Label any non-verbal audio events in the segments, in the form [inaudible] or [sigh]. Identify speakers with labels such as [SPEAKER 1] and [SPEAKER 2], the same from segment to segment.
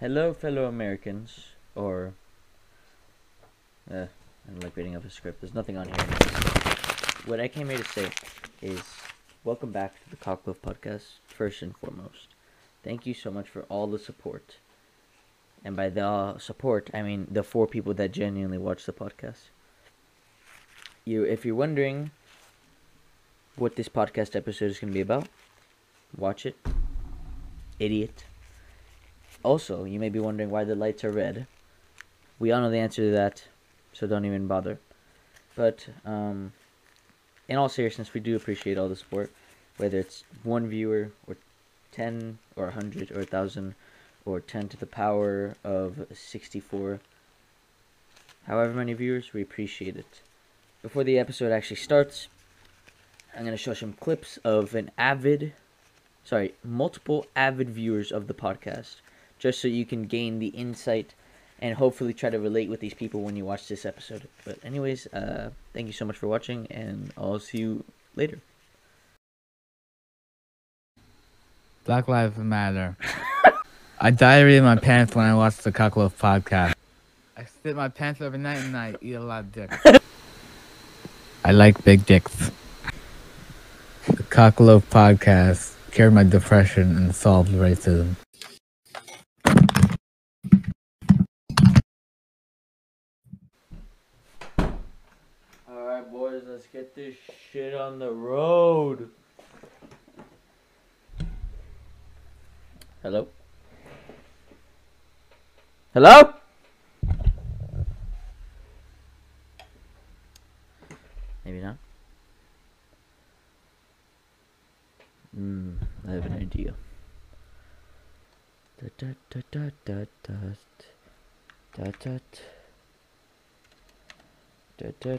[SPEAKER 1] Hello, fellow Americans, or uh, I'm like reading off a script. There's nothing on here. What I came here to say is welcome back to the Cockclove Podcast. First and foremost, thank you so much for all the support, and by the support I mean the four people that genuinely watch the podcast. You, if you're wondering what this podcast episode is going to be about, watch it, idiot. Also, you may be wondering why the lights are red. We all know the answer to that, so don't even bother. But um, in all seriousness, we do appreciate all the support, whether it's one viewer or ten or a hundred or a thousand or ten to the power of sixty-four. However many viewers, we appreciate it. Before the episode actually starts, I'm gonna show some clips of an avid, sorry, multiple avid viewers of the podcast, just so you can gain the insight and hopefully try to relate with these people when you watch this episode. But anyways, uh, thank you so much for watching, and I'll see you later.
[SPEAKER 2] Black Lives Matter. I diarrhea my pants when I watch the Cockloaf podcast. I sit my pants overnight and I eat a lot of dick. I like big dicks. The Cockloaf podcast cured my depression and solved racism.
[SPEAKER 1] All right, boys, let's get this shit on the road. Hello. Hello. Maybe not. Hmm, I have an idea. Da da da da da da da da da da da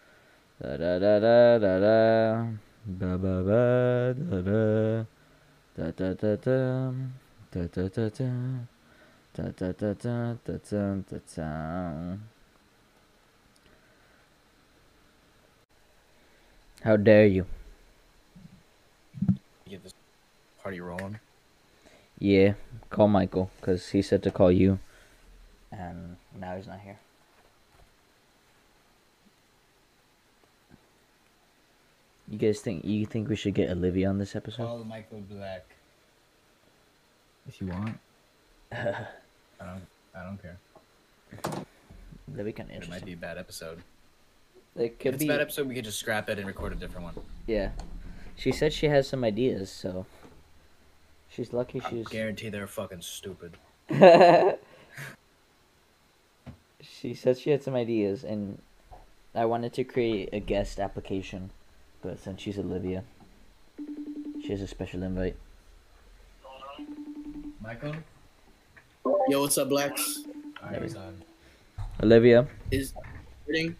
[SPEAKER 1] da da da da da da ba ba ba da da da da da da da da da da Da da da da da da da da. How dare you?
[SPEAKER 3] get this party rolling.
[SPEAKER 1] Yeah, call Michael because he said to call you, and now he's not here. You guys think you think we should get Olivia on this episode?
[SPEAKER 2] Call Michael Black. If you
[SPEAKER 3] [laughs]
[SPEAKER 2] want.
[SPEAKER 3] I don't, I don't care.
[SPEAKER 1] That'd be kind of
[SPEAKER 3] It might be a bad episode.
[SPEAKER 1] It
[SPEAKER 3] If
[SPEAKER 1] could
[SPEAKER 3] it's
[SPEAKER 1] be.
[SPEAKER 3] a bad episode, we could just scrap it and record a different one.
[SPEAKER 1] Yeah, she said she has some ideas, so she's lucky
[SPEAKER 3] I
[SPEAKER 1] she's.
[SPEAKER 3] guarantee they're fucking stupid.
[SPEAKER 1] she said she had some ideas, and I wanted to create a guest application, but since she's Olivia, she has a special invite.
[SPEAKER 2] Michael?
[SPEAKER 4] Yo, what's up, Blacks?
[SPEAKER 2] Alright, he's on.
[SPEAKER 1] Olivia,
[SPEAKER 4] Is recording?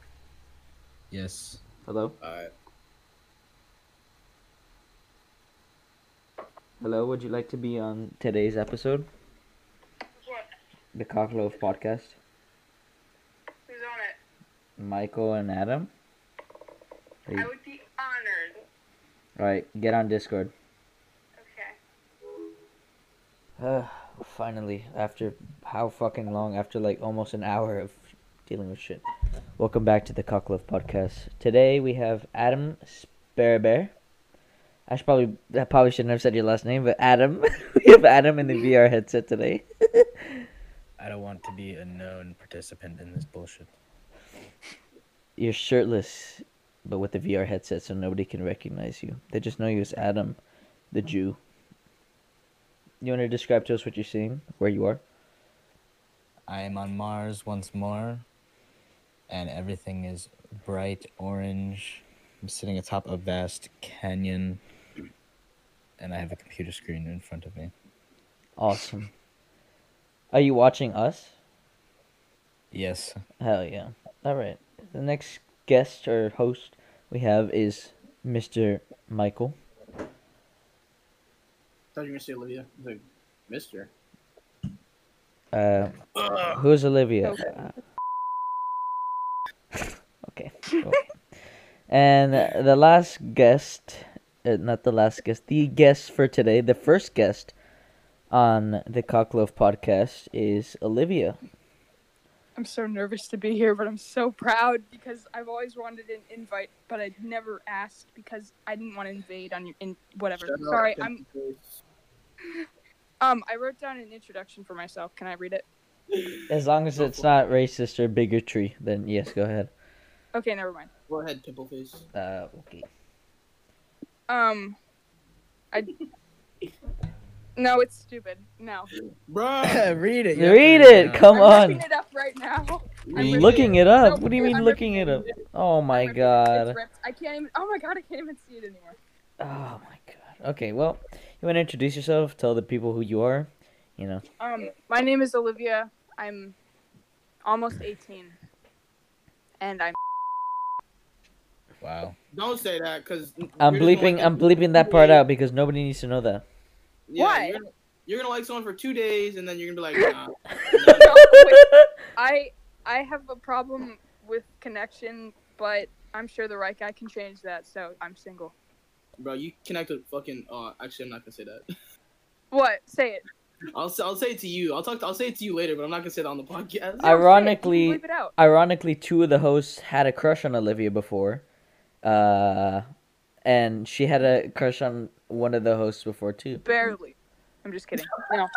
[SPEAKER 2] Yes.
[SPEAKER 1] hello,
[SPEAKER 4] Alright.
[SPEAKER 1] hello. Would you like to be on today's episode,
[SPEAKER 5] What?
[SPEAKER 1] the Cockloaf Podcast?
[SPEAKER 5] Who's on it?
[SPEAKER 1] Michael and Adam. Are
[SPEAKER 5] I
[SPEAKER 1] you-
[SPEAKER 5] would be honored.
[SPEAKER 1] All right, get on Discord.
[SPEAKER 5] Okay.
[SPEAKER 1] Uh, [sighs] finally, after how fucking long? After like almost an hour of dealing with shit. Welcome back to the Cockloaf Podcast. Today we have Adam Sperber. I should probably I probably shouldn't have said your last name, but Adam. [laughs] we have Adam in the VR headset today.
[SPEAKER 3] I don't want to be a known participant in this bullshit.
[SPEAKER 1] You're shirtless, but with the VR headset, so nobody can recognize you. They just know you as Adam, the Jew. You want to describe to us what you're seeing, where you are?
[SPEAKER 2] I am on Mars once more, and everything is bright orange. I'm sitting atop a vast canyon, and I have a computer screen in front of me.
[SPEAKER 1] Awesome. Are you watching us?
[SPEAKER 4] [laughs]
[SPEAKER 3] Yes.
[SPEAKER 1] Hell yeah. All right. The next guest or host we have is Mr. Michael.
[SPEAKER 4] thought you were gonna say Olivia. I was like, Mister.
[SPEAKER 1] Uh, who's Olivia? [laughs] Okay. cool. and uh, the last guest, uh, not the last guest, the guest for today, the first guest on the Cockloaf podcast is Olivia.
[SPEAKER 6] I'm so nervous to be here, but I'm so proud because I've always wanted an invite, but I never asked because I didn't want to invade on your in whatever.
[SPEAKER 4] Shut up,
[SPEAKER 6] Sorry,
[SPEAKER 4] just
[SPEAKER 6] I'm
[SPEAKER 4] in case.
[SPEAKER 6] um I wrote down an introduction for myself. Can I read it?
[SPEAKER 1] As long as it's not racist or bigotry, then yes, go ahead.
[SPEAKER 6] Okay, never mind.
[SPEAKER 4] Go ahead, pimple face.
[SPEAKER 1] Uh, okay.
[SPEAKER 6] Um I [laughs] No, it's stupid. No.
[SPEAKER 4] Bro,
[SPEAKER 3] Read it. you have to
[SPEAKER 1] Read it.
[SPEAKER 3] now.
[SPEAKER 1] Come
[SPEAKER 6] I'm
[SPEAKER 1] on.
[SPEAKER 6] ripping it up
[SPEAKER 1] [laughs]
[SPEAKER 6] right now. I'm
[SPEAKER 1] Are you
[SPEAKER 6] ripping
[SPEAKER 1] looking it
[SPEAKER 6] No,
[SPEAKER 1] up? What do you
[SPEAKER 6] I'm
[SPEAKER 1] mean
[SPEAKER 6] ripping
[SPEAKER 1] looking it up? Oh my
[SPEAKER 6] I'm ripping it. It's
[SPEAKER 1] god.
[SPEAKER 6] ripped. I can't even Oh my god, I can't even see it anymore.
[SPEAKER 1] Oh my god. Okay, well, you want to introduce yourself? Tell the people who you are. You know.
[SPEAKER 6] Um, my name is Olivia. I'm almost 18, and
[SPEAKER 1] [laughs]
[SPEAKER 6] I'm [laughs]
[SPEAKER 3] Wow.
[SPEAKER 4] don't say that, cause
[SPEAKER 1] I'm
[SPEAKER 4] you're just gonna
[SPEAKER 1] bleeping.
[SPEAKER 4] like-
[SPEAKER 1] I'm bleeping that part out because nobody needs to know
[SPEAKER 6] [laughs]
[SPEAKER 1] that.
[SPEAKER 4] Yeah,
[SPEAKER 6] Why?
[SPEAKER 4] You're, gonna- you're gonna like someone for two days, and then you're gonna be
[SPEAKER 6] [laughs]
[SPEAKER 4] like, nah.
[SPEAKER 6] No, Oh, wait. I I have a problem with connection, but I'm sure the right guy can change that. So I'm single.
[SPEAKER 4] bro, you connect with fucking. Uh, actually, I'm not gonna say that. [laughs]
[SPEAKER 6] What? Say it.
[SPEAKER 4] I'll say, I'll say it to you. I'll talk. To, I'll say it to you later, but I'm not gonna say that on the podcast.
[SPEAKER 6] No, say it. You can
[SPEAKER 1] Ironically-
[SPEAKER 6] bleep it out.
[SPEAKER 1] Ironically, two of the hosts had a crush on Olivia before, uh, and she had a crush on one of the hosts before too.
[SPEAKER 6] Barely. I'm just kidding. No.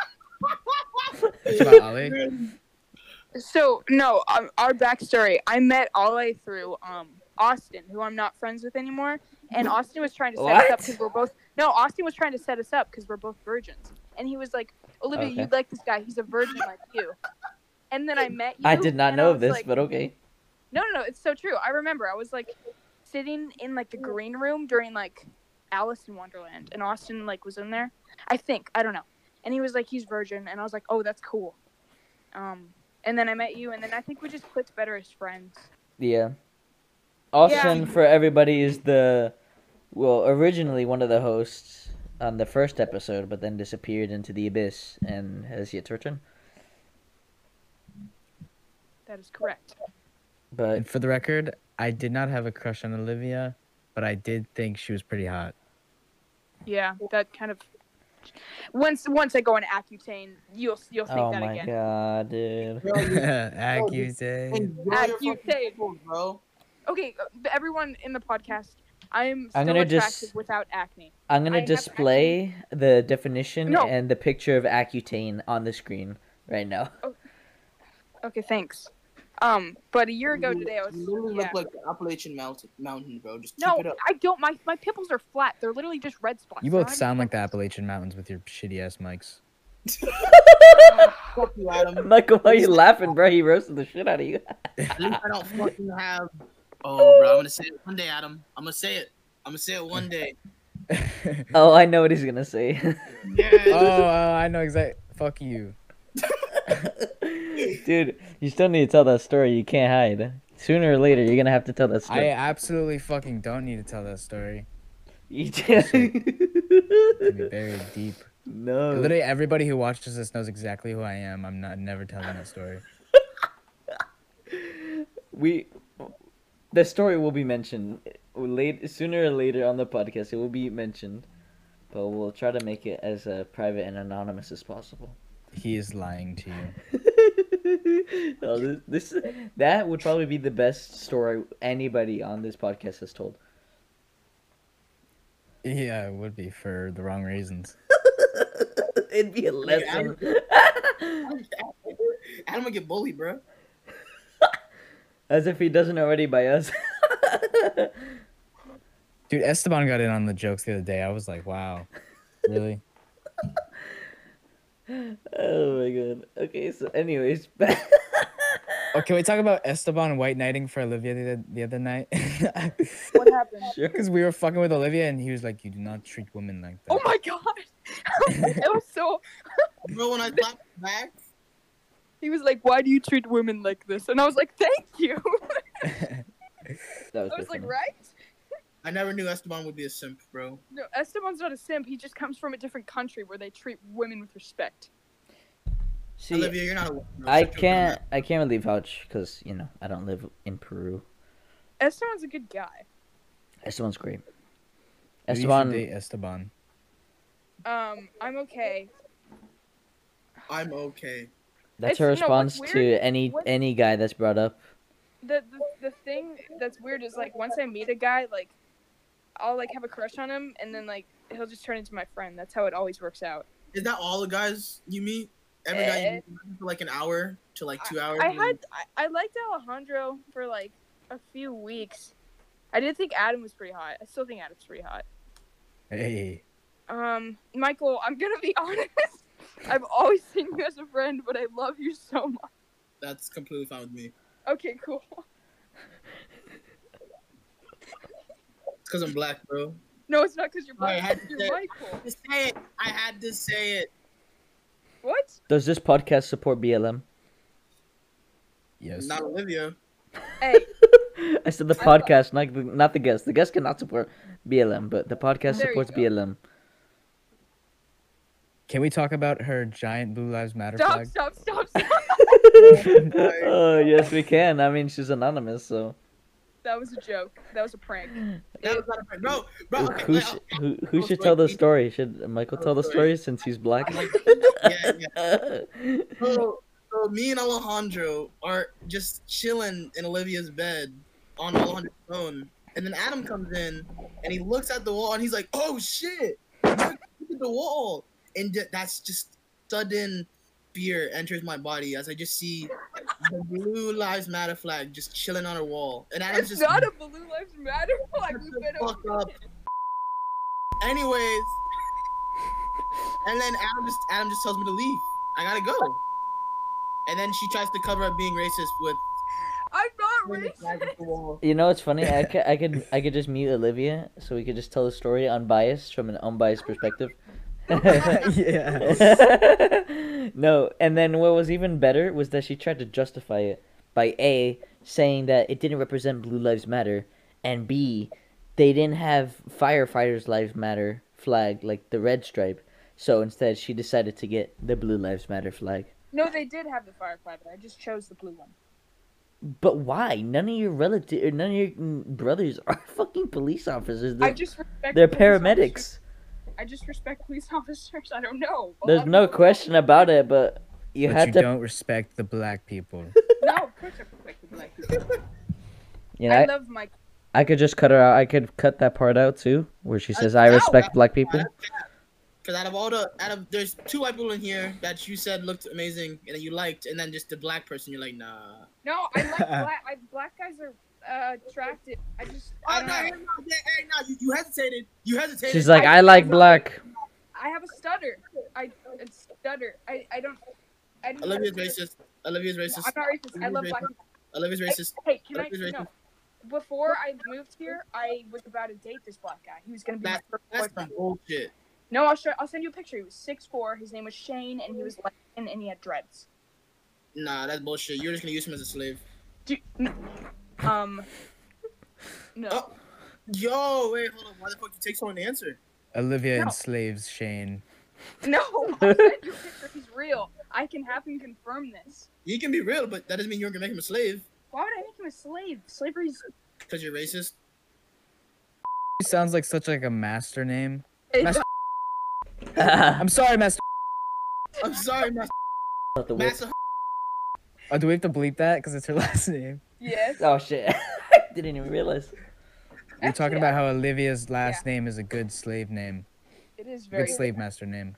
[SPEAKER 2] That's about Ali.
[SPEAKER 6] So no, um, our backstory. I met Ale through um Austin, who I'm not friends with anymore, and Austin was trying to set us up
[SPEAKER 1] What?
[SPEAKER 6] because we're both no. Austin was trying to set us up because we're both virgins, and he was like, "Olivia,
[SPEAKER 1] Okay.
[SPEAKER 6] you'd like this guy. He's a virgin like you." And then I met you.
[SPEAKER 1] I did not
[SPEAKER 6] and
[SPEAKER 1] know
[SPEAKER 6] was
[SPEAKER 1] of this,
[SPEAKER 6] like-
[SPEAKER 1] but okay.
[SPEAKER 6] no, no, no, it's so true. I remember I was like sitting in like the green room during like Alice in Wonderland, and Austin like was in there. I think I don't know, and he was like he's virgin, and I was like oh that's cool. Um, and then I met you, and then I think we just clicked better as friends.
[SPEAKER 1] Yeah. Austin, for everybody, is the well originally one of the hosts on the first episode, but then disappeared into the abyss and has yet to return.
[SPEAKER 6] That is correct.
[SPEAKER 1] But
[SPEAKER 3] And for the record, I did not have a crush on Olivia, but I did think she was pretty hot.
[SPEAKER 6] Yeah, that kind of. Once once I go on Accutane, you'll you'll think
[SPEAKER 1] oh
[SPEAKER 6] that
[SPEAKER 1] my
[SPEAKER 6] again.
[SPEAKER 1] god, dude.
[SPEAKER 4] [laughs] Bro,
[SPEAKER 1] [laughs]
[SPEAKER 3] [laughs]
[SPEAKER 4] you
[SPEAKER 3] Accusation.
[SPEAKER 4] enjoy your
[SPEAKER 6] you
[SPEAKER 4] fucking
[SPEAKER 6] say-
[SPEAKER 4] pimples, bro.
[SPEAKER 6] Okay, uh, everyone in the podcast, I am still
[SPEAKER 1] I'm gonna
[SPEAKER 6] attractive
[SPEAKER 1] just-
[SPEAKER 6] without acne.
[SPEAKER 1] I'm gonna
[SPEAKER 6] I have
[SPEAKER 1] display the definition
[SPEAKER 6] No.
[SPEAKER 1] and the picture of Accutane on the screen right now. [laughs]
[SPEAKER 6] Okay, thanks. Um, but a year ago
[SPEAKER 4] You
[SPEAKER 6] today I was
[SPEAKER 4] literally
[SPEAKER 6] yeah.
[SPEAKER 4] look like the Appalachian mountain, mountain, bro. Just keep
[SPEAKER 6] No,
[SPEAKER 4] it up.
[SPEAKER 6] I don't. My my pimples are flat. They're literally just red spots.
[SPEAKER 3] You
[SPEAKER 6] They're
[SPEAKER 3] both
[SPEAKER 6] not
[SPEAKER 3] sound
[SPEAKER 4] [laughs]
[SPEAKER 3] like the
[SPEAKER 6] pimples.
[SPEAKER 3] Appalachian Mountains with your shitty ass mics. [laughs]
[SPEAKER 4] Fuck you,
[SPEAKER 6] [laughs]
[SPEAKER 4] Adam.
[SPEAKER 1] Michael, why are you laughing, bro? He roasted the shit out of you. [laughs]
[SPEAKER 4] At least I don't fucking have. [laughs] Oh, bro, I'm gonna say it one day, Adam. I'm gonna say it. I'm gonna say it one day.
[SPEAKER 1] Oh, I know what he's gonna say. [laughs]
[SPEAKER 3] oh, oh, I know exactly. Fuck you.
[SPEAKER 1] Dude, you still need to tell that story. You can't hide. Sooner or later, you're gonna have to tell that
[SPEAKER 3] I
[SPEAKER 1] story.
[SPEAKER 3] absolutely fucking don't need to tell that story.
[SPEAKER 1] You [laughs]
[SPEAKER 3] It'd be
[SPEAKER 1] did.
[SPEAKER 3] buried
[SPEAKER 4] [laughs]
[SPEAKER 3] deep.
[SPEAKER 4] Oh.
[SPEAKER 1] no.
[SPEAKER 3] Literally everybody who watches this knows exactly who I am. I'm not never telling that story.
[SPEAKER 1] we the story will be mentioned late sooner or later on the podcast it will be mentioned but we'll try to make it as uh, private and anonymous as possible [laughs]
[SPEAKER 3] He is lying to you.
[SPEAKER 1] Oh, this, this that would probably be the best story anybody on this podcast has told
[SPEAKER 3] Yeah, it would be for the wrong reasons.
[SPEAKER 1] [laughs] it'd be a lesson
[SPEAKER 4] Adam- [laughs] Adam gonna get bullied, bro.
[SPEAKER 1] [laughs] as if he doesn't already by us [laughs]
[SPEAKER 3] Dude, Esteban got in on the jokes the other day. I was like, wow. Really?
[SPEAKER 1] oh my god okay so anyways [laughs]
[SPEAKER 3] Oh, can we talk about Esteban white knighting for Olivia the, the other night? [laughs]
[SPEAKER 6] What happened?
[SPEAKER 1] sure
[SPEAKER 3] Because we were fucking with Olivia and he was like, You do not treat women [laughs] like that.
[SPEAKER 6] Oh my god! [laughs] it was so.
[SPEAKER 4] Bro, when I clap back,
[SPEAKER 6] He was like, "Why do you treat women like this?" And I was like, "Thank you."
[SPEAKER 1] [laughs]
[SPEAKER 6] [laughs]
[SPEAKER 1] That was,
[SPEAKER 6] I was
[SPEAKER 1] pretty
[SPEAKER 6] like,
[SPEAKER 1] funny.
[SPEAKER 6] "Right."
[SPEAKER 4] I never knew Esteban would be a simp, bro.
[SPEAKER 6] No, Esteban's not a simp. He just comes from a different country where they treat women with respect.
[SPEAKER 1] See,
[SPEAKER 4] Olivia, you're not. A woman, bro.
[SPEAKER 1] I
[SPEAKER 4] Stop joking on
[SPEAKER 1] can't. I can't really vouch because you know I don't live in Peru.
[SPEAKER 6] Esteban's a good guy.
[SPEAKER 1] Esteban's great.
[SPEAKER 3] Maybe you should
[SPEAKER 1] Esteban,
[SPEAKER 3] date Esteban.
[SPEAKER 6] Um, I'm okay.
[SPEAKER 4] that. I'm okay.
[SPEAKER 1] that's her
[SPEAKER 6] It's- you know what's
[SPEAKER 1] response to
[SPEAKER 6] weird?
[SPEAKER 1] any
[SPEAKER 6] What-
[SPEAKER 1] any guy that's brought up.
[SPEAKER 6] The, the the thing that's weird is like once I meet a guy, like I'll like have a crush on him, and then like he'll just turn into my friend. That's how it always works out.
[SPEAKER 4] Is that all the guys you meet? Every guy you
[SPEAKER 6] Eh.
[SPEAKER 4] meet for like an hour to like two hours.
[SPEAKER 6] I
[SPEAKER 4] and then-
[SPEAKER 6] had I, I liked Alejandro for like a few weeks. I did think Adam was pretty hot. I still think Adam's pretty hot.
[SPEAKER 3] Hey.
[SPEAKER 6] Um, Michael, I'm gonna be [laughs] honest. I've always seen you as a friend, but I love you so much.
[SPEAKER 4] That's completely fine with me.
[SPEAKER 6] Okay, cool. [laughs]
[SPEAKER 4] It's because I'm black, bro.
[SPEAKER 6] No, it's not because you're
[SPEAKER 4] Wait, I
[SPEAKER 6] black.
[SPEAKER 4] had to
[SPEAKER 6] you're
[SPEAKER 4] say-
[SPEAKER 6] Michael.
[SPEAKER 4] Just say it. I had to say it.
[SPEAKER 6] What?
[SPEAKER 1] Does this podcast support
[SPEAKER 6] [laughs]
[SPEAKER 1] BLM?
[SPEAKER 3] Yes.
[SPEAKER 4] Not Olivia.
[SPEAKER 6] Hey,
[SPEAKER 1] I said the
[SPEAKER 6] I thought-
[SPEAKER 1] podcast, not the, not the guest. The guest cannot support BLM, but the podcast
[SPEAKER 6] There you
[SPEAKER 1] supports
[SPEAKER 6] go. [laughs]
[SPEAKER 1] BLM.
[SPEAKER 3] Can we talk about her giant Blue Lives Matter
[SPEAKER 6] stop,
[SPEAKER 3] flag?
[SPEAKER 6] stop, stop, stop.
[SPEAKER 1] [laughs] oh yes, we can. I mean, she's anonymous, so
[SPEAKER 6] That was a joke. That was a prank.
[SPEAKER 4] That was not a friend. Bro, bro.
[SPEAKER 1] who
[SPEAKER 4] Okay,
[SPEAKER 1] who,
[SPEAKER 4] wait,
[SPEAKER 1] sh-
[SPEAKER 4] okay.
[SPEAKER 1] who, who
[SPEAKER 4] Oh,
[SPEAKER 1] should
[SPEAKER 4] sorry.
[SPEAKER 1] tell the story? Should Michael
[SPEAKER 4] Oh,
[SPEAKER 1] tell the
[SPEAKER 4] sorry.
[SPEAKER 1] story since he's black?
[SPEAKER 4] [laughs]
[SPEAKER 1] [laughs]
[SPEAKER 4] yeah, yeah.
[SPEAKER 6] [laughs]
[SPEAKER 4] So, so me and Alejandro are just chilling in Olivia's bed on Alejandro's phone, and then Adam comes in and he looks at the wall and he's like, "Oh shit, look, look at the wall!" And ju- that's just sudden fear enters my body as I just see the Blue Lives Matter flag just chilling on her wall, and Adam's
[SPEAKER 6] It's
[SPEAKER 4] just
[SPEAKER 6] not a Blue Lives Matter [laughs] flag. We've been
[SPEAKER 4] fuck
[SPEAKER 6] over
[SPEAKER 4] up. Anyways, and then Adam just Adam just tells me to leave. I gotta go. And then she tries to cover up being racist with.
[SPEAKER 6] [laughs] I'm not
[SPEAKER 4] pointing the
[SPEAKER 6] racist.
[SPEAKER 4] flag at the wall.
[SPEAKER 1] You know, it's funny. I could, I could, I could just mute Olivia, so we could just tell the story unbiased from an unbiased perspective.
[SPEAKER 3] yeah.
[SPEAKER 1] [laughs] no, and then what was even better was that she tried to justify it by a saying that it didn't represent Blue Lives Matter, and b they didn't have firefighters' lives matter flag like the red stripe. So instead, she decided to get the Blue Lives Matter flag.
[SPEAKER 6] No, they did have the firefighter. I just chose the blue one.
[SPEAKER 1] But why? None of your relatives, none of your mm, brothers are [laughs] fucking police officers.
[SPEAKER 6] I
[SPEAKER 1] They're,
[SPEAKER 6] just respect.
[SPEAKER 1] they're
[SPEAKER 6] police officers.
[SPEAKER 1] paramedics.
[SPEAKER 6] I just respect police [laughs] officers. I don't know. Well,
[SPEAKER 1] There's
[SPEAKER 6] I'm
[SPEAKER 1] no
[SPEAKER 6] not-
[SPEAKER 1] question about it. But you
[SPEAKER 3] but
[SPEAKER 1] had
[SPEAKER 3] you
[SPEAKER 1] to.
[SPEAKER 3] don't respect the black
[SPEAKER 6] [laughs]
[SPEAKER 3] people.
[SPEAKER 6] No, of course I respect the black people.
[SPEAKER 1] You know,
[SPEAKER 6] I
[SPEAKER 1] I,
[SPEAKER 6] love my.
[SPEAKER 1] I could just cut her out. I could cut that part out too, where
[SPEAKER 6] Uh,
[SPEAKER 1] she says, "I
[SPEAKER 4] no,
[SPEAKER 1] respect black people."
[SPEAKER 4] Cause out of all the out of there's two white people in here that you said looked amazing and that you liked, and then just the black person you're like nah.
[SPEAKER 6] No, I [laughs] like black. I, black guys are uh, attractive. I just. I
[SPEAKER 4] Oh
[SPEAKER 6] don't
[SPEAKER 4] no,
[SPEAKER 6] know.
[SPEAKER 4] hey, no, hey, hey, no, you, you hesitated. You hesitated.
[SPEAKER 1] She's like, "I like
[SPEAKER 6] [laughs]
[SPEAKER 1] black." [laughs]
[SPEAKER 6] I have a stutter. I I stutter. I, I don't. I don't
[SPEAKER 4] Olivia's racist. Olivia's
[SPEAKER 6] No,
[SPEAKER 4] racist.
[SPEAKER 6] I'm not racist. I love black. people.
[SPEAKER 4] Olivia's racist.
[SPEAKER 6] Hey, can I?
[SPEAKER 4] Olivia's
[SPEAKER 6] No. Before I moved here, I was about to date this black guy. He was gonna be my first
[SPEAKER 4] That's
[SPEAKER 6] boyfriend.
[SPEAKER 4] some bullshit.
[SPEAKER 6] No, I'll show. I'll send you a picture. He was six four. His name was Shane, and he was black, and he had dreads.
[SPEAKER 4] Nah, that's bullshit. You're just gonna use him as a slave.
[SPEAKER 6] Do, um. No.
[SPEAKER 4] Oh. Yo, wait, hold on. Why the fuck you take so long to answer?
[SPEAKER 3] Olivia
[SPEAKER 6] No.
[SPEAKER 3] enslaves Shane.
[SPEAKER 6] [laughs] No, I'll send you a picture. He's real. I can have him confirm this.
[SPEAKER 4] You can be real, but that doesn't mean you're gonna make him a slave
[SPEAKER 6] Why would I make him a slave? Slavery's.
[SPEAKER 4] because you're racist.
[SPEAKER 3] She sounds like such like a master name.
[SPEAKER 6] It's,
[SPEAKER 3] I'm sorry, master.
[SPEAKER 1] [laughs]
[SPEAKER 4] I'm sorry, Master.
[SPEAKER 1] Not the whip.
[SPEAKER 4] Master
[SPEAKER 3] Oh, do we have to bleep that? Because it's her [laughs] last name.
[SPEAKER 6] [laughs] yes.
[SPEAKER 1] Oh shit! [laughs] Didn't even realize.
[SPEAKER 3] We're talking
[SPEAKER 6] Actually,
[SPEAKER 3] about how Olivia's last name is a good slave name.
[SPEAKER 6] It is very.
[SPEAKER 3] Good slave master name.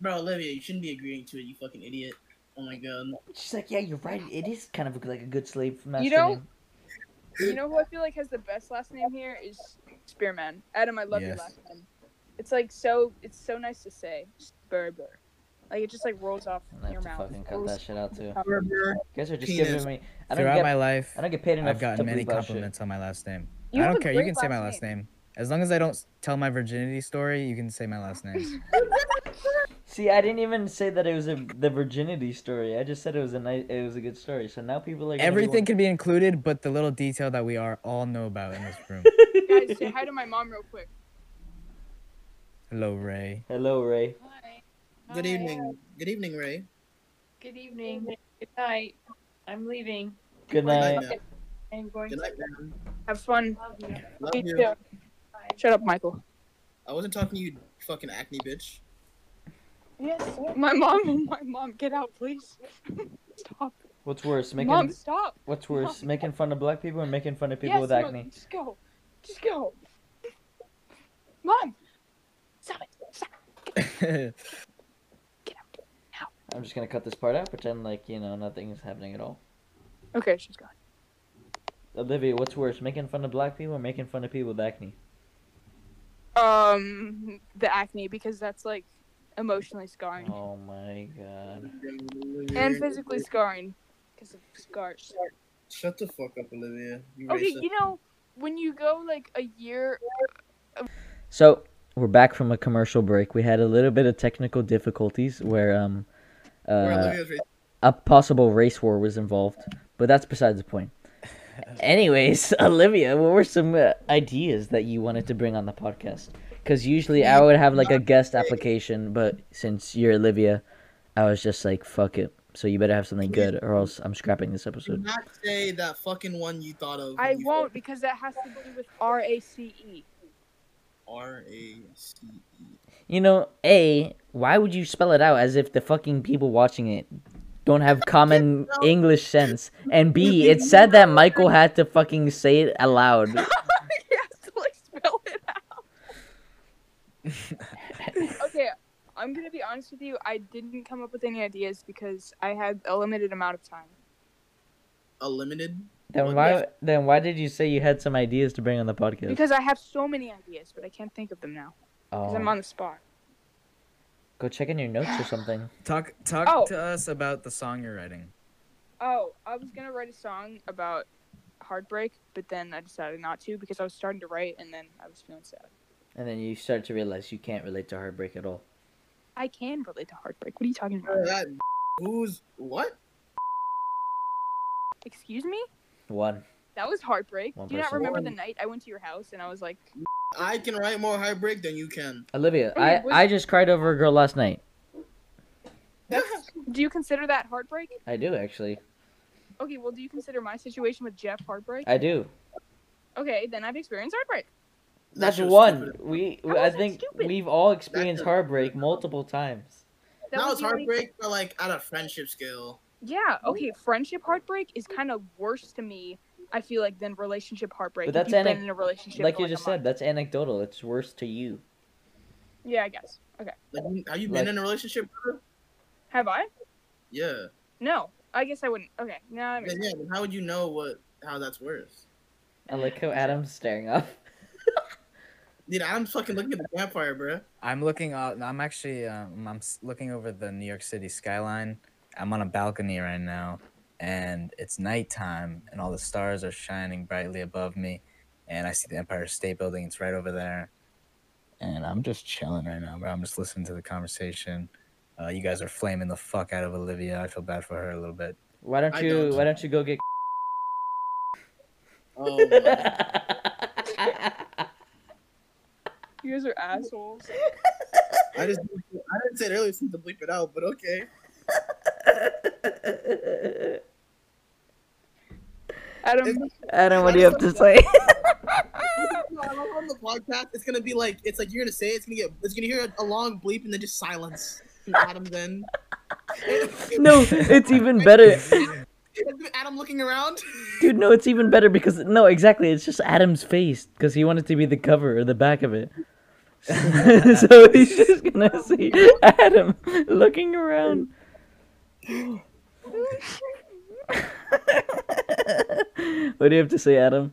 [SPEAKER 4] Bro, Olivia, you shouldn't be agreeing to it, you fucking idiot. Oh my god.
[SPEAKER 1] She's like, "Yeah, you're right. It is kind of like a good slave master."
[SPEAKER 6] You know-
[SPEAKER 1] name."
[SPEAKER 6] You know who I feel like has the best last name here is Spearman. Adam, I love your
[SPEAKER 3] Yes.
[SPEAKER 6] last name. It's like so. It's so nice to say Sperber. Like it just like rolls off
[SPEAKER 1] I'm gonna
[SPEAKER 6] your
[SPEAKER 1] have to
[SPEAKER 6] mouth.
[SPEAKER 1] fucking cut that shit out too. You
[SPEAKER 4] Berber.
[SPEAKER 1] guys are just
[SPEAKER 4] Penis.
[SPEAKER 1] giving me. I don't
[SPEAKER 3] Throughout
[SPEAKER 1] get.
[SPEAKER 3] my life,
[SPEAKER 1] I don't get paid enough
[SPEAKER 3] I've gotten
[SPEAKER 1] to
[SPEAKER 3] many
[SPEAKER 1] bleep out shit.
[SPEAKER 3] compliments on my last name.
[SPEAKER 6] You
[SPEAKER 3] I
[SPEAKER 6] have
[SPEAKER 3] don't
[SPEAKER 6] a
[SPEAKER 3] care. You
[SPEAKER 6] great
[SPEAKER 3] can say my last name. As long as I don't tell my virginity story, you can say my last name.
[SPEAKER 1] See, I didn't even say that it was a, the virginity story. I just said it was a nice, it was a good story. So now people are gonna be
[SPEAKER 3] Everything
[SPEAKER 1] wondering-
[SPEAKER 3] can be included, but the little detail that we are all know about in this room.
[SPEAKER 6] [laughs]
[SPEAKER 1] [laughs]
[SPEAKER 6] Guys, say hi to my mom real quick.
[SPEAKER 3] Hello, Ray. [laughs]
[SPEAKER 1] Hello, Ray.
[SPEAKER 7] Hi.
[SPEAKER 4] Good
[SPEAKER 7] Hi.
[SPEAKER 4] evening. Good evening, Ray.
[SPEAKER 7] Good evening. Good night. I'm leaving.
[SPEAKER 1] Good
[SPEAKER 4] Good night,
[SPEAKER 1] night.
[SPEAKER 4] man.
[SPEAKER 7] I'm going
[SPEAKER 4] Good night, man.
[SPEAKER 6] Have fun.
[SPEAKER 7] to love you.
[SPEAKER 4] Love
[SPEAKER 6] Me
[SPEAKER 4] you.
[SPEAKER 6] too. Shut up, Michael.
[SPEAKER 4] I wasn't talking to you, fucking acne bitch.
[SPEAKER 7] Yes.
[SPEAKER 6] My mom, [laughs] my mom, get out, please. Stop.
[SPEAKER 1] What's worse, making
[SPEAKER 6] Mom, stop.
[SPEAKER 1] what's
[SPEAKER 6] [laughs]
[SPEAKER 1] worse, making fun of black people or making fun of people
[SPEAKER 6] yes,
[SPEAKER 1] with
[SPEAKER 6] Mom,
[SPEAKER 1] acne?
[SPEAKER 6] just go. Just go. Mom, stop it. Stop. Get out.
[SPEAKER 1] I'm just gonna cut this part out, pretend like you know nothing is happening at all.
[SPEAKER 6] Okay, she's gone.
[SPEAKER 1] Olivia, what's worse, making fun of black people or making fun of people with acne?
[SPEAKER 6] Um, the acne because that's like emotionally scarring
[SPEAKER 1] Oh my god.
[SPEAKER 6] and physically scarring because of scars.
[SPEAKER 4] Shut the fuck up, Olivia. You
[SPEAKER 6] Okay,
[SPEAKER 4] racist.
[SPEAKER 6] you know when you go like a year.
[SPEAKER 1] So we're back from a commercial break. We had a little bit of technical difficulties where um
[SPEAKER 4] Or
[SPEAKER 1] uh,
[SPEAKER 4] Olivia's racist.
[SPEAKER 1] a possible race war was involved, but that's besides the point. Anyways, [laughs] Olivia, what were some uh, ideas that you wanted to bring on the podcast? Because usually I would have like a guest application, but since you're Olivia, I was just like, fuck it. So you better have something good, or else I'm scrapping this
[SPEAKER 4] Do
[SPEAKER 1] episode.
[SPEAKER 4] not say that fucking one you thought of.
[SPEAKER 6] I won't because that has to do with R A C E.
[SPEAKER 4] R A C E.
[SPEAKER 1] You know, A, why would you spell it out as if the fucking people watching it don't have common English sense? And B, it's sad that Michael had to fucking say it aloud.
[SPEAKER 6] [laughs] you have to like spell it
[SPEAKER 1] [laughs]
[SPEAKER 6] out. okay, I'm gonna be honest with you. I didn't come up with any ideas because I had a limited amount of time.
[SPEAKER 4] A limited.
[SPEAKER 1] Then
[SPEAKER 4] Well,
[SPEAKER 1] why then why did you say you had some ideas to bring on the podcast?
[SPEAKER 6] Because I have so many ideas, but I can't think of them now because I'm
[SPEAKER 1] Oh,
[SPEAKER 6] on the spot.
[SPEAKER 1] Go check in your notes or something.
[SPEAKER 3] Talk talk
[SPEAKER 6] Oh.
[SPEAKER 3] to us about the song you're writing.
[SPEAKER 6] Oh, I was gonna write a song about heartbreak, but then I decided not to because I was starting to write and then I was feeling sad.
[SPEAKER 1] And then you start to realize you can't relate to heartbreak at all.
[SPEAKER 6] I can relate to heartbreak. What are you talking
[SPEAKER 4] Oh,
[SPEAKER 6] about?
[SPEAKER 1] Uh,
[SPEAKER 4] that who's what?
[SPEAKER 6] Excuse me?
[SPEAKER 1] One.
[SPEAKER 6] That was heartbreak.
[SPEAKER 1] One
[SPEAKER 6] Do you not
[SPEAKER 1] person.
[SPEAKER 6] remember the night I went to your house and I
[SPEAKER 1] [laughs]
[SPEAKER 6] was like,
[SPEAKER 4] I can write more heartbreak than you can.
[SPEAKER 1] Olivia,
[SPEAKER 6] Okay,
[SPEAKER 1] I,
[SPEAKER 6] what-
[SPEAKER 1] I just cried over a girl last night.
[SPEAKER 6] "Do you consider that heartbreak?"
[SPEAKER 1] I do actually.
[SPEAKER 6] Okay, well, do you consider my situation with Jeff heartbreak?
[SPEAKER 1] I do.
[SPEAKER 6] Okay, then I've experienced heartbreak.
[SPEAKER 1] That's
[SPEAKER 4] just
[SPEAKER 1] one.
[SPEAKER 4] stupid.
[SPEAKER 1] We,
[SPEAKER 6] How
[SPEAKER 1] we I
[SPEAKER 6] is that
[SPEAKER 1] think
[SPEAKER 6] stupid?
[SPEAKER 1] we've all experienced
[SPEAKER 4] just-
[SPEAKER 1] heartbreak multiple times.
[SPEAKER 6] That
[SPEAKER 4] now
[SPEAKER 6] would
[SPEAKER 4] it's
[SPEAKER 6] be like-
[SPEAKER 4] heartbreak, but like at a friendship scale.
[SPEAKER 6] yeah. Okay, friendship heartbreak is kind of worse to me. I feel like than relationship heartbreak.
[SPEAKER 1] But
[SPEAKER 6] if
[SPEAKER 1] that's
[SPEAKER 6] you've
[SPEAKER 1] anac-
[SPEAKER 6] been in a relationship.
[SPEAKER 1] Like
[SPEAKER 6] for,
[SPEAKER 1] you
[SPEAKER 6] a
[SPEAKER 1] just said,
[SPEAKER 6] month.
[SPEAKER 1] that's anecdotal. It's worse to you.
[SPEAKER 6] Yeah, I guess. Okay,
[SPEAKER 4] Like, you- have you been
[SPEAKER 1] Like-
[SPEAKER 4] in a relationship? Bro?
[SPEAKER 6] have I?
[SPEAKER 4] Yeah.
[SPEAKER 6] No, I guess I wouldn't. Okay, no, I
[SPEAKER 4] Then,
[SPEAKER 6] mean,
[SPEAKER 4] yeah. Then how would you know what how that's worse?
[SPEAKER 1] I like
[SPEAKER 6] [laughs]
[SPEAKER 1] how Adam's staring up.
[SPEAKER 4] Dude, I'm fucking looking at the vampire, bro.
[SPEAKER 3] I'm looking out. I'm actually um, I'm s- looking over the New York City skyline. I'm on a balcony right now, and it's nighttime, and all the stars are shining brightly above me, and I see the Empire State Building. It's right over there, and I'm just chilling right now, bro. I'm just listening to the conversation. Uh, you guys are flaming the fuck out of Olivia. I feel bad for her a little bit.
[SPEAKER 1] Why don't
[SPEAKER 4] I
[SPEAKER 1] you
[SPEAKER 4] don't.
[SPEAKER 1] why don't you go get
[SPEAKER 4] Oh, my.
[SPEAKER 6] you guys are assholes.
[SPEAKER 4] I just I didn't say it earlier since to bleep it out, but okay.
[SPEAKER 6] Adam,
[SPEAKER 4] It's-
[SPEAKER 1] [laughs] Adam, what do you have to
[SPEAKER 6] [laughs]
[SPEAKER 1] say?
[SPEAKER 4] on the podcast, it's gonna be like it's like you're gonna say it, it's gonna get it's gonna hear a, a long bleep and then just silence. from Adam [laughs] then.
[SPEAKER 1] no, it's even better.
[SPEAKER 4] [laughs] Adam looking around.
[SPEAKER 1] Dude, no, it's even better because no, exactly. It's just Adam's face because he wanted to be the cover or the back of it. [laughs] so he's just gonna see Adam looking around. [laughs] what do you have to say,
[SPEAKER 6] [laughs]
[SPEAKER 1] Adam?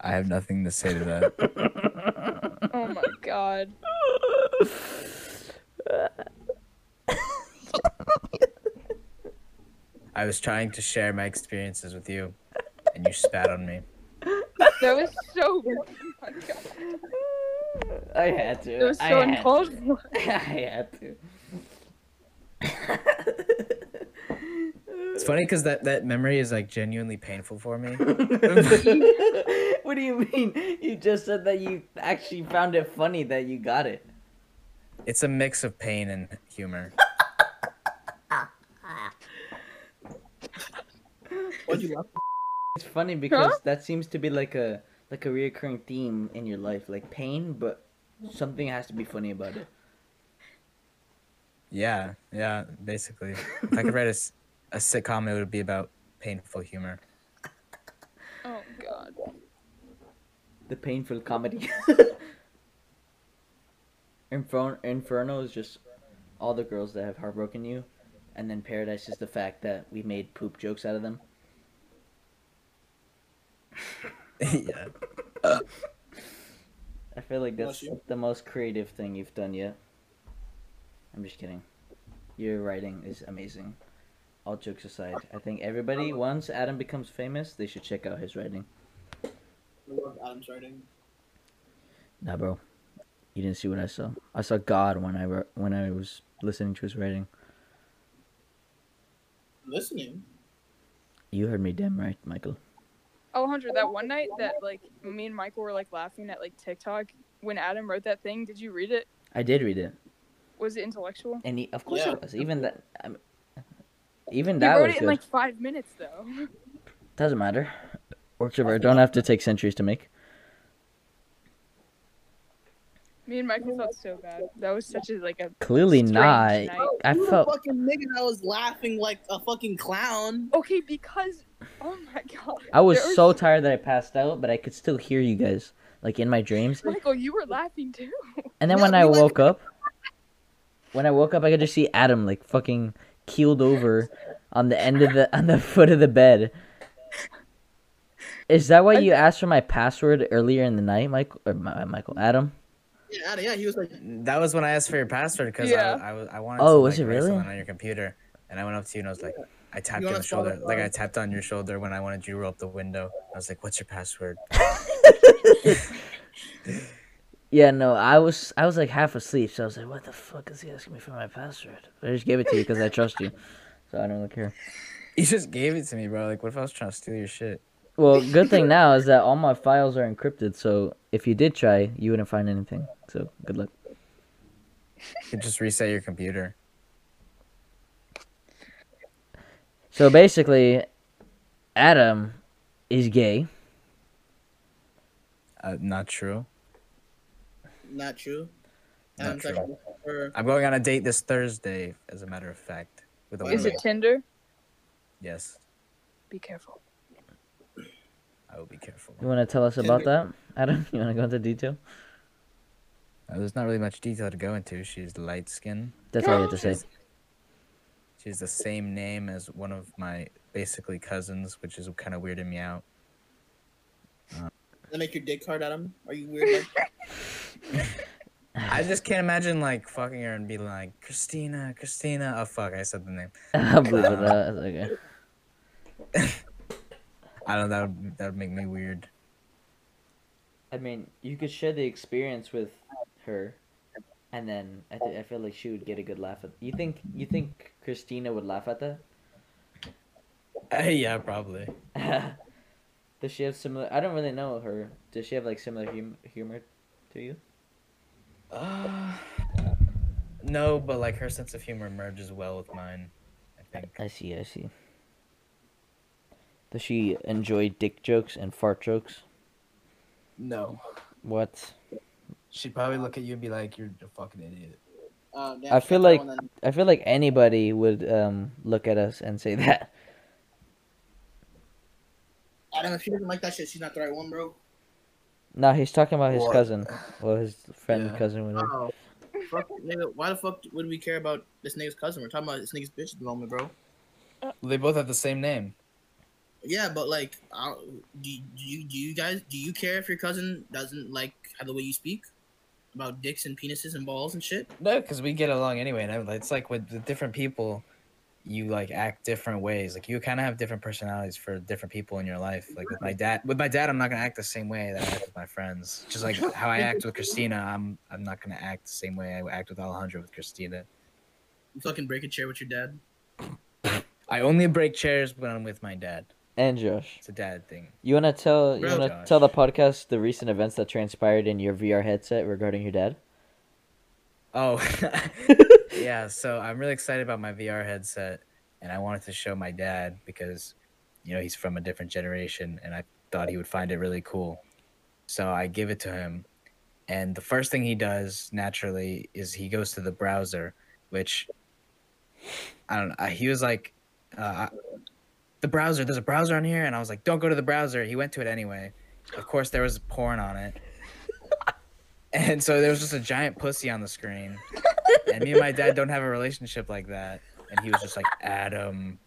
[SPEAKER 3] I have nothing to say to that.
[SPEAKER 6] oh [laughs] my god.
[SPEAKER 3] I was trying to share my experiences with you, and you spat on me.
[SPEAKER 6] That was so. [laughs] Oh my god.
[SPEAKER 1] I had to.
[SPEAKER 6] That was
[SPEAKER 1] I
[SPEAKER 6] so
[SPEAKER 1] had to.
[SPEAKER 6] uncalled for. [laughs]
[SPEAKER 1] I had to.
[SPEAKER 3] It's funny because that that memory is like genuinely painful for me.
[SPEAKER 1] [laughs] what do you mean? You just said that you actually found it funny that you got it.
[SPEAKER 3] It's a mix of pain and humor.
[SPEAKER 4] Why'd you laugh?
[SPEAKER 1] It's funny because that seems to be like a like a reoccurring theme in your life, like pain, but something has to be funny about it.
[SPEAKER 3] Yeah, yeah, basically. If I could write a, s- a sitcom, it would be about painful humor.
[SPEAKER 6] Oh god.
[SPEAKER 1] The painful comedy. [laughs] Inferno, Inferno is just all the girls that have heartbroken you, and then Paradise is the fact that we made poop jokes out of them.
[SPEAKER 3] yeah.
[SPEAKER 1] I feel like
[SPEAKER 4] Bless
[SPEAKER 1] that's
[SPEAKER 4] you.
[SPEAKER 1] the most creative thing you've done yet. I'm just kidding. Your writing is amazing. All jokes aside, I think everybody, once Adam becomes famous, they should check out his writing.
[SPEAKER 4] I love Adam's writing.
[SPEAKER 1] Nah, bro, you didn't see what I saw. I saw God when I wrote, when I was listening to his writing.
[SPEAKER 4] Listening.
[SPEAKER 1] You heard me damn right, Michael.
[SPEAKER 6] Alejandro, that one night that like me and Michael were like laughing at like TikTok when Adam wrote that thing, did you read it?
[SPEAKER 1] I did read it,
[SPEAKER 6] Was it intellectual?
[SPEAKER 1] and he, of course
[SPEAKER 4] Yeah.
[SPEAKER 1] it was. Even that, I mean, even
[SPEAKER 6] he
[SPEAKER 1] that
[SPEAKER 6] wrote
[SPEAKER 1] was
[SPEAKER 6] it
[SPEAKER 1] good.
[SPEAKER 6] in like five minutes though. [laughs]
[SPEAKER 1] Doesn't matter. Works of art don't have to take centuries to make.
[SPEAKER 6] me and Michael felt so bad. That was such a like a
[SPEAKER 1] Clearly
[SPEAKER 6] strange
[SPEAKER 1] not.
[SPEAKER 6] night. Oh,
[SPEAKER 1] I
[SPEAKER 4] you
[SPEAKER 1] felt-
[SPEAKER 4] the fucking nigga that was laughing like a fucking clown.
[SPEAKER 6] Okay, because oh my [laughs] god.
[SPEAKER 1] I was
[SPEAKER 6] There
[SPEAKER 1] so tired that I passed out, but I could still hear you guys, like in my dreams.
[SPEAKER 6] [laughs] Michael, you were laughing too.
[SPEAKER 1] And then when
[SPEAKER 4] Yeah,
[SPEAKER 1] I
[SPEAKER 4] we, like-
[SPEAKER 1] woke up, when I woke up, I could just see Adam like fucking keeled over on the end of the on the [laughs] foot of the bed. Is that why you asked for my password earlier in the night, Michael? Or my, Michael, Adam?
[SPEAKER 4] Yeah, Adam, yeah, he was like,
[SPEAKER 3] That was when I asked for your password because
[SPEAKER 6] Yeah.
[SPEAKER 3] I, was I wanted
[SPEAKER 1] Oh,
[SPEAKER 3] to
[SPEAKER 1] was it
[SPEAKER 3] like, write
[SPEAKER 1] really?
[SPEAKER 3] something on your computer, and I went up to you and I was like, I tapped you on
[SPEAKER 4] wanna
[SPEAKER 3] the shoulder,
[SPEAKER 4] follow
[SPEAKER 3] like
[SPEAKER 4] up?
[SPEAKER 3] I tapped on your shoulder when I wanted you to roll up the window. I was like, "What's your password?" [laughs]
[SPEAKER 1] Yeah, no, I was I was like half asleep, so I was like, "What the fuck is he asking me for my password?" But I just gave it to you because I trust you, so I don't really care.
[SPEAKER 3] You just gave it to me, bro. Like, what if I was trying to steal your shit?
[SPEAKER 1] Well, good thing now is that all my files are encrypted, so if you did try, you wouldn't find anything. So good luck.
[SPEAKER 3] You could just reset your computer.
[SPEAKER 1] So basically, Adam is gay.
[SPEAKER 3] Uh, not true.
[SPEAKER 4] not true.
[SPEAKER 3] Not
[SPEAKER 4] Adam's
[SPEAKER 3] true.
[SPEAKER 4] like, "Er,
[SPEAKER 3] I'm going on a date this Thursday, as a matter of fact, with a
[SPEAKER 4] Is
[SPEAKER 6] Is
[SPEAKER 3] woman.
[SPEAKER 6] it Tinder?
[SPEAKER 3] Yes,
[SPEAKER 6] Be careful.
[SPEAKER 3] I will be careful.
[SPEAKER 1] You want to tell us about that, Adam? [laughs] You want to go into detail?
[SPEAKER 3] Uh, there's not really much detail to go into. She's light skinned.
[SPEAKER 1] That's all you have to say.
[SPEAKER 3] She's the same name as one of my basically cousins, which is kind of weirding me out.
[SPEAKER 4] Does that make your dick hard, Adam? Are you weird? Like, that?"
[SPEAKER 3] I [laughs] just can't imagine like fucking her and being like Christina, Christina. Oh fuck, I said the name.
[SPEAKER 1] [laughs] I'll believe it. Uh, it's okay.
[SPEAKER 3] I don't. That would that would make me weird.
[SPEAKER 1] I mean, you could share the experience with her, and then I, th- I feel like she would get a good laugh at. You think you think Christina would laugh at that?
[SPEAKER 3] Uh, yeah, probably.
[SPEAKER 1] [laughs] Does she have similar? I don't really know her. Does she have like similar hum- humor to you?
[SPEAKER 3] Uh, no, but like her sense of humor merges well with mine. I think.
[SPEAKER 1] I see, I see. Does she enjoy dick jokes and fart jokes?
[SPEAKER 3] No,
[SPEAKER 1] What?
[SPEAKER 3] she'd probably look at you and be like, "You're a fucking idiot."
[SPEAKER 4] Oh, damn,
[SPEAKER 1] I
[SPEAKER 4] she
[SPEAKER 1] feel
[SPEAKER 4] got that
[SPEAKER 1] like-
[SPEAKER 4] one then.
[SPEAKER 1] I feel like anybody would um look at us and say [laughs] that.
[SPEAKER 4] Adam, if she doesn't like that shit, she's not the right one, bro.
[SPEAKER 1] No, he's talking about his
[SPEAKER 3] What?
[SPEAKER 1] cousin. Well, his friend,
[SPEAKER 3] Yeah.
[SPEAKER 1] cousin, whatever.
[SPEAKER 4] Oh, fuck, nigga. Why the fuck would we care about this nigga's cousin? We're talking about this nigga's bitch at the moment, bro.
[SPEAKER 3] They both have the same name.
[SPEAKER 4] Yeah, but like, I don't- do, do you do you guys do you care if your cousin doesn't like how the way you speak about dicks and penises and balls and shit?
[SPEAKER 3] No, because we get along anyway, and I- it's like with the different people, you like act different ways. Like you kind of have different personalities for different people in your life. Like with my dad, with my dad, I'm not gonna act the same way that I act with my friends. Just like how I act with Christina, I'm I'm not gonna act the same way I act with Alejandro with Christina.
[SPEAKER 4] You fucking break a chair with your dad.
[SPEAKER 3] I only break chairs when I'm with my dad.
[SPEAKER 1] And Josh,
[SPEAKER 3] It's a dad thing.
[SPEAKER 1] you wanna tell you
[SPEAKER 4] Bro,
[SPEAKER 1] wanna
[SPEAKER 3] Josh.
[SPEAKER 1] tell the podcast the recent events that transpired in your VR headset regarding your dad?
[SPEAKER 3] Oh, yeah. So I'm really excited about my VR headset, and I wanted to show my dad because, you know, he's from a different generation, and I thought he would find it really cool. So I give it to him, and the first thing he does naturally is he goes to the browser, which I don't know. He was like, uh, "The browser. There's a browser on here," and I was like, "Don't go to the browser." He went to it anyway. Of course, there was porn on it. And so there was just a giant pussy on the screen. And me and my dad don't have a relationship like that. And he was just like, Adam,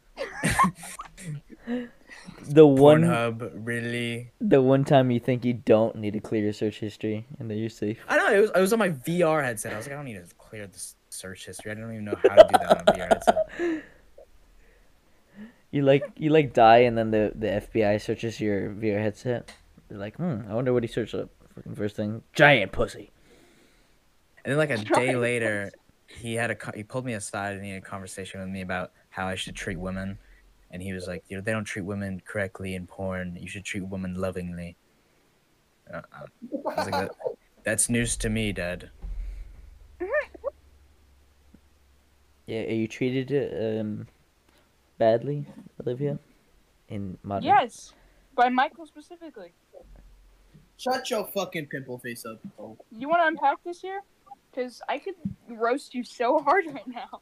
[SPEAKER 1] The one
[SPEAKER 3] Pornhub, really?
[SPEAKER 1] the one time you think you don't need to clear your search history and then you're safe.
[SPEAKER 3] I know, it was, it was on my VR headset. I was like, I don't need to clear this search history. I don't even know how to do that on VR headset.
[SPEAKER 1] You like you like die and then the, the FBI searches your VR headset. You're like, hmm, I wonder what he searched up. Fucking first thing, giant pussy.
[SPEAKER 3] And then like a day
[SPEAKER 6] Giant
[SPEAKER 3] later, he had a co- he pulled me aside and he had a conversation with me about how I should treat women. And he was like, you know, they don't treat women correctly in porn. You should treat women lovingly. Uh, I was like, that, that's news to me, Dad.
[SPEAKER 1] Yeah, are you treated uh, um badly, Olivia? In modern
[SPEAKER 6] Yes, by Michael specifically.
[SPEAKER 4] [laughs] Shut your fucking pimple face up. Oh,
[SPEAKER 6] You want to unpack this here? Because I could roast you so [laughs] hard right now.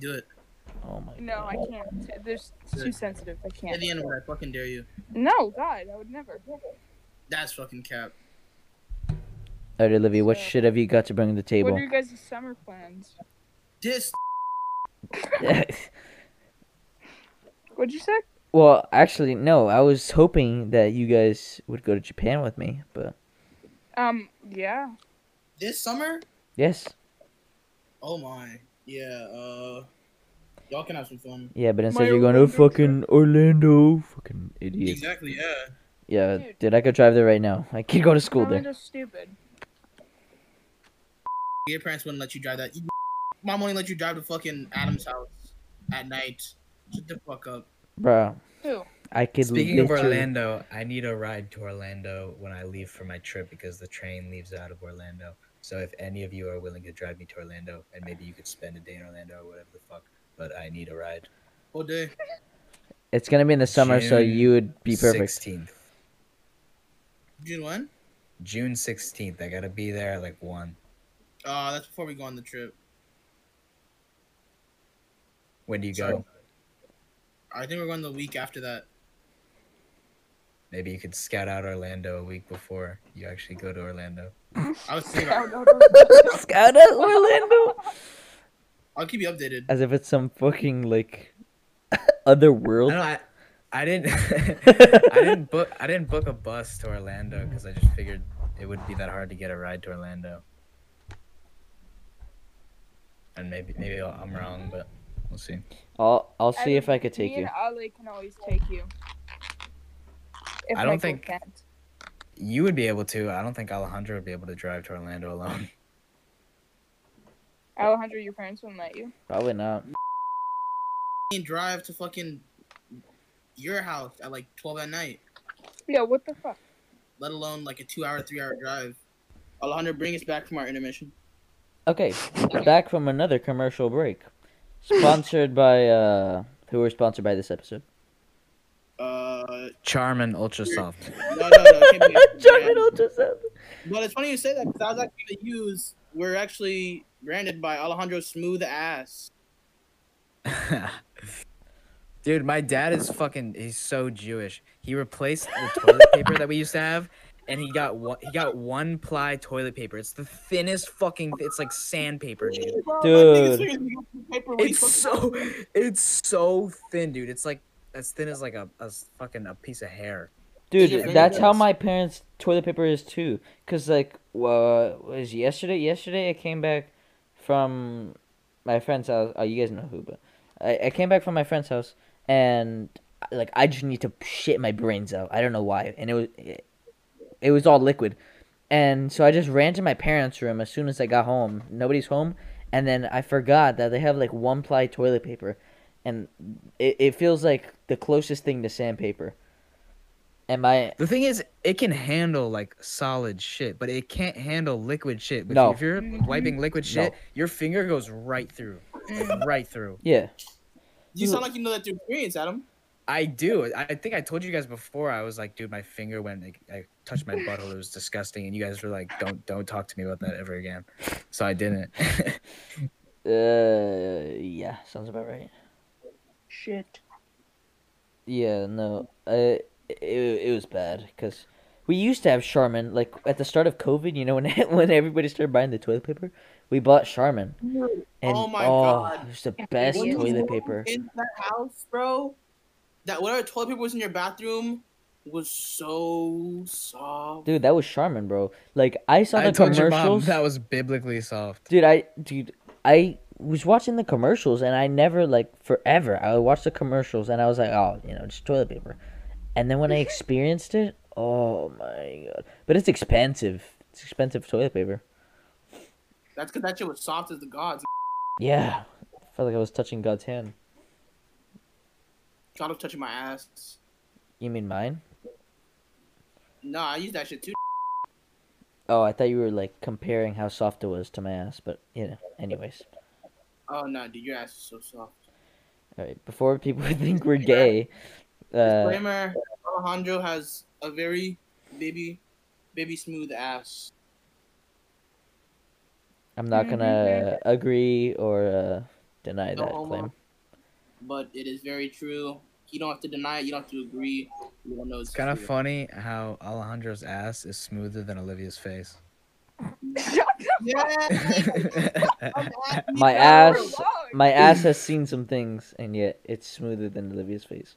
[SPEAKER 4] do it.
[SPEAKER 1] Oh my
[SPEAKER 6] No, I
[SPEAKER 1] god.
[SPEAKER 6] can't. There's it's too sensitive. I
[SPEAKER 4] At
[SPEAKER 6] can't.
[SPEAKER 4] the end of it, I fucking dare you.
[SPEAKER 6] No, God, I would never.
[SPEAKER 4] That's fucking cap.
[SPEAKER 1] Alright Olivia, what
[SPEAKER 6] So-
[SPEAKER 1] shit have you got to bring to the
[SPEAKER 6] What
[SPEAKER 1] table?
[SPEAKER 6] are your guys' summer plans?
[SPEAKER 4] This
[SPEAKER 6] What'd you say?
[SPEAKER 1] [laughs] well, actually no, I was hoping that you guys would go to Japan with me, but
[SPEAKER 6] Um, yeah.
[SPEAKER 4] this summer?
[SPEAKER 1] yes.
[SPEAKER 4] Oh my. Yeah. Uh, y'all can have some fun.
[SPEAKER 1] Yeah, but instead
[SPEAKER 6] My
[SPEAKER 1] you're going to
[SPEAKER 6] Orlando trip.
[SPEAKER 1] fucking Orlando, fucking idiot.
[SPEAKER 4] Exactly. Yeah.
[SPEAKER 1] Yeah,
[SPEAKER 6] Dude.
[SPEAKER 1] dude, I could drive there right now. I could go to school there.
[SPEAKER 6] Orlando's stupid.
[SPEAKER 4] Your parents wouldn't let you drive that. You- Mom only let you drive to fucking Adam's house at night. Shut the fuck up.
[SPEAKER 1] Bro,
[SPEAKER 3] [laughs]
[SPEAKER 6] Who?
[SPEAKER 1] I could
[SPEAKER 3] Speaking of
[SPEAKER 1] literally-
[SPEAKER 3] Orlando, I need a ride to Orlando when I leave for my trip because the train leaves out of Orlando. So if any of you are willing to drive me to Orlando, and maybe you could spend a day in Orlando or whatever the fuck, but I need a ride.
[SPEAKER 4] Whole day.
[SPEAKER 1] It's gonna be in the summer, so
[SPEAKER 3] June
[SPEAKER 1] you would be perfect.
[SPEAKER 3] 16th.
[SPEAKER 4] June one.
[SPEAKER 3] June 16th. I gotta be there at like 1.
[SPEAKER 4] Uh, that's before we go on the trip.
[SPEAKER 3] When do you
[SPEAKER 4] Sorry.
[SPEAKER 3] go?
[SPEAKER 4] I think we're going the week after that.
[SPEAKER 3] Maybe you could scout out Orlando a week before you actually go to Orlando.
[SPEAKER 4] I was thinking.
[SPEAKER 6] Oh,
[SPEAKER 4] I'll,
[SPEAKER 6] no, no, no.
[SPEAKER 1] Scout out Orlando,
[SPEAKER 4] I'll keep you updated.
[SPEAKER 1] as if it's some fucking like [laughs] other world. [laughs]
[SPEAKER 3] I know I, I didn't I didn't book I didn't book a bus to Orlando because I just figured it wouldn't be that hard to get a ride to Orlando. And maybe maybe I'll- I'm wrong, but we'll see.
[SPEAKER 1] I'll I'll [laughs] see if I could
[SPEAKER 6] Me
[SPEAKER 1] take
[SPEAKER 6] and
[SPEAKER 1] you.
[SPEAKER 6] Ali can always take you. If
[SPEAKER 3] I don't
[SPEAKER 6] Michael
[SPEAKER 3] think-
[SPEAKER 6] can't.
[SPEAKER 3] You would be able to. I don't think Alejandro would be able to drive to Orlando alone.
[SPEAKER 6] Alejandro, your parents wouldn't let you.
[SPEAKER 1] Probably not.
[SPEAKER 4] and drive to fucking your house at like 12 at night,
[SPEAKER 6] Yeah, what the fuck?
[SPEAKER 4] let alone like a two hour, three hour drive. Alejandro, bring us back from our intermission.
[SPEAKER 1] Okay, back from another commercial break, sponsored by uh, who were sponsored by this episode?
[SPEAKER 4] Uh,
[SPEAKER 3] Charmin Ultra Soft. [laughs]
[SPEAKER 4] Oh, no, no, no. it can't
[SPEAKER 1] [laughs]
[SPEAKER 4] be-
[SPEAKER 1] Charmin Ultrasound.
[SPEAKER 4] But it's funny you say that because I was actually going to use, we're actually branded by Alejandro Smooth Ass.
[SPEAKER 3] Dude, my dad is fucking. He's so Jewish. He replaced the toilet paper that we used to have, and he got one. He got one ply toilet paper. It's the thinnest fucking. It's like sandpaper, dude.
[SPEAKER 1] Dude,
[SPEAKER 4] It's
[SPEAKER 3] It's so. It's so thin, dude. It's like as thin as like a, a s- fucking a piece of hair.
[SPEAKER 1] dude, that's how
[SPEAKER 4] fingernails.
[SPEAKER 1] my parents' toilet paper is too. Cause like, uh, was yesterday? Yesterday, I came back from my friend's house. Oh, you guys know who, but I, I came back from my friend's house and like I just need to shit my brains out. I don't know why, and it was it, it was all liquid, and so I just ran to my parents' room as soon as I got home. Nobody's home, and then I forgot that they have like one ply toilet paper, and it, it feels like the closest thing to sandpaper. And my
[SPEAKER 3] The thing is, it can handle like solid shit, but it can't handle liquid shit. But
[SPEAKER 1] No.
[SPEAKER 3] if you're wiping liquid shit, your finger goes right through, like, right through.
[SPEAKER 1] yeah,
[SPEAKER 4] You sound like you know that through experience, Adam.
[SPEAKER 3] I do. I I think I told you guys before. I was like, dude, my finger went. Like, I touched my butthole. It was disgusting. And you guys were like, don't, don't talk to me about that ever again. So I didn't. [laughs]
[SPEAKER 1] uh, yeah, sounds about right.
[SPEAKER 6] Shit.
[SPEAKER 1] Yeah, no, uh, it it was bad because we used to have Charmin. Like at the start of COVID, you know, when [laughs] when everybody started buying the toilet paper, we bought Charmin. And,
[SPEAKER 4] Oh my God.
[SPEAKER 1] It was the best
[SPEAKER 4] When you
[SPEAKER 1] toilet
[SPEAKER 4] walk
[SPEAKER 1] paper.
[SPEAKER 4] In that house, bro, that whatever toilet paper was in your bathroom was so soft.
[SPEAKER 1] Dude, that was Charmin, bro. Like I saw the
[SPEAKER 3] I told
[SPEAKER 1] commercials.
[SPEAKER 3] your mom that was biblically soft.
[SPEAKER 1] dude i dude i was watching the commercials and i never like forever i would watch the commercials and i was like oh you know just toilet paper and then when i experienced it oh my god but it's expensive it's expensive toilet paper
[SPEAKER 4] That's because that shit was soft as the gods.
[SPEAKER 1] yeah felt like i was touching god's hand
[SPEAKER 4] God was touching my ass.
[SPEAKER 1] you mean mine
[SPEAKER 4] Nah, I used that shit too.
[SPEAKER 1] oh i thought you were like comparing how soft it was to my ass but you know anyways
[SPEAKER 4] Oh no, dude, your ass is so soft.
[SPEAKER 1] all right before people [laughs] think we're gay uh
[SPEAKER 4] Disclaimer: Alejandro has a very baby, baby smooth ass.
[SPEAKER 1] i'm not gonna agree or uh deny
[SPEAKER 4] No
[SPEAKER 1] that
[SPEAKER 4] homo.
[SPEAKER 1] claim
[SPEAKER 4] But it is very true. You don't have to deny it. You don't have to agree. You don't know it's
[SPEAKER 3] It's kind of
[SPEAKER 4] true.
[SPEAKER 3] funny how Alejandro's ass is smoother than Olivia's face.
[SPEAKER 6] [laughs] [laughs] Shut
[SPEAKER 4] [laughs] Yeah,
[SPEAKER 3] [laughs]
[SPEAKER 4] I'm happy,
[SPEAKER 1] My
[SPEAKER 4] bro.
[SPEAKER 1] ass-
[SPEAKER 6] Lord. [laughs]
[SPEAKER 1] My ass has seen some things, and yet it's smoother than Olivia's face.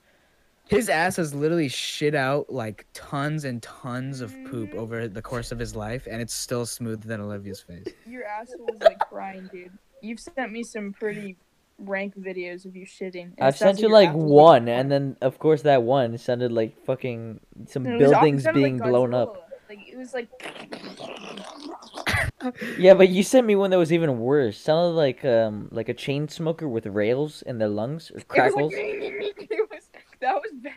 [SPEAKER 3] his ass has literally shit out like tons and tons of
[SPEAKER 6] Mm.
[SPEAKER 3] poop over the course of his life, and it's still smoother than Olivia's face.
[SPEAKER 6] Your asshole's like crying, dude. You've sent me some pretty rank videos of you shitting. and
[SPEAKER 1] I've
[SPEAKER 6] it sounds
[SPEAKER 1] sent you
[SPEAKER 6] your
[SPEAKER 1] like
[SPEAKER 6] asshole's
[SPEAKER 1] one, and then of course that one sounded like fucking some
[SPEAKER 6] No, it was awful. It
[SPEAKER 1] buildings
[SPEAKER 6] sounded like
[SPEAKER 1] being blown up.
[SPEAKER 6] Godzilla. Like it was like
[SPEAKER 1] Yeah, but you sent me one that was even worse. Sounded like um like a chain smoker with rails in their lungs or crackles.
[SPEAKER 6] It was like, [laughs] it was, that was bad.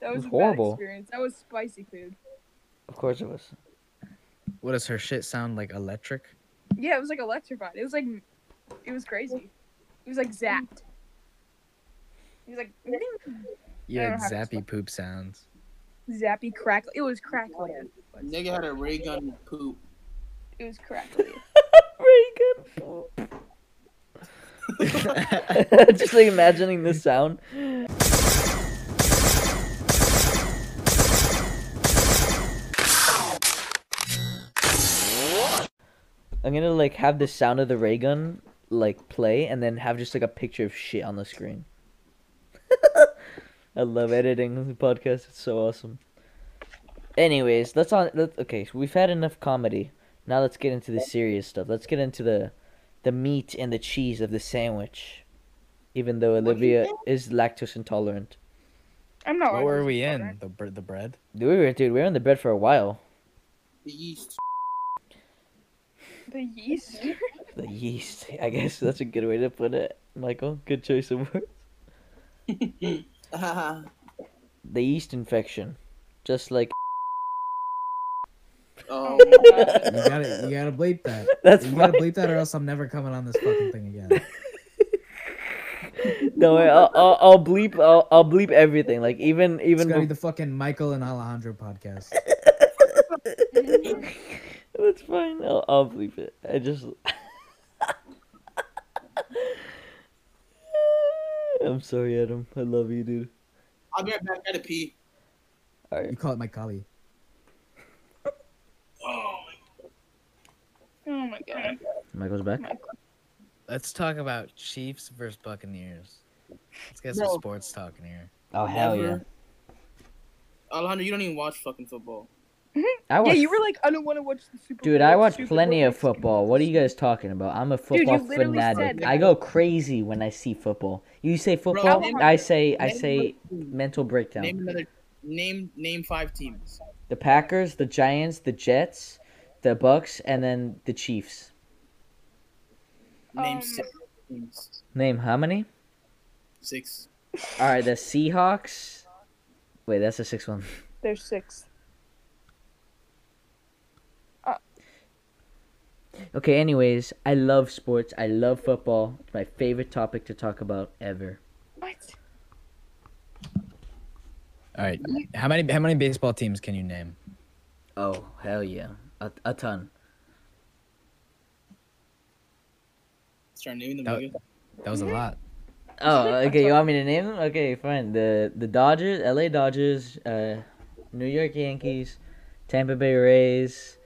[SPEAKER 6] That
[SPEAKER 1] was
[SPEAKER 6] was, a
[SPEAKER 1] horrible.
[SPEAKER 6] Bad experience. That was spicy food.
[SPEAKER 1] Of course it was.
[SPEAKER 3] What does her shit sound like? Electric?
[SPEAKER 6] Yeah, it was like electrified. It was like, it was crazy. It was like zapped. It was like I
[SPEAKER 3] Yeah,
[SPEAKER 6] don't have to
[SPEAKER 3] zappy poop sounds.
[SPEAKER 6] [laughs] zappy crackle. It was crackly.
[SPEAKER 4] Nigga had a ray gun poop.
[SPEAKER 6] It was crackly.
[SPEAKER 1] [laughs] Just like imagining this sound. I'm gonna like have the sound of the ray gun like play and then have just like a picture of shit on the screen. [laughs] I love editing the podcast, it's so awesome. Anyways, let's on let, okay, so we've had enough comedy. Now let's get into the serious stuff. Let's get into the the meat and the cheese of the sandwich. Even though
[SPEAKER 4] do you
[SPEAKER 1] Olivia is lactose intolerant.
[SPEAKER 6] I'm
[SPEAKER 3] [laughs]
[SPEAKER 6] not.
[SPEAKER 3] What were we
[SPEAKER 6] lactose
[SPEAKER 3] in?
[SPEAKER 6] intolerant.
[SPEAKER 3] The br- the
[SPEAKER 6] [laughs]
[SPEAKER 3] bread?
[SPEAKER 1] Dude, we were dude, we were on the bed for a while. [laughs]
[SPEAKER 4] The yeast.
[SPEAKER 6] The yeast. [laughs]
[SPEAKER 1] The yeast, [laughs] I guess that's a good way to put it, Michael. Good choice of words.
[SPEAKER 4] oh,
[SPEAKER 1] The yeast infection. Just like [laughs]
[SPEAKER 4] my
[SPEAKER 6] Oh
[SPEAKER 4] God.
[SPEAKER 2] You gotta, you gotta bleep that.
[SPEAKER 1] that's
[SPEAKER 2] you gotta
[SPEAKER 1] fine.
[SPEAKER 2] bleep that, or else I'm never coming on this fucking thing
[SPEAKER 6] [laughs]
[SPEAKER 2] again.
[SPEAKER 1] No, I- I'll, I'll, I'll bleep. I'll, I'll bleep everything. Like even
[SPEAKER 2] It's
[SPEAKER 1] even.
[SPEAKER 2] gonna be
[SPEAKER 1] bef-
[SPEAKER 2] the fucking Michael and Alejandro podcast.
[SPEAKER 1] [laughs] that's fine. I'll, I'll bleep it. I just. [laughs] I'm sorry, Adam. I love you, dude.
[SPEAKER 4] I'll be right back. I gotta pee.
[SPEAKER 2] You call it my collie.
[SPEAKER 6] Oh my god.
[SPEAKER 1] Michael's back.
[SPEAKER 3] Let's talk about Chiefs versus Buccaneers. Let's get some
[SPEAKER 4] No.
[SPEAKER 3] sports talking here.
[SPEAKER 1] Oh hell yeah!
[SPEAKER 4] Never. Alejandro, you don't even watch fucking football.
[SPEAKER 1] I
[SPEAKER 6] Yeah,
[SPEAKER 1] watched,
[SPEAKER 6] you were like, I don't want to watch the Super Bowl.
[SPEAKER 1] dude. I watch
[SPEAKER 6] Super
[SPEAKER 1] plenty
[SPEAKER 6] Bowl.
[SPEAKER 1] of football. What are you guys talking about? I'm a
[SPEAKER 6] you
[SPEAKER 1] football
[SPEAKER 6] literally
[SPEAKER 1] fanatic.
[SPEAKER 6] said-
[SPEAKER 1] I go crazy when I see football. You say football,
[SPEAKER 4] name-
[SPEAKER 1] I say I
[SPEAKER 4] name
[SPEAKER 1] say
[SPEAKER 4] another-
[SPEAKER 1] mental
[SPEAKER 4] Name
[SPEAKER 1] breakdown.
[SPEAKER 4] another. Name name five teams.
[SPEAKER 1] The Packers, the Giants, the Jets, the Bucks, and then the Chiefs.
[SPEAKER 4] Name
[SPEAKER 6] Um,
[SPEAKER 4] six teams.
[SPEAKER 1] Name how many?
[SPEAKER 4] Six.
[SPEAKER 1] All right, the Seahawks. Wait, that's the sixth one.
[SPEAKER 6] There's six.
[SPEAKER 1] Okay, anyways, I love sports. I love football. It's my favorite topic to talk about ever.
[SPEAKER 6] What?
[SPEAKER 3] All right. How many how many baseball teams can you name?
[SPEAKER 1] Oh, hell yeah. A, a ton.
[SPEAKER 4] Start naming them.
[SPEAKER 3] That-
[SPEAKER 4] nigga.
[SPEAKER 3] That was
[SPEAKER 1] [laughs]
[SPEAKER 3] a lot.
[SPEAKER 1] Oh, okay. You want me to name them? Okay, fine. The the Dodgers, LA Dodgers, uh, New York Yankees, Tampa Bay Rays.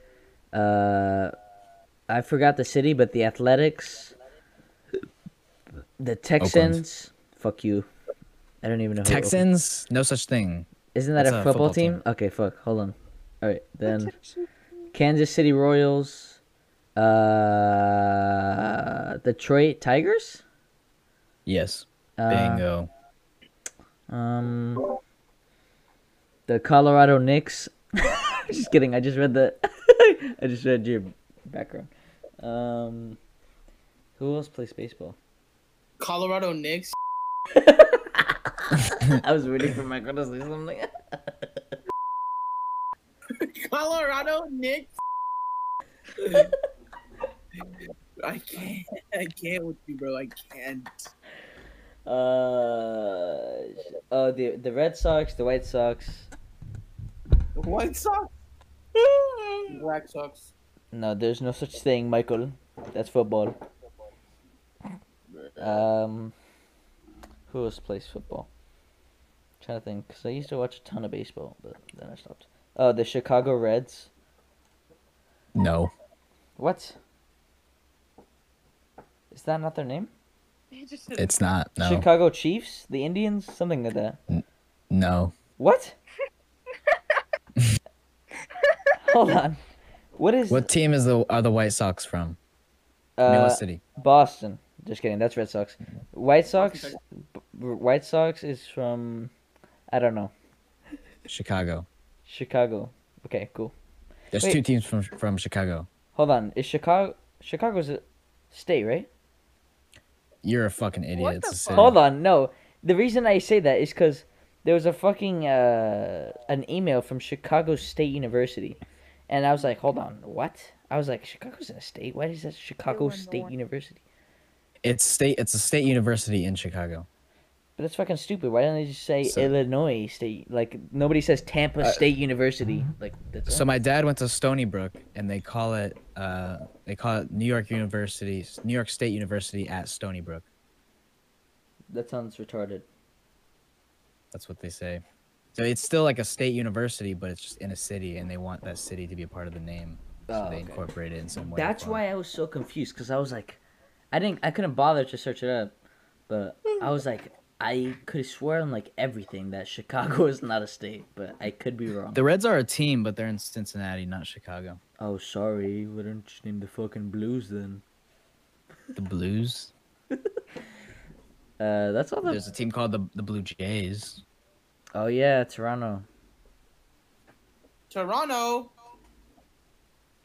[SPEAKER 1] Uh, I forgot the city, but the Athletics, the Texans. Fuck you. I don't even know. who-
[SPEAKER 3] Texans? No such thing.
[SPEAKER 1] Isn't that a
[SPEAKER 3] That's
[SPEAKER 1] football,
[SPEAKER 3] a football
[SPEAKER 1] team? Okay, fuck. Hold on. All right, then Kansas City Royals, uh, Detroit Tigers.
[SPEAKER 3] Yes.
[SPEAKER 1] Uh,
[SPEAKER 3] Bingo.
[SPEAKER 1] um, the Colorado Knicks. [laughs] just kidding. I just read the. [laughs] I just read your background. Um, who else plays baseball?
[SPEAKER 4] Colorado Knicks.
[SPEAKER 1] [laughs] I was waiting for Michael to say something.
[SPEAKER 4] Colorado Knicks. I can't. I can't with you, bro. I can't.
[SPEAKER 1] [laughs] Uh, oh, the the Red Sox, the White Sox.
[SPEAKER 4] White Sox. Black Sox.
[SPEAKER 1] No, there's no such thing, Michael. That's football. Um, who else plays football? trying to think, because I used to watch a ton of baseball, but then I stopped. Oh, the Chicago Reds.
[SPEAKER 3] No.
[SPEAKER 1] What? Is that not their name?
[SPEAKER 7] He just said
[SPEAKER 3] It's not. No.
[SPEAKER 1] Chicago Chiefs? The Indians? Something like that.
[SPEAKER 3] No.
[SPEAKER 1] [laughs] What? Hold on. What is
[SPEAKER 3] What team is the are the White Sox from?
[SPEAKER 1] uh,
[SPEAKER 3] I mean, what city?
[SPEAKER 1] Boston. Just kidding. That's Red Sox. White Sox. B- White Sox is from, I don't know,
[SPEAKER 3] Chicago.
[SPEAKER 1] Chicago. Okay, cool.
[SPEAKER 3] There's
[SPEAKER 1] Wait.
[SPEAKER 3] two teams from from Chicago.
[SPEAKER 1] Hold on. Is Chicago? Chicago's a state, right?
[SPEAKER 3] You're a fucking idiot.
[SPEAKER 7] What
[SPEAKER 3] it's
[SPEAKER 7] the
[SPEAKER 3] a
[SPEAKER 7] fuck?
[SPEAKER 3] city.
[SPEAKER 1] Hold on. No. The reason I say that is because there was a fucking uh, an email from Chicago State University, and I was like, hold on, what? I was like, Chicago's in a state. Why is that Chicago
[SPEAKER 6] were in the
[SPEAKER 1] State
[SPEAKER 6] one-
[SPEAKER 1] University?
[SPEAKER 3] It's state. It's a state university in Chicago.
[SPEAKER 1] But that's fucking stupid. Why don't they just say
[SPEAKER 3] So-
[SPEAKER 1] Illinois State? Like nobody says Tampa State University. Like that's
[SPEAKER 3] So my dad went to Stony Brook, and they call it uh, they call it New York University, New York State University at Stony Brook.
[SPEAKER 1] That sounds retarded.
[SPEAKER 3] That's what they say. So it's still like a state university, but it's just in a city, and they want that city to be a part of the name, so
[SPEAKER 1] Oh,
[SPEAKER 3] they
[SPEAKER 1] okay.
[SPEAKER 3] incorporate it in some way.
[SPEAKER 1] That's
[SPEAKER 3] for-
[SPEAKER 1] why I was so confused because I was like, I didn't, I couldn't bother to search it up, but I was like, I could swear on like everything that Chicago [laughs] is not a state, but I could be wrong.
[SPEAKER 3] the Reds are a team, but they're in Cincinnati, not Chicago.
[SPEAKER 1] Oh, sorry. Why don't you name the fucking Blues then?
[SPEAKER 3] The Blues.
[SPEAKER 1] Uh, that's all. The...
[SPEAKER 3] There's a team called the the Blue Jays.
[SPEAKER 1] Oh yeah, Toronto.
[SPEAKER 4] Toronto.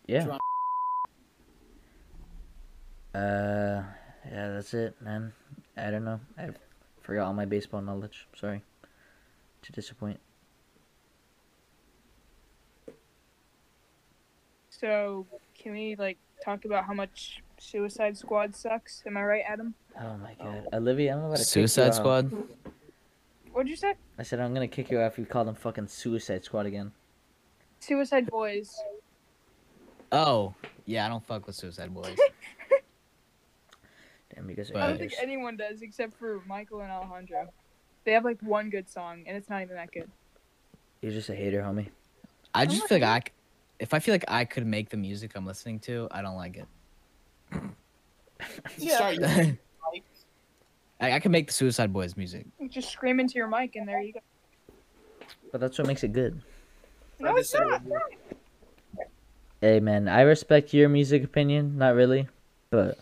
[SPEAKER 1] Yeah.
[SPEAKER 4] Toronto.
[SPEAKER 1] Uh, yeah, that's it, man. I don't know. I forgot all my baseball knowledge. Sorry to disappoint.
[SPEAKER 6] So, can we like talk about how much Suicide Squad sucks? Am I right, Adam?
[SPEAKER 1] Oh my god, Olivia, I'm about to kick you
[SPEAKER 3] Suicide
[SPEAKER 1] out.
[SPEAKER 3] Squad.
[SPEAKER 6] What'd you say?
[SPEAKER 1] I said I'm gonna kick you out if you call them fucking Suicide Squad again.
[SPEAKER 6] Suicide Boys.
[SPEAKER 3] Oh yeah, I don't fuck with Suicide
[SPEAKER 1] [laughs]
[SPEAKER 3] Boys.
[SPEAKER 1] Damn, you guys are
[SPEAKER 3] But-
[SPEAKER 6] I don't think
[SPEAKER 1] haters.
[SPEAKER 6] anyone does except for Michael and Alejandro. They have like one good song, and it's not even that good.
[SPEAKER 1] You're just a hater, homie. Oh
[SPEAKER 3] I
[SPEAKER 6] I'm
[SPEAKER 3] just
[SPEAKER 6] not
[SPEAKER 3] feel like I, c- if I feel like I could make the music I'm listening to, I don't like it. [laughs]
[SPEAKER 6] Yeah.
[SPEAKER 4] Start yelling,
[SPEAKER 1] [laughs]
[SPEAKER 3] I, I can make the Suicide Boys music.
[SPEAKER 6] Just scream into your mic, and there you go.
[SPEAKER 1] But that's what makes it good.
[SPEAKER 4] I
[SPEAKER 6] No, it's not.
[SPEAKER 4] decided-
[SPEAKER 1] Hey man, I respect your music opinion, not really, but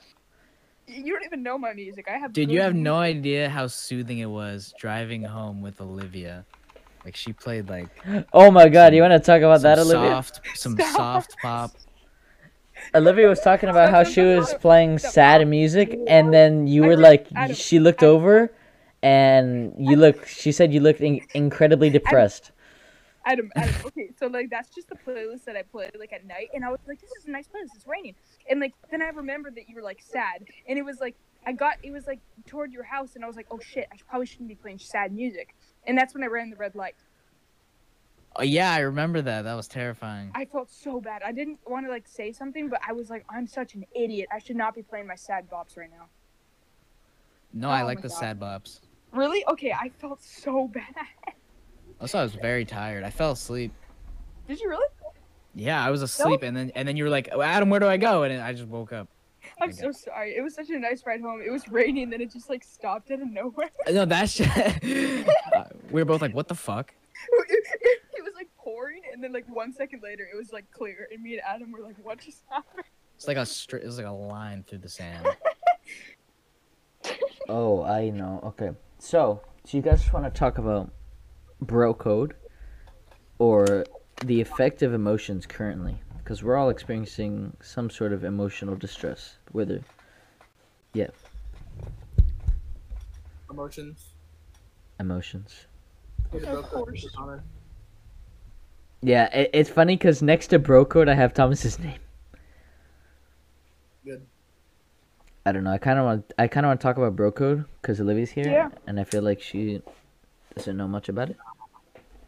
[SPEAKER 6] You don't even know my music. I have.
[SPEAKER 3] Dude, you
[SPEAKER 6] good
[SPEAKER 3] have
[SPEAKER 6] music.
[SPEAKER 3] no idea how soothing it was driving home with Olivia. Like she played like
[SPEAKER 1] oh my god, you
[SPEAKER 3] Some-
[SPEAKER 1] want to talk about
[SPEAKER 3] some
[SPEAKER 1] that, Olivia?
[SPEAKER 3] soft, some
[SPEAKER 6] Stop.
[SPEAKER 3] soft pop.
[SPEAKER 1] Olivia was talking about
[SPEAKER 3] [laughs]
[SPEAKER 1] how she was playing sad music, and then you were like, she looked over, and you look. She said you looked in- incredibly depressed.
[SPEAKER 6] I don't, I don't okay. So like that's just the playlist that I play like at night, and I was like, this is a nice playlist. It's raining, and like then I remembered that you were like sad, and it was like I got it was like toward your house, and I was like, oh shit, I probably shouldn't be playing sad music, and that's when I ran the red light.
[SPEAKER 2] Oh yeah, I remember that. That was terrifying.
[SPEAKER 6] I felt so bad. I didn't want to like say something, but I was like, I'm such an idiot. I should not be playing my sad bops right now.
[SPEAKER 2] No, I
[SPEAKER 6] Oh
[SPEAKER 2] like
[SPEAKER 6] my
[SPEAKER 2] the
[SPEAKER 6] God.
[SPEAKER 2] sad bops.
[SPEAKER 6] Really? Okay, I felt so bad. [laughs]
[SPEAKER 2] Also, I was very tired. I fell asleep.
[SPEAKER 6] Did you really?
[SPEAKER 2] Yeah, I was asleep, and then and then you were like, oh, "Adam, where do I go?" And then I just woke up.
[SPEAKER 6] I'm
[SPEAKER 2] I
[SPEAKER 6] so sorry. It was such a nice ride home. It was raining, then it just like stopped out of nowhere. [laughs]
[SPEAKER 2] No, that's [laughs] just, uh, we were both like, "What the fuck?"
[SPEAKER 6] it was like pouring, and then like one second later, it was like clear. And me and Adam were like, "What just happened?"
[SPEAKER 2] It's like a stri- it was like a line through the sand.
[SPEAKER 1] Oh, I know. Okay. So, so you guys just want to talk about bro code or the effect of emotions currently? Because we're all experiencing some sort of emotional distress. e-, Whether, yeah,
[SPEAKER 4] Emotions.
[SPEAKER 1] emotions.
[SPEAKER 4] Of course.
[SPEAKER 1] Yeah, it, it's funny because next to bro code, I have Thomas's [laughs] name.
[SPEAKER 4] Good.
[SPEAKER 1] I don't know. I kind of want. I kind of want to talk about bro code because Olivia's here,
[SPEAKER 6] Yeah.
[SPEAKER 1] and I feel like she doesn't know much about it.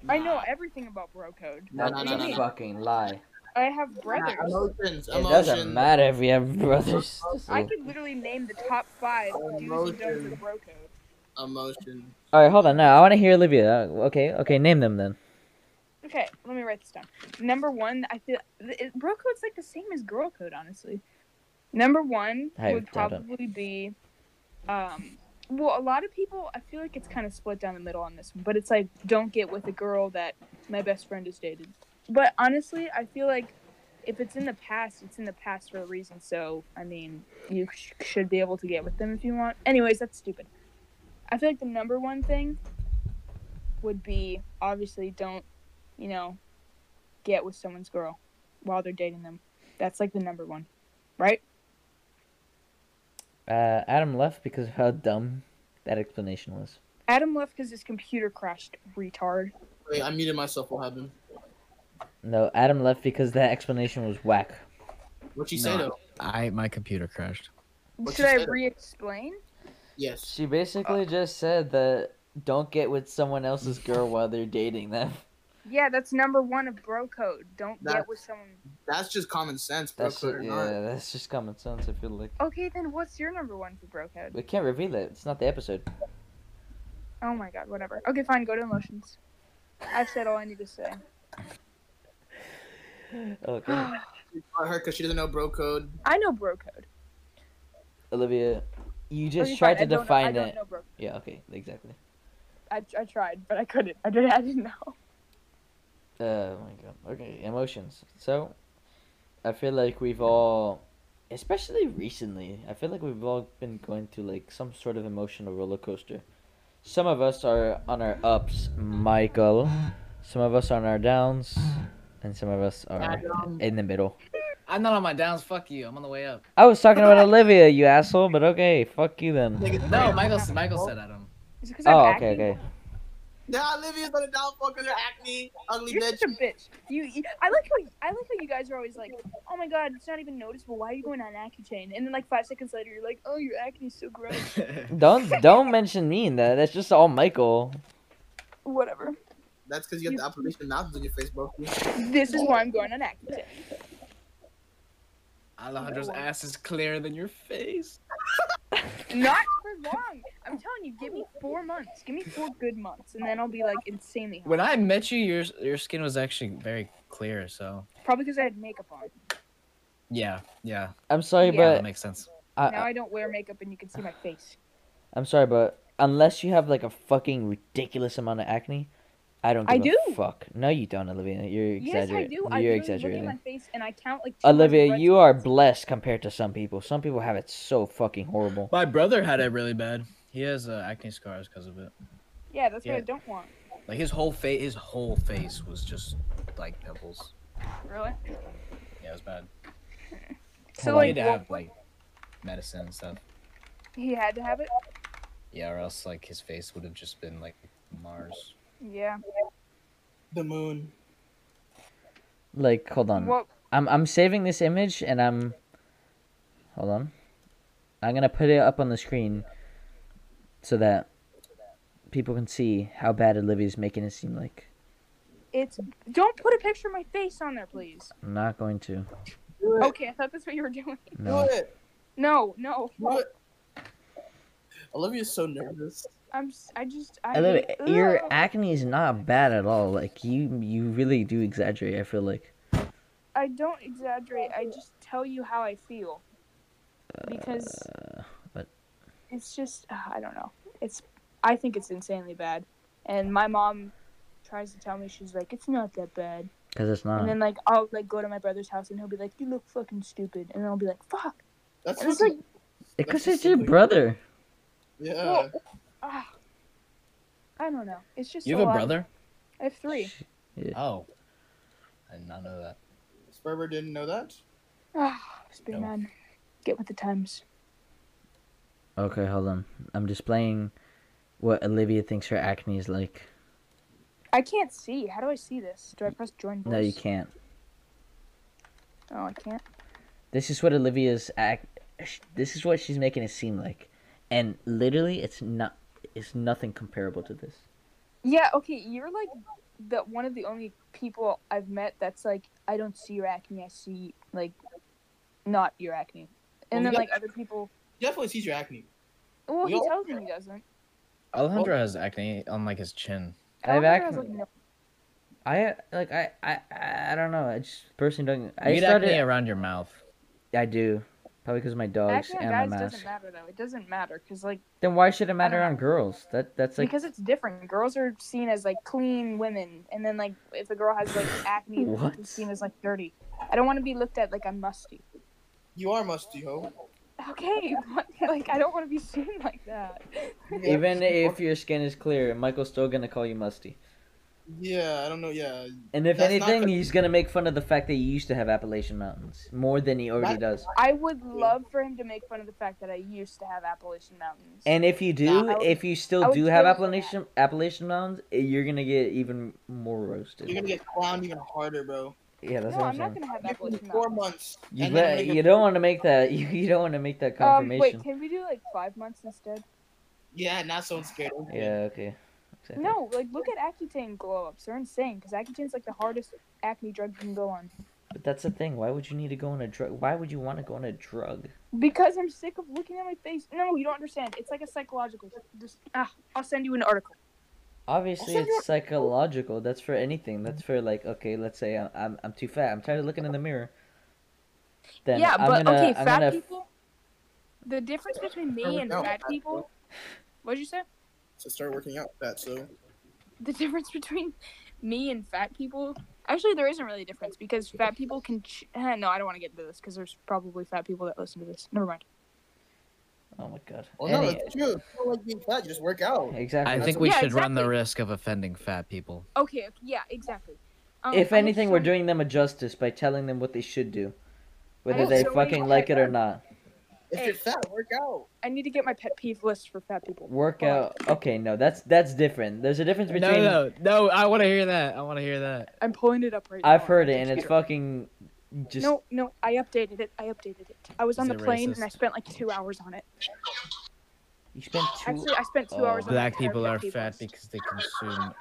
[SPEAKER 6] I know everything about bro code.
[SPEAKER 4] No, no, no, no, no.
[SPEAKER 1] fucking lie.
[SPEAKER 6] I have brothers.
[SPEAKER 4] Emotions. Emotions.
[SPEAKER 1] It doesn't matter if you have [laughs] brothers.
[SPEAKER 6] I could literally name the top five do's and don'ts of bro code.
[SPEAKER 4] Emotion.
[SPEAKER 1] All right, hold on. Now I want to hear Olivia. Uh, Okay, okay, name them then.
[SPEAKER 6] Okay, let me write this down. Number one, I feel th- it, bro code's like the same as girl code, honestly. Number one
[SPEAKER 1] Hey,
[SPEAKER 6] would
[SPEAKER 1] hold on.
[SPEAKER 6] probably be, um, well, a lot of people. I feel like it's kind of split down the middle on this one, but it's like don't get with a girl that my best friend has dated. But honestly, I feel like if it's in the past, it's in the past for a reason. So I mean, you sh- should be able to get with them if you want. Anyways, that's stupid. I feel like the number one thing would be obviously don't you know, get with someone's girl while they're dating them. That's like the number one, right?
[SPEAKER 1] Uh, Adam left because of how dumb that explanation was.
[SPEAKER 6] Adam left because his computer crashed, retard.
[SPEAKER 4] Wait, I muted myself. What happened?
[SPEAKER 1] No, Adam left because that explanation was whack.
[SPEAKER 4] What you say
[SPEAKER 2] No.
[SPEAKER 4] though?
[SPEAKER 2] I my computer crashed.
[SPEAKER 4] What
[SPEAKER 6] Should
[SPEAKER 4] you
[SPEAKER 6] I
[SPEAKER 4] said.
[SPEAKER 6] re explain?
[SPEAKER 4] Yes.
[SPEAKER 1] She basically
[SPEAKER 6] Uh.
[SPEAKER 1] just said that don't get with someone else's girl while they're dating
[SPEAKER 6] [laughs]
[SPEAKER 1] them.
[SPEAKER 6] Yeah, that's number one of bro code. Don't
[SPEAKER 4] That's-
[SPEAKER 6] get with someone.
[SPEAKER 4] That's just common sense, bro.
[SPEAKER 1] That's
[SPEAKER 4] That's or
[SPEAKER 1] yeah,
[SPEAKER 4] not.
[SPEAKER 1] that's just common sense. I feel like
[SPEAKER 6] Okay, then what's your number one for bro code?
[SPEAKER 1] we can't reveal it. It's not the episode.
[SPEAKER 6] Oh my god, whatever. Okay, fine, go to emotions. I've said all I need
[SPEAKER 1] [gasps]
[SPEAKER 6] to say.
[SPEAKER 1] Oh,
[SPEAKER 6] [gasps]
[SPEAKER 1] Okay,
[SPEAKER 4] Or her because she doesn't know bro code.
[SPEAKER 6] I know bro code.
[SPEAKER 1] Olivia, you just
[SPEAKER 6] Okay,
[SPEAKER 1] tried
[SPEAKER 6] fine,
[SPEAKER 1] to
[SPEAKER 6] I don't know-
[SPEAKER 1] define
[SPEAKER 6] I don't
[SPEAKER 1] it.
[SPEAKER 6] know bro-
[SPEAKER 1] Yeah, okay, exactly.
[SPEAKER 6] I, I tried, but I couldn't. [laughs] I didn't, I didn't know.
[SPEAKER 1] Oh my god. Okay, emotions. So, I feel like we've all, especially recently, I feel like we've all been going through like some sort of emotional roller coaster. Some of us are on our ups, Michael. Some of us are on our downs, and some of us are
[SPEAKER 4] Adam.
[SPEAKER 1] in the middle.
[SPEAKER 2] I'm not on my downs. Fuck you. I'm on the way up.
[SPEAKER 1] I was talking about Olivia, you asshole. But okay, fuck you then.
[SPEAKER 4] Nigga,
[SPEAKER 2] No, Michael. Michael said Adam.
[SPEAKER 6] Is it 'cause I'm
[SPEAKER 1] Oh,
[SPEAKER 6] acne?
[SPEAKER 1] okay, okay.
[SPEAKER 4] Nah, Olivia's on the downfall because her acne, ugly
[SPEAKER 6] You're
[SPEAKER 4] bitch.
[SPEAKER 6] such a bitch. You, you, I like how I like how you guys are always like, oh my god, it's not even noticeable. Why are you going on Accutane? And then like five seconds later, you're like, oh, your acne's so gross.
[SPEAKER 1] [laughs] Don't don't mention me in that. That's just all Michael.
[SPEAKER 6] Whatever.
[SPEAKER 4] That's because you have the Appalachian Mountains on your face, bro.
[SPEAKER 6] This is why I'm going on Accutane.
[SPEAKER 2] Alejandro's ass is clearer than your face.
[SPEAKER 6] Not for long. I'm telling you, give me four months. Give me four good months, and then I'll be like insanely hot.
[SPEAKER 2] When I met you, your your skin was actually very clear. So
[SPEAKER 6] Probably because I had makeup on.
[SPEAKER 2] yeah, yeah,
[SPEAKER 1] I'm sorry,
[SPEAKER 6] Yeah.
[SPEAKER 2] that
[SPEAKER 1] but
[SPEAKER 2] makes sense.
[SPEAKER 1] I,
[SPEAKER 6] Now I don't wear makeup, and you can see my face.
[SPEAKER 1] I'm sorry, but unless you have like a fucking ridiculous amount of acne, I don't
[SPEAKER 6] I
[SPEAKER 1] give a
[SPEAKER 6] do.
[SPEAKER 1] fuck. No, you don't, Olivia. You're
[SPEAKER 6] Yes, I
[SPEAKER 1] exaggerating.
[SPEAKER 6] do. I
[SPEAKER 1] You're
[SPEAKER 6] literally
[SPEAKER 1] exaggerating.
[SPEAKER 6] Look at my face, and I count like. two
[SPEAKER 1] Olivia,
[SPEAKER 6] hundred
[SPEAKER 1] you are
[SPEAKER 6] breaths.
[SPEAKER 1] blessed compared to some people. Some people have it so fucking horrible.
[SPEAKER 2] My brother had it really bad. He has uh, acne scars because of it.
[SPEAKER 6] Yeah, that's what I
[SPEAKER 2] Yeah.
[SPEAKER 6] don't want.
[SPEAKER 2] Like his whole face, his whole face was just like pimples.
[SPEAKER 6] Really.
[SPEAKER 2] Yeah, it was bad.
[SPEAKER 6] So
[SPEAKER 2] he
[SPEAKER 6] like,
[SPEAKER 2] had to
[SPEAKER 6] what-
[SPEAKER 2] have like medicine and stuff.
[SPEAKER 6] he had to have it.
[SPEAKER 3] Yeah, or else like his face would have just been like Mars.
[SPEAKER 6] Yeah.
[SPEAKER 4] The moon.
[SPEAKER 1] Like, hold on.
[SPEAKER 6] What?
[SPEAKER 1] I'm I'm saving this image and I'm hold on. I'm gonna put it up on the screen so that people can see how bad Olivia's making it seem like.
[SPEAKER 6] It's. Don't put a picture of my face on there, please.
[SPEAKER 1] I'm not going to.
[SPEAKER 4] Do it.
[SPEAKER 6] Okay, I thought that's what you were doing.
[SPEAKER 1] No.
[SPEAKER 4] Do it.
[SPEAKER 6] No, no.
[SPEAKER 4] Do it. Olivia's so nervous.
[SPEAKER 6] I'm. s- I just. I.
[SPEAKER 1] Olivia,
[SPEAKER 6] Ugh.
[SPEAKER 1] your acne is not bad at all. Like you you really do exaggerate, I feel like.
[SPEAKER 6] I don't exaggerate. I just tell you how I feel. Because
[SPEAKER 1] uh, but-
[SPEAKER 6] it's just uh, I don't know. It's I think it's insanely bad. And my mom tries to tell me she's like it's not that bad.
[SPEAKER 1] Because it's
[SPEAKER 6] And
[SPEAKER 1] not.
[SPEAKER 6] then like I'll like go to my brother's house and he'll be like you look fucking stupid and I'll be like fuck.
[SPEAKER 4] That's
[SPEAKER 6] And it's
[SPEAKER 4] fucking-
[SPEAKER 6] like
[SPEAKER 1] Because it's
[SPEAKER 4] that's just
[SPEAKER 1] your
[SPEAKER 4] something-
[SPEAKER 1] brother.
[SPEAKER 4] Yeah.
[SPEAKER 6] well, ah, I don't know. It's just
[SPEAKER 3] You have a
[SPEAKER 6] lot.
[SPEAKER 3] brother?
[SPEAKER 6] I have 3.
[SPEAKER 3] Oh, I did not know that.
[SPEAKER 4] Sperber didn't know that.
[SPEAKER 6] Ah,
[SPEAKER 3] No.
[SPEAKER 6] Spearman. man. Get with the times.
[SPEAKER 1] Okay, hold on. I'm displaying what Olivia thinks her acne is like.
[SPEAKER 6] I can't see. How do I see this? Do I press join voice?
[SPEAKER 1] No, you can't.
[SPEAKER 6] Oh, I can't.
[SPEAKER 1] This is what Olivia's act. sh- This is what she's making it seem like, and literally, it's not. It's nothing comparable to this.
[SPEAKER 6] Yeah, okay, you're like the one of the only people I've met that's like, I don't see your acne, I see like not your acne.
[SPEAKER 4] Well,
[SPEAKER 6] And then
[SPEAKER 4] we
[SPEAKER 6] like other people
[SPEAKER 4] He definitely sees your acne.
[SPEAKER 6] Well,
[SPEAKER 4] we
[SPEAKER 6] he
[SPEAKER 4] all-
[SPEAKER 6] tells me he doesn't.
[SPEAKER 3] Alejandro has acne on like his chin.
[SPEAKER 1] I have
[SPEAKER 6] Alejandro has,
[SPEAKER 1] acne.
[SPEAKER 6] like, no-
[SPEAKER 1] I like. I. I. I don't know. I just personally don't. I
[SPEAKER 3] You get
[SPEAKER 1] started.
[SPEAKER 3] acne around your mouth.
[SPEAKER 1] I do. Probably because my dogs
[SPEAKER 6] acne on
[SPEAKER 1] Oh, and my
[SPEAKER 6] guys
[SPEAKER 1] mask.
[SPEAKER 6] doesn't matter though. It doesn't matter because like
[SPEAKER 1] Then why should it matter
[SPEAKER 6] don't
[SPEAKER 1] on girls? That that's like.
[SPEAKER 6] because it's different. Girls are seen as like clean women, and then like if a girl has like
[SPEAKER 1] [laughs]
[SPEAKER 6] acne,
[SPEAKER 1] What?
[SPEAKER 6] it's seen as like dirty. I don't want to be looked at like I'm musty.
[SPEAKER 4] You are musty, ho.
[SPEAKER 1] [laughs]
[SPEAKER 6] Okay, what? like I don't want to be seen like that.
[SPEAKER 4] Yeah.
[SPEAKER 1] even if your skin is clear, Michael's still gonna call you musty.
[SPEAKER 4] Yeah, I don't know. Yeah,
[SPEAKER 1] And if
[SPEAKER 4] That's not
[SPEAKER 1] anything,
[SPEAKER 4] con-
[SPEAKER 1] he's gonna make fun of the fact that you used to have Appalachian mountains more than he already does.
[SPEAKER 6] I would love for him to make fun of the fact that I used to have Appalachian Mountains.
[SPEAKER 1] And if you do,
[SPEAKER 4] Nah, I
[SPEAKER 1] if you
[SPEAKER 6] I
[SPEAKER 1] still
[SPEAKER 6] would
[SPEAKER 1] do have
[SPEAKER 6] totally do that.
[SPEAKER 1] Appalachian Appalachian Mountains, eh, you're gonna get even more roasted.
[SPEAKER 4] you're gonna get clowned even harder, bro.
[SPEAKER 1] yeah, that's
[SPEAKER 6] no,
[SPEAKER 1] what
[SPEAKER 6] I'm
[SPEAKER 1] I'm,
[SPEAKER 6] not
[SPEAKER 1] saying.
[SPEAKER 6] gonna have
[SPEAKER 4] Give me
[SPEAKER 6] Appalachian
[SPEAKER 4] four
[SPEAKER 6] Mountains.
[SPEAKER 4] months.
[SPEAKER 1] You,
[SPEAKER 4] and
[SPEAKER 1] let-
[SPEAKER 4] then I'm gonna-
[SPEAKER 1] you don't want to make that. [laughs] You, you don't want to make that
[SPEAKER 6] Um, wait,
[SPEAKER 1] confirmation.
[SPEAKER 6] can we do like five months instead?
[SPEAKER 4] Yeah, not so scared. Okay.
[SPEAKER 1] yeah. Okay. Exactly.
[SPEAKER 6] No, like look at Accutane glow ups. They're insane because Accutane's like the hardest acne drug you can go on.
[SPEAKER 1] But that's the thing. Why would you need to go on a drug? Why would you want to go on a drug?
[SPEAKER 6] Because I'm sick of looking at my face. No, you don't understand. It's like a psychological. Just ah, I'll send you an article.
[SPEAKER 1] Obviously,
[SPEAKER 4] Also, you're-
[SPEAKER 1] it's psychological. That's for anything. That's
[SPEAKER 6] Mm-hmm.
[SPEAKER 1] for like, okay, let's say I'm I'm, I'm too fat. I'm tired of looking in the mirror. Then
[SPEAKER 6] yeah,
[SPEAKER 1] I'm
[SPEAKER 6] but
[SPEAKER 1] gonna,
[SPEAKER 6] okay,
[SPEAKER 1] I'm
[SPEAKER 6] fat
[SPEAKER 1] gonna,
[SPEAKER 6] people. The difference between me and
[SPEAKER 4] No.
[SPEAKER 6] fat people. What'd you say?
[SPEAKER 4] So start working out with that. So
[SPEAKER 6] the difference [laughs] between me and fat people actually there isn't really a difference because fat people can ch- [laughs] eh, no i don't want to get into this because there's probably fat people that listen to this never mind
[SPEAKER 1] Oh my god.
[SPEAKER 4] well, no,
[SPEAKER 1] Any-
[SPEAKER 4] it's true. You don't like being fat. You just work out.
[SPEAKER 1] exactly.
[SPEAKER 2] I
[SPEAKER 4] That's
[SPEAKER 2] think
[SPEAKER 4] what-
[SPEAKER 2] we
[SPEAKER 6] Yeah,
[SPEAKER 2] should run the
[SPEAKER 6] exactly.
[SPEAKER 2] risk of offending fat people.
[SPEAKER 6] okay, okay yeah exactly um,
[SPEAKER 1] if
[SPEAKER 6] I have
[SPEAKER 1] anything,
[SPEAKER 6] so
[SPEAKER 1] we're
[SPEAKER 6] many-
[SPEAKER 1] doing them a justice by telling them what they should do, whether
[SPEAKER 6] have
[SPEAKER 1] they
[SPEAKER 6] so many
[SPEAKER 1] fucking like it or not.
[SPEAKER 4] If you're fat, work out.
[SPEAKER 6] i need to get my pet peeve list for fat people
[SPEAKER 1] Workout. Okay, no, that's that's different. There's a difference between.
[SPEAKER 2] No, no, no! I want to hear that. I want to hear that.
[SPEAKER 6] i'm pulling it up right now
[SPEAKER 1] I've
[SPEAKER 6] on
[SPEAKER 1] heard
[SPEAKER 6] my
[SPEAKER 1] it, and it's
[SPEAKER 6] computer.
[SPEAKER 1] fucking just.
[SPEAKER 6] no no i updated it i updated it i was
[SPEAKER 2] Is
[SPEAKER 6] on the
[SPEAKER 2] it
[SPEAKER 6] plane and
[SPEAKER 2] racist?
[SPEAKER 6] i spent like two hours on it
[SPEAKER 1] You
[SPEAKER 6] [gasps]
[SPEAKER 1] spent two.
[SPEAKER 6] actually i spent two
[SPEAKER 1] Oh.
[SPEAKER 6] hours on the
[SPEAKER 2] Black
[SPEAKER 6] entire
[SPEAKER 2] people
[SPEAKER 6] pet
[SPEAKER 2] are
[SPEAKER 6] peeve
[SPEAKER 2] fat
[SPEAKER 6] list.
[SPEAKER 2] because they consume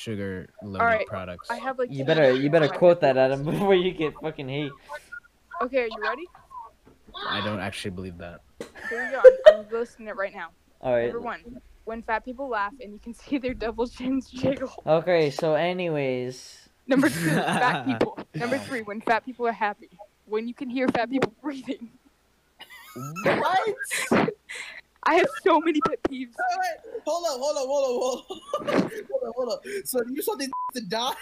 [SPEAKER 2] sugar-loaded
[SPEAKER 6] Alright,
[SPEAKER 2] products.
[SPEAKER 6] i have like
[SPEAKER 1] you
[SPEAKER 6] two
[SPEAKER 1] better
[SPEAKER 6] hours
[SPEAKER 1] you
[SPEAKER 6] on [laughs]
[SPEAKER 1] better
[SPEAKER 6] my pet
[SPEAKER 1] quote that
[SPEAKER 6] peeve
[SPEAKER 1] at
[SPEAKER 6] list.
[SPEAKER 1] him [laughs] before you get fucking hate.
[SPEAKER 6] okay are you ready
[SPEAKER 2] I don't actually believe [laughs] that.
[SPEAKER 6] here we go i'm, I'm listening it right now
[SPEAKER 1] All right.
[SPEAKER 6] Number one, when fat people laugh and you can [laughs] see their double chins
[SPEAKER 2] [laughs]
[SPEAKER 6] jiggle.
[SPEAKER 1] Okay. So, anyways,
[SPEAKER 6] Number two, fat people. Number three, when fat people are happy. When you can hear fat people [laughs] breathing.
[SPEAKER 4] What? [laughs]
[SPEAKER 6] I have so many pet peeves. [laughs]
[SPEAKER 4] Alright, Hold up, hold up, hold up, [laughs] hold up. hold up, hold up. So you saw these [laughs] to die?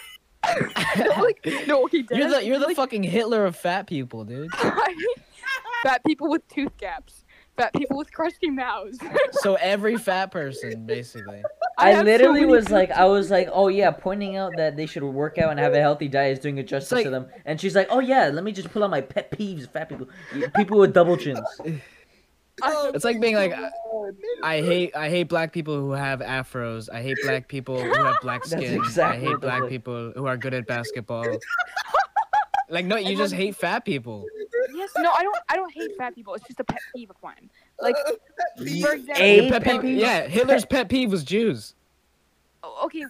[SPEAKER 6] like, [laughs] no, okay,
[SPEAKER 2] You're
[SPEAKER 6] Dennis,
[SPEAKER 2] the you're the
[SPEAKER 6] like,
[SPEAKER 2] fucking Hitler of fat people,
[SPEAKER 6] [laughs]
[SPEAKER 2] dude.
[SPEAKER 6] fat people with tooth gaps. Fat people with crusty mouths. [laughs]
[SPEAKER 2] So every fat person, basically.
[SPEAKER 1] I,
[SPEAKER 6] have so
[SPEAKER 1] literally
[SPEAKER 6] many
[SPEAKER 1] was
[SPEAKER 6] pet
[SPEAKER 1] like, I was like, oh yeah, pointing out that they should work out and have a healthy diet is doing a justice
[SPEAKER 2] like-
[SPEAKER 1] to them. And she's like, oh yeah, let me just pull out my pet peeves, fat people, people with double chins.
[SPEAKER 6] I-
[SPEAKER 3] It's like being like, I- I hate I hate black people who have afros. I hate black people who have black
[SPEAKER 1] That's
[SPEAKER 3] skin.
[SPEAKER 1] exactly
[SPEAKER 3] I
[SPEAKER 1] what
[SPEAKER 3] hate
[SPEAKER 1] that's
[SPEAKER 3] black
[SPEAKER 1] like.
[SPEAKER 3] people who are good at basketball. like no, you just hate fat people.
[SPEAKER 6] yes, no, I don't. I don't hate fat people. It's just a pet peeve of mine. Like, for example,
[SPEAKER 1] Hey,
[SPEAKER 3] Your pet
[SPEAKER 1] pet
[SPEAKER 3] peeve-
[SPEAKER 1] peeves?
[SPEAKER 3] yeah, Hitler's pet peeve was Jews.
[SPEAKER 6] oh, okay,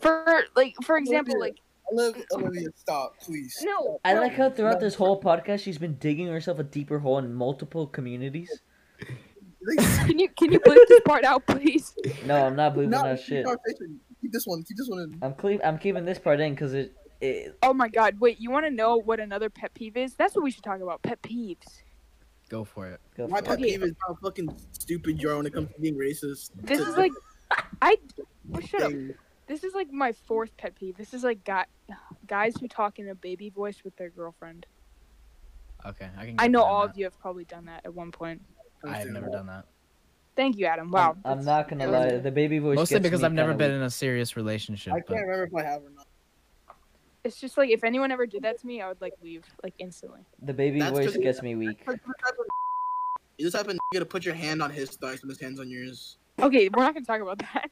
[SPEAKER 6] for like for example, like
[SPEAKER 4] Olivia, Olivia, stop, please.
[SPEAKER 6] no,
[SPEAKER 1] I
[SPEAKER 6] no,
[SPEAKER 1] like how throughout this whole podcast, she's been digging herself a deeper hole in multiple communities.
[SPEAKER 6] Can you can you bleep this part out, please?
[SPEAKER 1] No, I'm not believing
[SPEAKER 4] No,
[SPEAKER 1] that
[SPEAKER 4] keep
[SPEAKER 1] shit.
[SPEAKER 4] our patient. Keep this one. Keep this one in.
[SPEAKER 1] I'm cle- I'm keeping this part in because it, it
[SPEAKER 6] Oh my God! Wait, you want to know what another pet peeve is? That's what we should talk about. Pet peeves.
[SPEAKER 3] Go for it.
[SPEAKER 1] go
[SPEAKER 4] My
[SPEAKER 1] for
[SPEAKER 4] pet
[SPEAKER 1] it.
[SPEAKER 4] peeve is how fucking stupid you are when it comes to being racist.
[SPEAKER 6] This
[SPEAKER 4] To
[SPEAKER 6] is like, I well, shut up.
[SPEAKER 4] thing.
[SPEAKER 6] This is like my fourth pet peeve. This is like guy, guys who talk in a baby voice with their girlfriend.
[SPEAKER 3] Okay, I can.
[SPEAKER 6] I
[SPEAKER 3] get
[SPEAKER 6] know
[SPEAKER 3] behind
[SPEAKER 6] all
[SPEAKER 3] that.
[SPEAKER 6] of you have probably done that at one point.
[SPEAKER 3] I've never done that.
[SPEAKER 6] Thank you, Adam. Wow.
[SPEAKER 1] I'm, I'm not gonna lie, the baby voice.
[SPEAKER 3] Mostly
[SPEAKER 1] gets
[SPEAKER 3] because
[SPEAKER 1] me
[SPEAKER 3] I've never
[SPEAKER 1] kinda
[SPEAKER 3] been
[SPEAKER 1] weak.
[SPEAKER 3] in a serious relationship.
[SPEAKER 4] I
[SPEAKER 3] but-
[SPEAKER 4] can't remember if I have or not.
[SPEAKER 6] It's just like if anyone ever did that to me, I would like leave like instantly.
[SPEAKER 1] The baby
[SPEAKER 4] That's
[SPEAKER 1] voice
[SPEAKER 4] 'cause you-
[SPEAKER 1] gets me weak.
[SPEAKER 4] You're the type of you're the type of nigga to put your hand on his thighs and his hands on yours.
[SPEAKER 6] Okay, we're not gonna talk about that.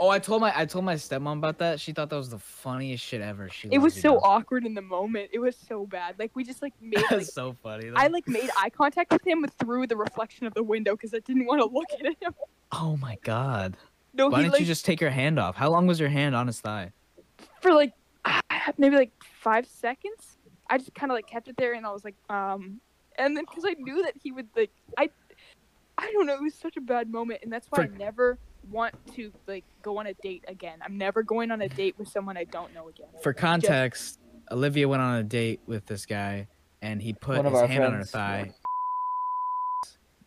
[SPEAKER 3] Oh, I told my I told my stepmom about that. She thought that was the funniest shit ever. She
[SPEAKER 6] it
[SPEAKER 3] loves
[SPEAKER 6] was
[SPEAKER 3] you
[SPEAKER 6] so
[SPEAKER 3] guys.
[SPEAKER 6] awkward in the moment. It was so bad. Like we just like made
[SPEAKER 3] [laughs]
[SPEAKER 6] like,
[SPEAKER 1] [laughs]
[SPEAKER 3] That's so funny. though.
[SPEAKER 6] I like made eye contact with him through the reflection of the window because I didn't want to look at him.
[SPEAKER 3] Oh my god.
[SPEAKER 6] No,
[SPEAKER 3] Why
[SPEAKER 6] Oh, he
[SPEAKER 3] didn't
[SPEAKER 6] like
[SPEAKER 3] you just take your hand off? How long was your hand on his thigh?
[SPEAKER 6] for like ah, maybe like five seconds. I just kind of like kept it there, and I was like, um, and then because I knew that he would like, I, I don't know, it was such a bad moment, and that's why I
[SPEAKER 3] For-
[SPEAKER 6] never want to like go on a date again. I'm never going on a date with someone I don't know again.
[SPEAKER 3] For context, Olivia went on a date with this guy, and he put
[SPEAKER 1] One of
[SPEAKER 3] his
[SPEAKER 1] our
[SPEAKER 3] hand on her
[SPEAKER 1] friends.
[SPEAKER 3] thigh.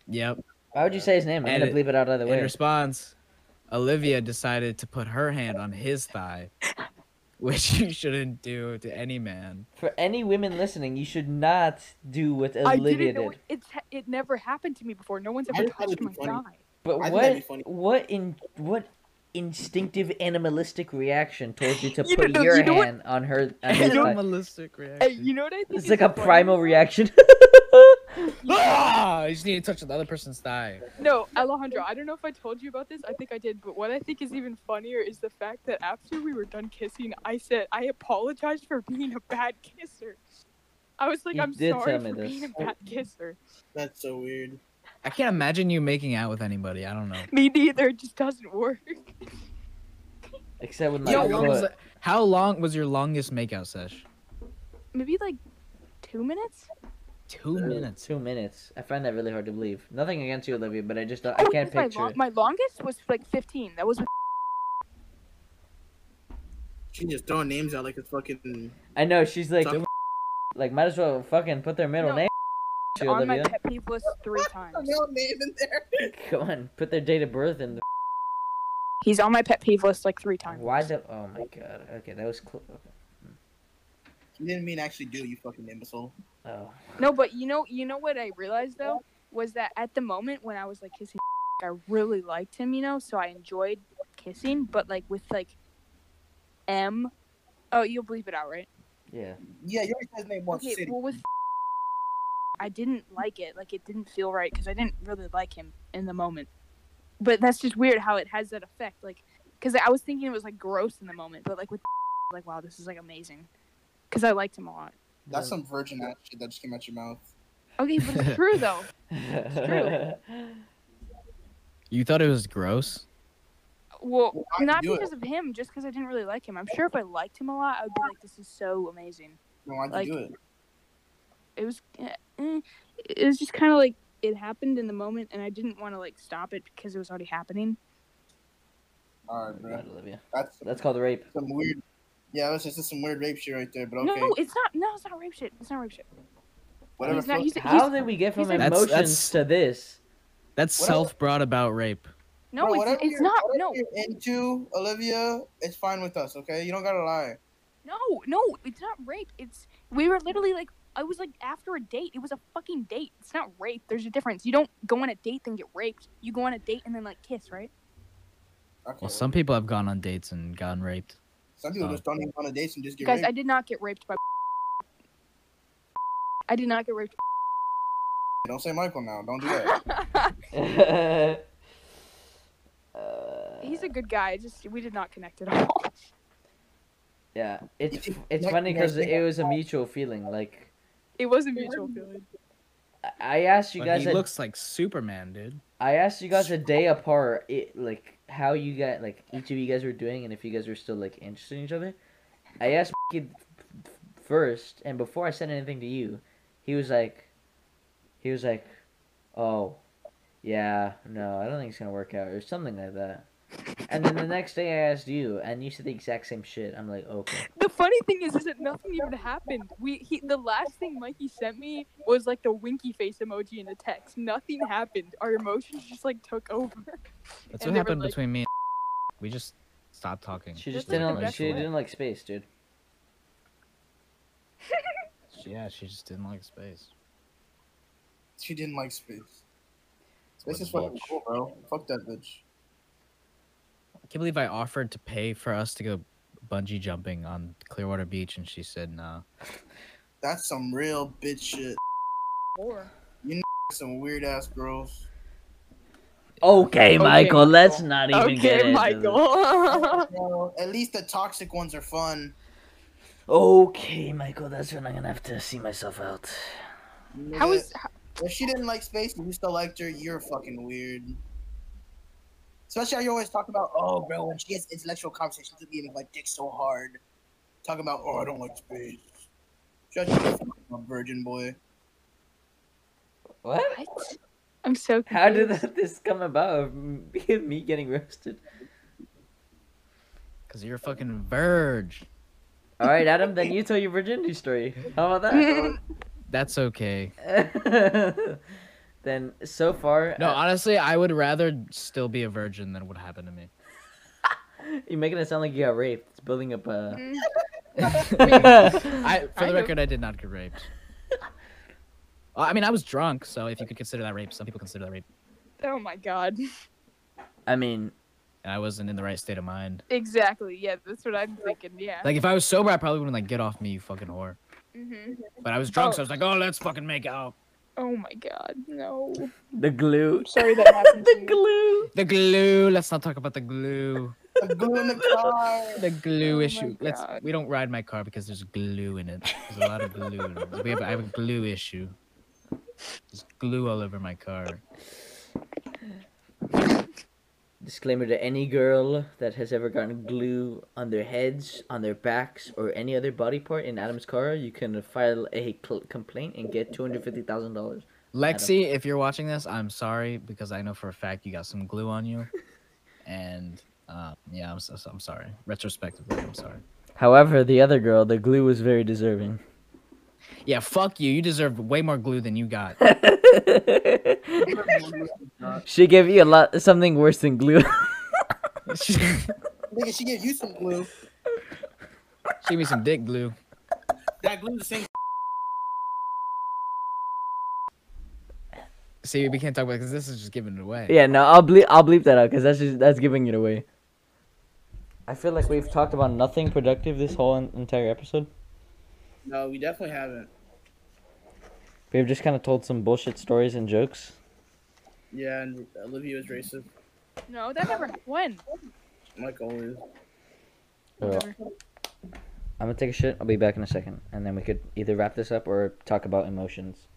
[SPEAKER 3] Yep.
[SPEAKER 1] Why would you say his name? I'm
[SPEAKER 3] And
[SPEAKER 1] gonna
[SPEAKER 3] it-
[SPEAKER 1] bleep it out either
[SPEAKER 3] In
[SPEAKER 1] way.
[SPEAKER 3] response, Olivia decided to put her hand on his
[SPEAKER 1] [laughs]
[SPEAKER 3] thigh, which you shouldn't do to
[SPEAKER 1] [laughs]
[SPEAKER 3] any man.
[SPEAKER 1] For any women listening, you should not do what
[SPEAKER 6] I
[SPEAKER 1] Olivia
[SPEAKER 6] didn't know
[SPEAKER 1] did.
[SPEAKER 6] it, it's it never happened to me before. No one's
[SPEAKER 4] I
[SPEAKER 6] ever
[SPEAKER 4] just thought
[SPEAKER 6] touched
[SPEAKER 4] it'd
[SPEAKER 6] my
[SPEAKER 4] be funny.
[SPEAKER 6] thigh.
[SPEAKER 1] But
[SPEAKER 4] I think that'd be funny.
[SPEAKER 1] what what in what instinctive animalistic reaction told you to
[SPEAKER 6] You
[SPEAKER 1] put
[SPEAKER 6] know-
[SPEAKER 1] your
[SPEAKER 6] you know what-
[SPEAKER 1] hand on her? On his thigh?
[SPEAKER 3] Animalistic
[SPEAKER 6] Hey,
[SPEAKER 3] reaction.
[SPEAKER 6] you know what I think?
[SPEAKER 1] It's
[SPEAKER 6] is
[SPEAKER 1] like a
[SPEAKER 6] funny?
[SPEAKER 1] primal reaction. [laughs]
[SPEAKER 3] Ah! You just need to touch the other person's thigh.
[SPEAKER 6] No, Alejandro, I don't know if I told you about this. I think I did, but what I think is even funnier is the fact that after we were done kissing, I said I apologized for being a bad kisser. I was like,
[SPEAKER 1] You
[SPEAKER 6] I'm
[SPEAKER 1] did
[SPEAKER 6] sorry
[SPEAKER 1] tell me
[SPEAKER 6] for being
[SPEAKER 1] this.
[SPEAKER 6] a [laughs] bad kisser.
[SPEAKER 4] That's so weird.
[SPEAKER 3] I can't imagine you making out with anybody.
[SPEAKER 1] [laughs]
[SPEAKER 3] I don't know.
[SPEAKER 6] Me neither. It just doesn't work.
[SPEAKER 1] Except with my
[SPEAKER 3] How long, was
[SPEAKER 1] foot.
[SPEAKER 3] the- how long was your longest makeout sesh?
[SPEAKER 6] Maybe like two minutes.
[SPEAKER 3] Two minutes.
[SPEAKER 1] Uh, Two minutes. I find that really hard to believe. Nothing against you, Olivia, but I just don't, I
[SPEAKER 6] Oh,
[SPEAKER 1] can't
[SPEAKER 6] my
[SPEAKER 1] picture
[SPEAKER 6] lo-
[SPEAKER 1] it.
[SPEAKER 6] My longest was like 15. That was with
[SPEAKER 4] She just throwing names out like it's fucking.
[SPEAKER 1] I know she's like,
[SPEAKER 4] Some-
[SPEAKER 1] like might as well fucking put their middle
[SPEAKER 6] No.
[SPEAKER 1] name. to
[SPEAKER 6] on my
[SPEAKER 1] Olivia.
[SPEAKER 6] pet peeve list three times.
[SPEAKER 4] [laughs] No name in there.
[SPEAKER 1] Come on, put their date of birth in. The...
[SPEAKER 6] He's on my pet peeve list like three times.
[SPEAKER 1] Why the? Oh my god. Okay, that was close.
[SPEAKER 4] You didn't mean actually do you fucking imbecile.
[SPEAKER 1] Oh.
[SPEAKER 6] No, but you know, you know what I realized though was that at the moment when I was like kissing, I really liked him, you know, so I enjoyed kissing. But like with like M, oh, you'll bleep it out, right?
[SPEAKER 1] Yeah.
[SPEAKER 4] Yeah, you already said his name once.
[SPEAKER 6] Okay,
[SPEAKER 4] City.
[SPEAKER 6] well with I didn't like it, like it didn't feel right because I didn't really like him in the moment. But that's just weird how it has that effect, like because I was thinking it was like gross in the moment, but like with like wow, this is like amazing because I liked him a lot.
[SPEAKER 1] [laughs]
[SPEAKER 4] That's some virgin ass shit that just came out your mouth.
[SPEAKER 6] Okay, but it's true though.
[SPEAKER 3] You thought it was gross?
[SPEAKER 6] Well,
[SPEAKER 4] Well, why'd you
[SPEAKER 6] not
[SPEAKER 4] do it?
[SPEAKER 6] because of him, just because I didn't really like him. I'm sure if I liked him a lot, I would be like, "This is so amazing."
[SPEAKER 4] Then why'd
[SPEAKER 6] Like-
[SPEAKER 4] you do it?
[SPEAKER 6] It was, eh, eh, it was just kind of like it happened in the moment, and I didn't want to like stop it because it was already happening.
[SPEAKER 4] Alright, bro.
[SPEAKER 1] God, Olivia.
[SPEAKER 4] That's
[SPEAKER 1] That's called rape.
[SPEAKER 4] some weird. Yeah, that's just that's some weird rape shit right there. But okay,
[SPEAKER 6] No, it's not. No, it's not rape shit. It's not rape shit.
[SPEAKER 4] whatever.
[SPEAKER 6] he's not-
[SPEAKER 4] floats-
[SPEAKER 6] he's-
[SPEAKER 1] How did we get from
[SPEAKER 6] he's a-
[SPEAKER 3] That's-
[SPEAKER 1] emotions
[SPEAKER 3] that's-
[SPEAKER 1] to
[SPEAKER 6] [laughs]
[SPEAKER 1] this?
[SPEAKER 3] That's
[SPEAKER 4] What
[SPEAKER 3] self brought about rape.
[SPEAKER 6] No,
[SPEAKER 4] Bro,
[SPEAKER 6] it's,
[SPEAKER 4] whatever
[SPEAKER 6] it's
[SPEAKER 4] you're-
[SPEAKER 6] not.
[SPEAKER 4] whatever
[SPEAKER 6] No,
[SPEAKER 4] you're into Olivia, it's fine with us. Okay, you don't gotta lie.
[SPEAKER 6] no, no. It's not rape. It's we were literally like, I was like after a date. It was a fucking date. It's not rape. There's a difference. You don't go on a date and get raped. You go on a date and then like kiss, right?
[SPEAKER 4] Okay.
[SPEAKER 3] Well, some people have gone on dates and gotten raped.
[SPEAKER 4] some people
[SPEAKER 3] oh.
[SPEAKER 4] just don't even want to date and just get
[SPEAKER 6] Guys, I
[SPEAKER 4] raped.
[SPEAKER 6] did not get raped by. I did not get raped.
[SPEAKER 4] Don't say Michael now.
[SPEAKER 6] [laughs]
[SPEAKER 4] Don't do that.
[SPEAKER 1] Uh,
[SPEAKER 6] He's a good guy. Just we did not connect at all. [laughs]
[SPEAKER 1] yeah, it's
[SPEAKER 4] You-
[SPEAKER 1] it's
[SPEAKER 4] next-
[SPEAKER 1] funny because
[SPEAKER 4] next
[SPEAKER 1] it was a mutual feeling. Like
[SPEAKER 6] It was a mutual feeling.
[SPEAKER 1] I- I asked you
[SPEAKER 3] But
[SPEAKER 1] guys,
[SPEAKER 3] he
[SPEAKER 1] a,
[SPEAKER 3] looks like Superman, dude.
[SPEAKER 1] I asked you guys a day apart, it, like how you got like each of you guys were doing, and if you guys were still like interested in each other. I asked Mikey first, and before I said anything to you, he was like, he was like, oh, yeah, no, I don't think it's gonna work out, or something like that. And then the next day I asked you, and you said the exact same shit. I'm like, okay.
[SPEAKER 6] The funny thing is, is that nothing even happened. We he the last thing Mikey sent me was like the winky face emoji in a text. Nothing happened. Our emotions just like took over.
[SPEAKER 3] That's what
[SPEAKER 6] And they were
[SPEAKER 3] happened
[SPEAKER 6] like-
[SPEAKER 3] between me. and We just stopped talking.
[SPEAKER 1] She just
[SPEAKER 6] That's like the
[SPEAKER 1] didn't.
[SPEAKER 6] best
[SPEAKER 1] she
[SPEAKER 6] way.
[SPEAKER 1] didn't like space, dude.
[SPEAKER 3] Yeah, she just didn't like space.
[SPEAKER 4] she didn't like space.
[SPEAKER 3] What
[SPEAKER 4] Space
[SPEAKER 3] a
[SPEAKER 4] is fucking
[SPEAKER 3] bitch.
[SPEAKER 4] cool, bro. Fuck that bitch.
[SPEAKER 3] I can't believe I offered to pay for us to go bungee jumping on Clearwater Beach, and she said no.
[SPEAKER 4] That's some real bitch shit.
[SPEAKER 6] Or
[SPEAKER 4] Some weird ass girls.
[SPEAKER 1] Okay, Michael. Let's not even get into
[SPEAKER 6] okay,
[SPEAKER 1] this.
[SPEAKER 6] Michael. [laughs]
[SPEAKER 4] Well, at least the toxic ones are fun.
[SPEAKER 1] Okay, Michael. That's when I'm gonna have to see myself out.
[SPEAKER 6] How
[SPEAKER 4] Nigga,
[SPEAKER 6] is
[SPEAKER 4] If she didn't like space and you still liked her, you're fucking weird. Especially how you always talk about, oh, bro, when she has intellectual conversations with me, like, dick so hard. Talking about, oh, I don't like space. Shut your fuck up, virgin boy.
[SPEAKER 1] What?
[SPEAKER 6] what? I'm so. Confused.
[SPEAKER 1] How did that, [laughs] this come about? Of m- me getting roasted?
[SPEAKER 3] Cause you're a fucking verge.
[SPEAKER 1] All right, Adam. Then you tell your virginity story. How about that?
[SPEAKER 3] That's okay.
[SPEAKER 8] [laughs]
[SPEAKER 1] then so far,
[SPEAKER 3] No,
[SPEAKER 1] uh,
[SPEAKER 3] honestly, I would rather still be a virgin than what happened to
[SPEAKER 1] [laughs]
[SPEAKER 3] me. [laughs]
[SPEAKER 1] you're making it sound like you got raped. It's building up a.
[SPEAKER 6] Mm, [laughs]
[SPEAKER 3] I, for
[SPEAKER 6] Kind
[SPEAKER 3] the
[SPEAKER 6] of.
[SPEAKER 3] record, I did not get raped. Uh, I mean, I was drunk, so if you could consider that rape, some people consider that rape.
[SPEAKER 6] Oh my god.
[SPEAKER 1] [laughs]
[SPEAKER 6] [laughs]
[SPEAKER 1] I mean,
[SPEAKER 3] And I wasn't in the right state of mind.
[SPEAKER 6] Exactly. Yeah, that's what I'm thinking. Yeah.
[SPEAKER 3] Like, if I was sober, I probably wouldn't like get off me, you fucking whore.
[SPEAKER 6] hmm
[SPEAKER 3] But I was drunk,
[SPEAKER 6] Oh.
[SPEAKER 3] so I was like, oh, let's fucking make out.
[SPEAKER 6] Oh my god. No.
[SPEAKER 1] the glue.
[SPEAKER 8] I'm sorry that
[SPEAKER 1] [laughs]
[SPEAKER 8] happened to
[SPEAKER 1] the
[SPEAKER 8] you.
[SPEAKER 1] glue.
[SPEAKER 3] The glue. Let's not talk about the glue.
[SPEAKER 4] The glue in the car.
[SPEAKER 3] The glue
[SPEAKER 6] Oh my
[SPEAKER 3] issue. Let's.
[SPEAKER 6] God.
[SPEAKER 3] We don't ride my car because there's glue in it. There's a lot of glue. In it. We have. I have a glue issue. There's glue all over my car.
[SPEAKER 1] Disclaimer to any girl that has ever gotten glue on their heads, on their backs, or any other body part in Adam's car, you can file a cl- complaint and get two hundred fifty thousand dollars.
[SPEAKER 3] Lexi, if you're watching this, I'm sorry because I know for a fact you got some glue on you, and uh, yeah, I'm so, so- I'm sorry. Retrospectively, I'm sorry.
[SPEAKER 1] However, the other girl, the glue was very deserving. [laughs]
[SPEAKER 3] Yeah, fuck you. You deserve way more glue than
[SPEAKER 1] [laughs]
[SPEAKER 3] you got. [laughs]
[SPEAKER 1] she gave you a lot something worse than glue. [laughs]
[SPEAKER 3] Give
[SPEAKER 4] Nigga, she gave you some glue.
[SPEAKER 3] me some dick glue.
[SPEAKER 4] That glue's the same.
[SPEAKER 3] See, we can't talk about because this is just giving it away.
[SPEAKER 1] yeah, no, I'll bleep I'll bleep that out because that's just that's giving it away. I feel like we've talked about nothing productive this whole en- entire episode.
[SPEAKER 4] No, we definitely haven't.
[SPEAKER 1] We've just kind of told some bullshit stories and jokes.
[SPEAKER 4] Yeah, and Olivia was racist,
[SPEAKER 6] No, that never happened. When?
[SPEAKER 4] like always.
[SPEAKER 1] Ugh.
[SPEAKER 6] Never.
[SPEAKER 1] I'm gonna take a shit. I'll be back in a second, and then we could either wrap this up or talk about emotions.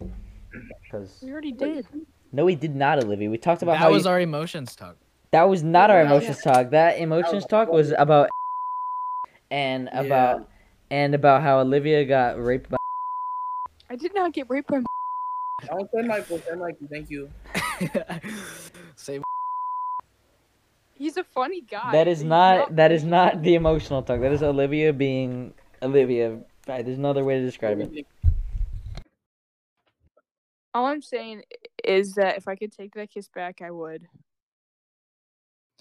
[SPEAKER 1] Because
[SPEAKER 6] We already did.
[SPEAKER 1] no, we did not, Olivia. We talked about
[SPEAKER 3] That
[SPEAKER 1] how
[SPEAKER 3] was
[SPEAKER 1] you-
[SPEAKER 3] our emotions talk. [laughs]
[SPEAKER 1] that was not our
[SPEAKER 4] Yeah.
[SPEAKER 1] emotions talk. That emotions talk was about and
[SPEAKER 4] Yeah.
[SPEAKER 1] about and about how Olivia got raped by.
[SPEAKER 6] I did not get raped by.
[SPEAKER 4] I want to send Michael. Send Michael. Thank you.
[SPEAKER 3] Say
[SPEAKER 6] He's a funny guy.
[SPEAKER 1] That is
[SPEAKER 6] He's
[SPEAKER 1] not that is not the emotional talk. That is Olivia being Olivia. Right, There's no other way to describe it.
[SPEAKER 6] All I'm saying is that if I could take that kiss back, I would.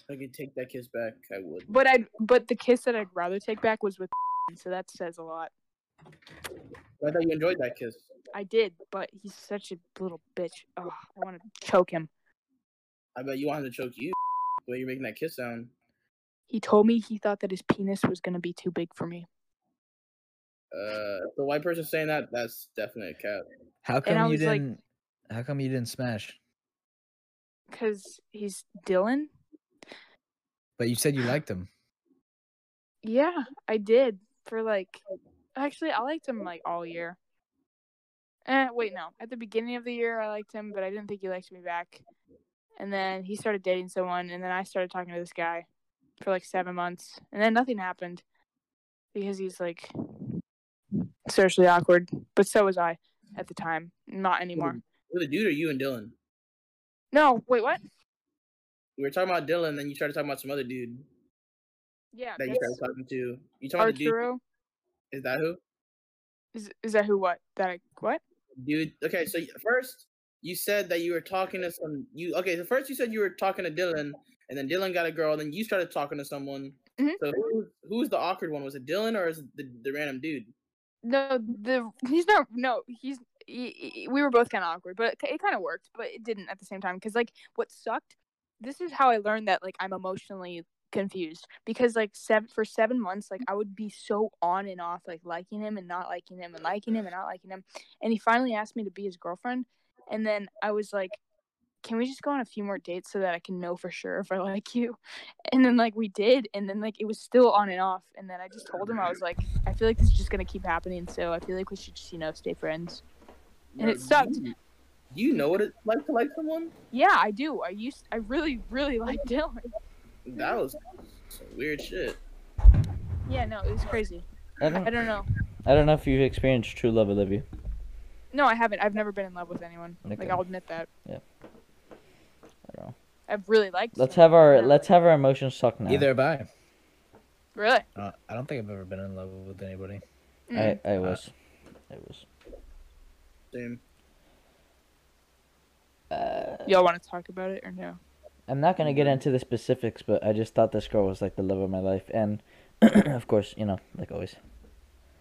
[SPEAKER 4] If I could take that kiss back, I would.
[SPEAKER 6] But I but the kiss that I'd rather take back was with. [laughs] So that says a lot.
[SPEAKER 4] I thought you enjoyed that kiss.
[SPEAKER 6] I did, but he's such a little bitch. Oh, I want to choke him.
[SPEAKER 4] I bet you want him to choke you. The way you're making that kiss sound.
[SPEAKER 6] He told me he thought that his penis was gonna be too big for me,
[SPEAKER 4] Uh, the white person saying that, that's definitely a cat.
[SPEAKER 3] How
[SPEAKER 6] and I was like,
[SPEAKER 3] How come you didn't smash?
[SPEAKER 6] because he's Dylan.
[SPEAKER 3] But you said you liked
[SPEAKER 1] [sighs]
[SPEAKER 3] him.
[SPEAKER 6] Yeah, I did for like. Actually, I liked him like all year. Eh, wait, no. At the beginning of the year, I liked him, but I didn't think he liked me back. And then he started dating someone, and then I started talking to this guy for like seven months, and then nothing happened because he's like socially awkward. But so was I at the time. Not anymore.
[SPEAKER 4] Who the dude or you and Dylan?
[SPEAKER 6] No, wait, what?
[SPEAKER 4] We were talking about Dylan, then you started talking about some other dude
[SPEAKER 6] Yeah,
[SPEAKER 4] that you started
[SPEAKER 6] that's
[SPEAKER 4] talking to. You talking about the dude?
[SPEAKER 6] Arturo.
[SPEAKER 4] Is that who?
[SPEAKER 6] Is is that who? What that? I, what?
[SPEAKER 4] Dude, okay, so you- first you said that you were talking to some you okay, so first you said you were talking to Dylan and then Dylan got a girl, then you started talking to someone.
[SPEAKER 6] Mhm.
[SPEAKER 4] So who, who's the awkward one? Was it Dylan or is it the, the random dude?
[SPEAKER 6] No, the he's not. No, he's. He, he- we were both kind of awkward, but it kind of worked, but it didn't at the same time. Because like, what sucked? This is how I learned that like I'm emotionally confused because like seven for seven months, like I would be so on and off, like liking him and not liking him and liking him and not liking him, and he finally asked me to be his girlfriend, and then I was like, "Can we just go on a few more dates so that I can know for sure if I [laughs] like you?" And then like we did, and then like it was still on and off, and then I just told him I was like. I feel like this is just gonna keep happening, so I feel like we should just, you know, stay friends. And
[SPEAKER 4] Or
[SPEAKER 6] it sucked.
[SPEAKER 4] Do you, do you know what it's like to like someone?
[SPEAKER 6] Yeah, I do. I used I really, really [laughs] like Dylan.
[SPEAKER 4] That was some weird shit.
[SPEAKER 6] Yeah, no, it was crazy.
[SPEAKER 1] I
[SPEAKER 6] I
[SPEAKER 1] don't,
[SPEAKER 6] don't know.
[SPEAKER 1] I don't know if you've experienced true love, Olivia.
[SPEAKER 6] No, I haven't. I've never been in love with anyone.
[SPEAKER 1] Okay.
[SPEAKER 6] Like I'll admit that.
[SPEAKER 1] Yeah. I don't know.
[SPEAKER 6] I've really liked
[SPEAKER 1] Let's
[SPEAKER 6] someone.
[SPEAKER 1] have our
[SPEAKER 6] Yeah.
[SPEAKER 1] let's have our emotions talk now.
[SPEAKER 3] Either have I.
[SPEAKER 6] Really? Mm.
[SPEAKER 3] Uh, I don't think I've ever been in love with anybody.
[SPEAKER 1] I, I was, I was.
[SPEAKER 4] Same.
[SPEAKER 1] Uh,
[SPEAKER 6] Y'all wanna talk about it or no?
[SPEAKER 1] I'm not gonna get into the specifics, but I just thought this girl was like the love of my life, and [clears throat] of course, you know, like always.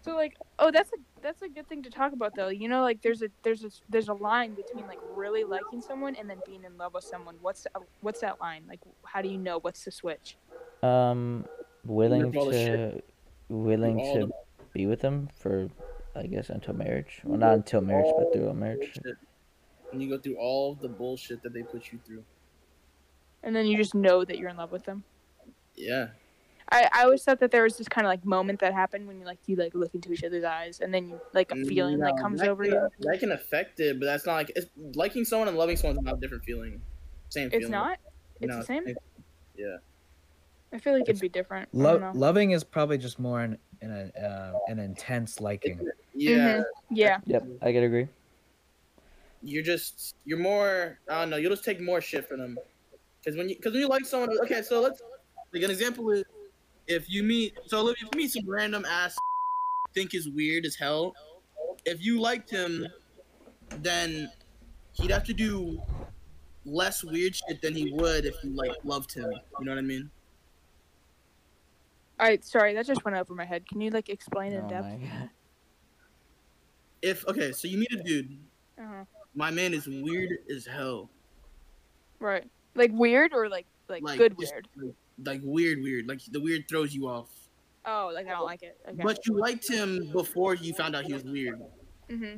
[SPEAKER 6] So like oh that's a that's a good thing to talk about though. You know, like there's a there's a there's a line between like really liking someone and then being in love with someone. What's uh, what's that line? Like how do you know what's the switch?
[SPEAKER 1] Um, willing
[SPEAKER 4] full of
[SPEAKER 1] to, willing
[SPEAKER 4] You're all
[SPEAKER 1] to be with him for, I guess, until marriage. Well, not until marriage, but through a marriage.
[SPEAKER 4] Bullshit. And you go through all the bullshit that they put you through.
[SPEAKER 6] And then you just know that you're in love with them.
[SPEAKER 4] Yeah.
[SPEAKER 6] I, I always thought that there was this kind of like moment that happened when you like you like look into each other's eyes and then you like a feeling like
[SPEAKER 4] Mm, No,
[SPEAKER 6] comes
[SPEAKER 4] that
[SPEAKER 6] over
[SPEAKER 4] can-
[SPEAKER 6] you.
[SPEAKER 4] That can affect it, but that's not like it's, liking someone and loving someone's not a different feeling. Same feeling.
[SPEAKER 6] It's not. It's the same. I feel like it'd be different. I don't
[SPEAKER 3] Lo-
[SPEAKER 6] know.
[SPEAKER 3] loving is probably just more an an, uh, an intense liking.
[SPEAKER 6] Mm-hmm.
[SPEAKER 4] Yeah,
[SPEAKER 6] Yeah.
[SPEAKER 1] Yep, I could agree.
[SPEAKER 4] you're just you're more. I don't know. You'll just take more shit from them. Because when you because when you like someone, okay. So let's like an example is if you meet so Olivia, if you meet some random ass [laughs] think is weird as hell. If you liked him, then he'd have to do less weird shit than he would if you like loved him. You know what I mean?
[SPEAKER 6] All right. Sorry, that just went over my head. Can you like explain in
[SPEAKER 1] Oh
[SPEAKER 6] depth?
[SPEAKER 1] my
[SPEAKER 6] [laughs]
[SPEAKER 1] God.
[SPEAKER 4] If okay, so you meet a dude.
[SPEAKER 6] Uh-huh.
[SPEAKER 4] My man is weird as hell.
[SPEAKER 6] Right. Like weird or like like,
[SPEAKER 4] Like,
[SPEAKER 6] good
[SPEAKER 4] just-
[SPEAKER 6] weird.
[SPEAKER 4] Like weird, weird. Like the weird throws you off.
[SPEAKER 6] Oh, like I don't like it. Okay.
[SPEAKER 4] But you liked him before you found out he was weird.
[SPEAKER 6] hmm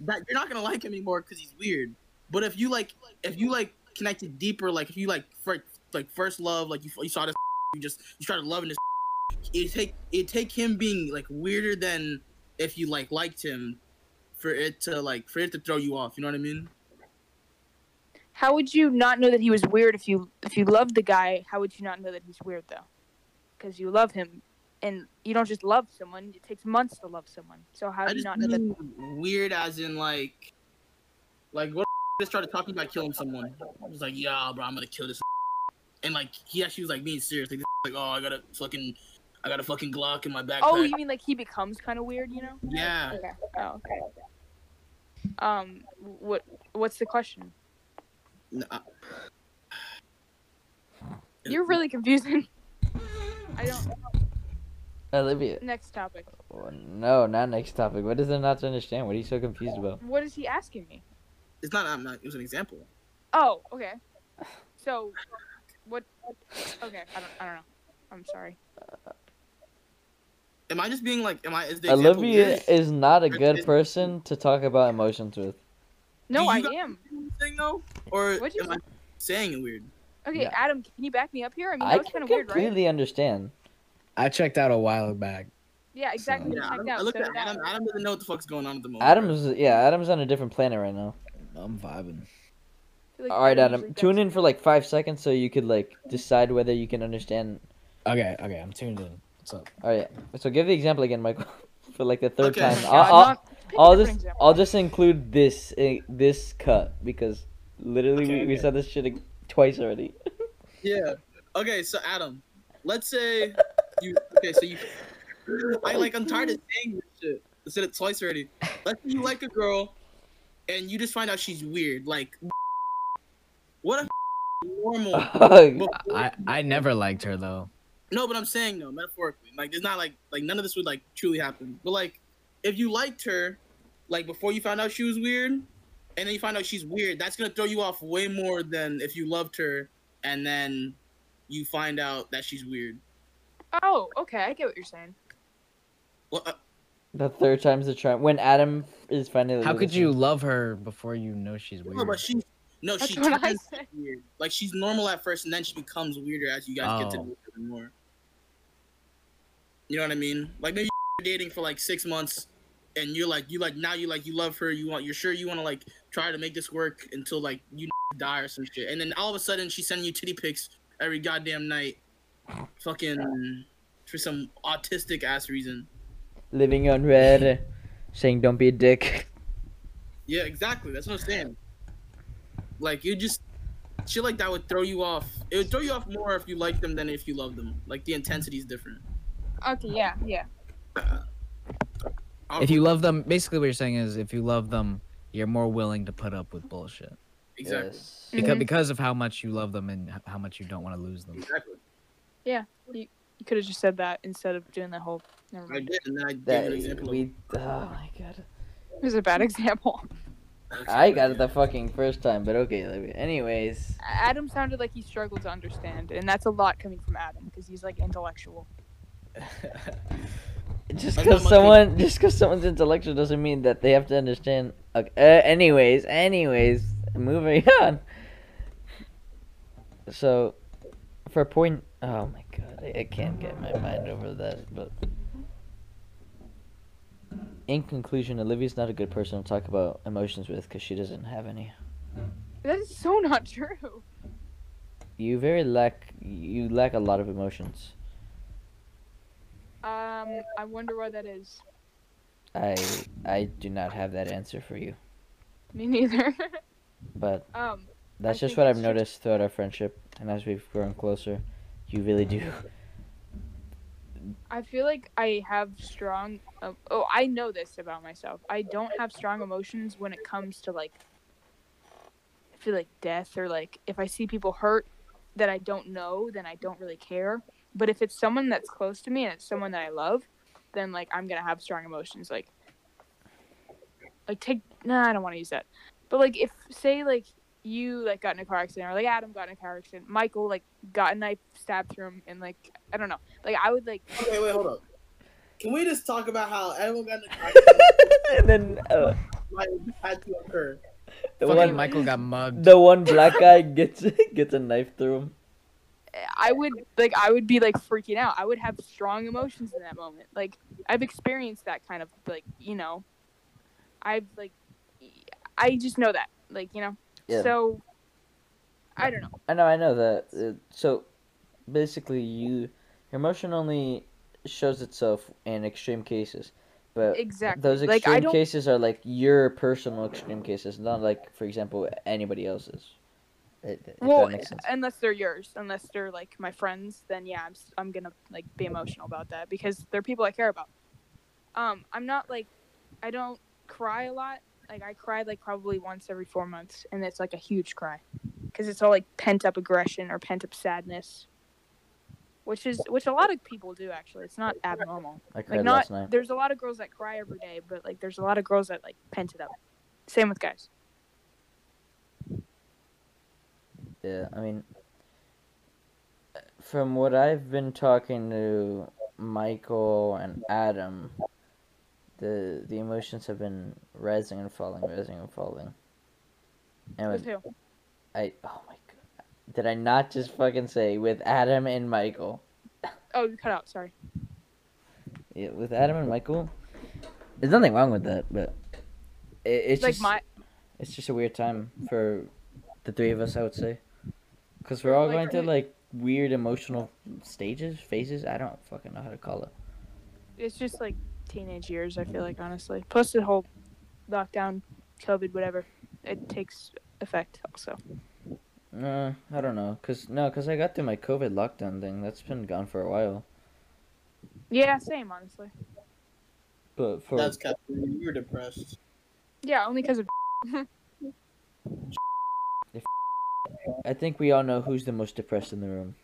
[SPEAKER 4] That you're not gonna like him anymore because he's weird. But if you like, if you like connected deeper, like if you like fir- like first love, like you, you saw this, [laughs] you just you started loving this. [laughs] It take it take him being like weirder than if you like liked him, for it to like for it to throw you off. You know what I mean?
[SPEAKER 6] How would you not know that he was weird if you if you loved the guy? How would you not know that he's weird though? Because you love him, and you don't just love someone. It takes months to love someone. So how
[SPEAKER 4] I
[SPEAKER 6] do
[SPEAKER 4] just
[SPEAKER 6] you not know that?
[SPEAKER 4] mean weird as in like, like what just started talking about killing someone. I was like, yeah, bro, I'm gonna kill this. [laughs] And like he actually was like being serious, like, this like oh, I got a fucking, I got a fucking Glock in my backpack.
[SPEAKER 6] Oh, you mean like he becomes kind of weird, you know?
[SPEAKER 4] yeah.
[SPEAKER 6] Okay. Oh, okay. Um, what what's the question?
[SPEAKER 4] N- uh, I-
[SPEAKER 6] [sighs] You're
[SPEAKER 4] [sighs]
[SPEAKER 6] really confusing. [laughs] I don't.
[SPEAKER 1] Olivia.
[SPEAKER 6] Next topic.
[SPEAKER 1] Oh, no, not next topic. What is there not to understand? What are you so confused about?
[SPEAKER 6] What is he asking me?
[SPEAKER 4] It's not. I'm not. It was an example.
[SPEAKER 6] Oh, okay. So, what? what okay, I don't. I don't know. I'm sorry.
[SPEAKER 4] Am I just being like? Am I? Is the example
[SPEAKER 1] Olivia
[SPEAKER 4] weird?
[SPEAKER 1] is not a
[SPEAKER 4] It's-
[SPEAKER 1] good
[SPEAKER 4] it's-
[SPEAKER 1] person to talk about emotions with.
[SPEAKER 6] No,
[SPEAKER 4] you
[SPEAKER 6] I
[SPEAKER 4] got-
[SPEAKER 6] am.
[SPEAKER 4] Thing though, or
[SPEAKER 6] What'd you
[SPEAKER 4] am I saying it weird?
[SPEAKER 6] Okay,
[SPEAKER 1] Yeah.
[SPEAKER 6] Adam, can you back me up here? I mean, that
[SPEAKER 1] I
[SPEAKER 6] was
[SPEAKER 1] can
[SPEAKER 6] kind of weird, right?
[SPEAKER 1] completely understand.
[SPEAKER 3] I checked out a while back.
[SPEAKER 6] Yeah, exactly.
[SPEAKER 4] Yeah,
[SPEAKER 6] checked
[SPEAKER 4] Adam,
[SPEAKER 6] out,
[SPEAKER 4] I looked
[SPEAKER 6] so
[SPEAKER 4] at
[SPEAKER 6] that-
[SPEAKER 4] Adam. Adam doesn't know what the fuck's going on at the moment.
[SPEAKER 1] Adam's yeah, Adam's on a different planet right now.
[SPEAKER 3] I'm vibing.
[SPEAKER 6] I feel like
[SPEAKER 1] All right,
[SPEAKER 6] I
[SPEAKER 1] Adam,
[SPEAKER 6] usually
[SPEAKER 1] tune
[SPEAKER 6] don't.
[SPEAKER 1] in for like five seconds so you could like decide whether you can understand.
[SPEAKER 3] Okay, okay, I'm tuned in. What's up?
[SPEAKER 1] All right, so give the example again, Michael, [laughs] for like the third
[SPEAKER 4] Okay.
[SPEAKER 1] time.
[SPEAKER 6] Yeah,
[SPEAKER 1] I'll,
[SPEAKER 6] I'm
[SPEAKER 1] I'll,
[SPEAKER 6] not- pick a
[SPEAKER 1] I'll
[SPEAKER 6] different
[SPEAKER 1] just
[SPEAKER 6] example.
[SPEAKER 1] I'll just include this eh, this cut because literally we,
[SPEAKER 4] Okay,
[SPEAKER 1] we
[SPEAKER 4] okay.
[SPEAKER 1] said this shit like, twice
[SPEAKER 4] [laughs]
[SPEAKER 1] already.
[SPEAKER 4] Yeah. Okay, so Adam, let's say you. Okay, so you. I like. I'm tired of saying this shit. I said it twice already. Let's say you like a girl, and you just find out she's weird. Like, what a normal.
[SPEAKER 1] Ugh.
[SPEAKER 3] I I never liked her though.
[SPEAKER 4] No, but I'm saying though, metaphorically, like it's not like like none of this would like truly happen. But like, if you liked her, like before you found out she was weird, and then you find out she's weird, that's gonna throw you off way more than if you loved her and then you find out that she's weird.
[SPEAKER 6] Oh, okay. I get what
[SPEAKER 4] [laughs]
[SPEAKER 6] you're saying.
[SPEAKER 4] Well, uh,
[SPEAKER 1] [laughs] the third time's the charm. When Adam is finally
[SPEAKER 3] How could you
[SPEAKER 1] listening.
[SPEAKER 3] love her before you know she's weird?
[SPEAKER 4] no, but she, no,
[SPEAKER 6] That's
[SPEAKER 4] she
[SPEAKER 6] what I
[SPEAKER 4] turns
[SPEAKER 6] said.
[SPEAKER 4] weird. Like she's normal at first, and then she becomes weirder as you guys get to
[SPEAKER 3] Oh.
[SPEAKER 4] know her more. You know what I mean? Like maybe [laughs] you're dating for like six months, and you're like, you like now you like you love her. You want you're sure you want to like try to make this work until like you [laughs] die or some shit, and then all of a sudden she's sending you titty pics every goddamn night, fucking for some autistic ass reason.
[SPEAKER 1] living on red, saying don't be a dick?
[SPEAKER 4] Yeah, exactly. That's what I'm saying. Like you just shit like that would throw you off. It would throw you off more if you like them than if you love them. Like the intensity is different.
[SPEAKER 6] Okay, yeah, yeah.
[SPEAKER 4] I'll-
[SPEAKER 3] if you love them, basically what you're saying is if you love them, you're more willing to put up with bullshit.
[SPEAKER 4] exactly
[SPEAKER 1] Yes.
[SPEAKER 3] Because
[SPEAKER 6] Mhm.
[SPEAKER 3] because of how much you love them and h- how much you don't want to lose them.
[SPEAKER 4] exactly.
[SPEAKER 6] You could have just said that instead of doing the whole. Never
[SPEAKER 4] I
[SPEAKER 6] mind.
[SPEAKER 4] did, and then I gave you
[SPEAKER 1] That
[SPEAKER 4] an example.
[SPEAKER 1] we. Oh my god.
[SPEAKER 6] It was a bad [laughs] example.
[SPEAKER 4] of-
[SPEAKER 1] I got it the fucking first time, but okay. like, Anyways,
[SPEAKER 6] Adam sounded like he struggled to understand, and that's a lot coming from Adam because he's like intellectual.
[SPEAKER 1] [laughs] just
[SPEAKER 4] I'm not
[SPEAKER 1] because
[SPEAKER 4] much-
[SPEAKER 1] someone just because someone's intellectual doesn't mean that they have to understand. Okay, uh, anyways, anyways, moving [laughs] on. So, for point. Oh my god, I, I can't get my mind over that. But in conclusion, Olivia's not a good person to talk about emotions with because she doesn't have any.
[SPEAKER 6] That is so not true.
[SPEAKER 1] You very lack. You lack a lot of emotions.
[SPEAKER 6] Um, I wonder why that is.
[SPEAKER 1] I I do not have that answer for you,
[SPEAKER 6] Me neither. [laughs]
[SPEAKER 1] but
[SPEAKER 6] um,
[SPEAKER 1] That's
[SPEAKER 6] I
[SPEAKER 1] just
[SPEAKER 6] think
[SPEAKER 1] what I've
[SPEAKER 6] it's just-
[SPEAKER 1] noticed throughout our friendship, and as we've grown closer, you really do. [laughs]
[SPEAKER 6] I feel like I have strong. Um, oh, I know this about myself. I don't have strong emotions when it comes to like. I feel like death or like if I see people hurt that I don't know, then I don't really care. But if it's someone that's close to me and it's someone that I love, then like I'm gonna have strong emotions. Like, like take. Nah, I don't want to use that. But like if say like you like got in a car accident or like Adam got in a car accident, Michael like got a knife stabbed through him and like I don't know. Like I would like
[SPEAKER 4] Okay, wait, hold up. Can we just talk about how everyone got in the
[SPEAKER 1] and then uh,
[SPEAKER 4] like, had to occur?
[SPEAKER 1] the
[SPEAKER 3] Fucking
[SPEAKER 1] one
[SPEAKER 3] Michael got mugged.
[SPEAKER 1] the one black guy [laughs] gets gets a knife through him.
[SPEAKER 6] I would like I would be like freaking out. I would have strong emotions in that moment. Like I've experienced that kind of like you know, I've like e, I just know that like you know.
[SPEAKER 1] Yeah.
[SPEAKER 6] So I don't know.
[SPEAKER 1] I know, I know that. Uh, so basically, you your emotion only shows itself in extreme cases, but
[SPEAKER 6] Exactly.
[SPEAKER 1] those
[SPEAKER 6] Like, I
[SPEAKER 1] extreme
[SPEAKER 6] don't-
[SPEAKER 1] cases are like your personal extreme cases, not like for example anybody else's. It, if
[SPEAKER 6] well, uh,
[SPEAKER 1] that makes sense.
[SPEAKER 6] unless they're yours, unless they're like my friends, then yeah, I'm s- I'm gonna like be emotional about that because they're people I care about. Um, I'm not like I don't cry a lot. Like I cry like probably once every four months, and it's like a huge cry because it's all like pent up aggression or pent up sadness, which is which a lot of people do actually. It's not abnormal.
[SPEAKER 1] I cried
[SPEAKER 6] Like not
[SPEAKER 1] last night.
[SPEAKER 6] there's a lot of girls that cry every day, but like there's a lot of girls that like pent it up. Same with guys.
[SPEAKER 1] Yeah, I mean, from what I've been talking to Michael and Adam, the the emotions have been rising and falling, rising and falling. And
[SPEAKER 6] With
[SPEAKER 1] with,
[SPEAKER 6] who?
[SPEAKER 1] I oh my god, did I not just fucking say with Adam and Michael?
[SPEAKER 6] Oh, you cut out. Sorry.
[SPEAKER 1] Yeah, with Adam and Michael, there's nothing wrong with that, but it, it's
[SPEAKER 6] like
[SPEAKER 1] just
[SPEAKER 6] my
[SPEAKER 1] it's just a weird time for the three of us, I would say, because we're all
[SPEAKER 6] Like,
[SPEAKER 1] going through
[SPEAKER 6] we-
[SPEAKER 1] like weird emotional stages, phases. I don't fucking know how to call it.
[SPEAKER 6] it's just like teenage years. I feel like honestly, plus the whole lockdown, COVID, whatever, it takes effect also.
[SPEAKER 1] Uh, I don't know, cause no, cause I got through my COVID lockdown thing. That's been gone for a while,
[SPEAKER 6] Yeah, same honestly.
[SPEAKER 1] but for
[SPEAKER 4] That's Captain. You were depressed.
[SPEAKER 6] Yeah, only because of [laughs]
[SPEAKER 1] I think we all know who's the most depressed in the room.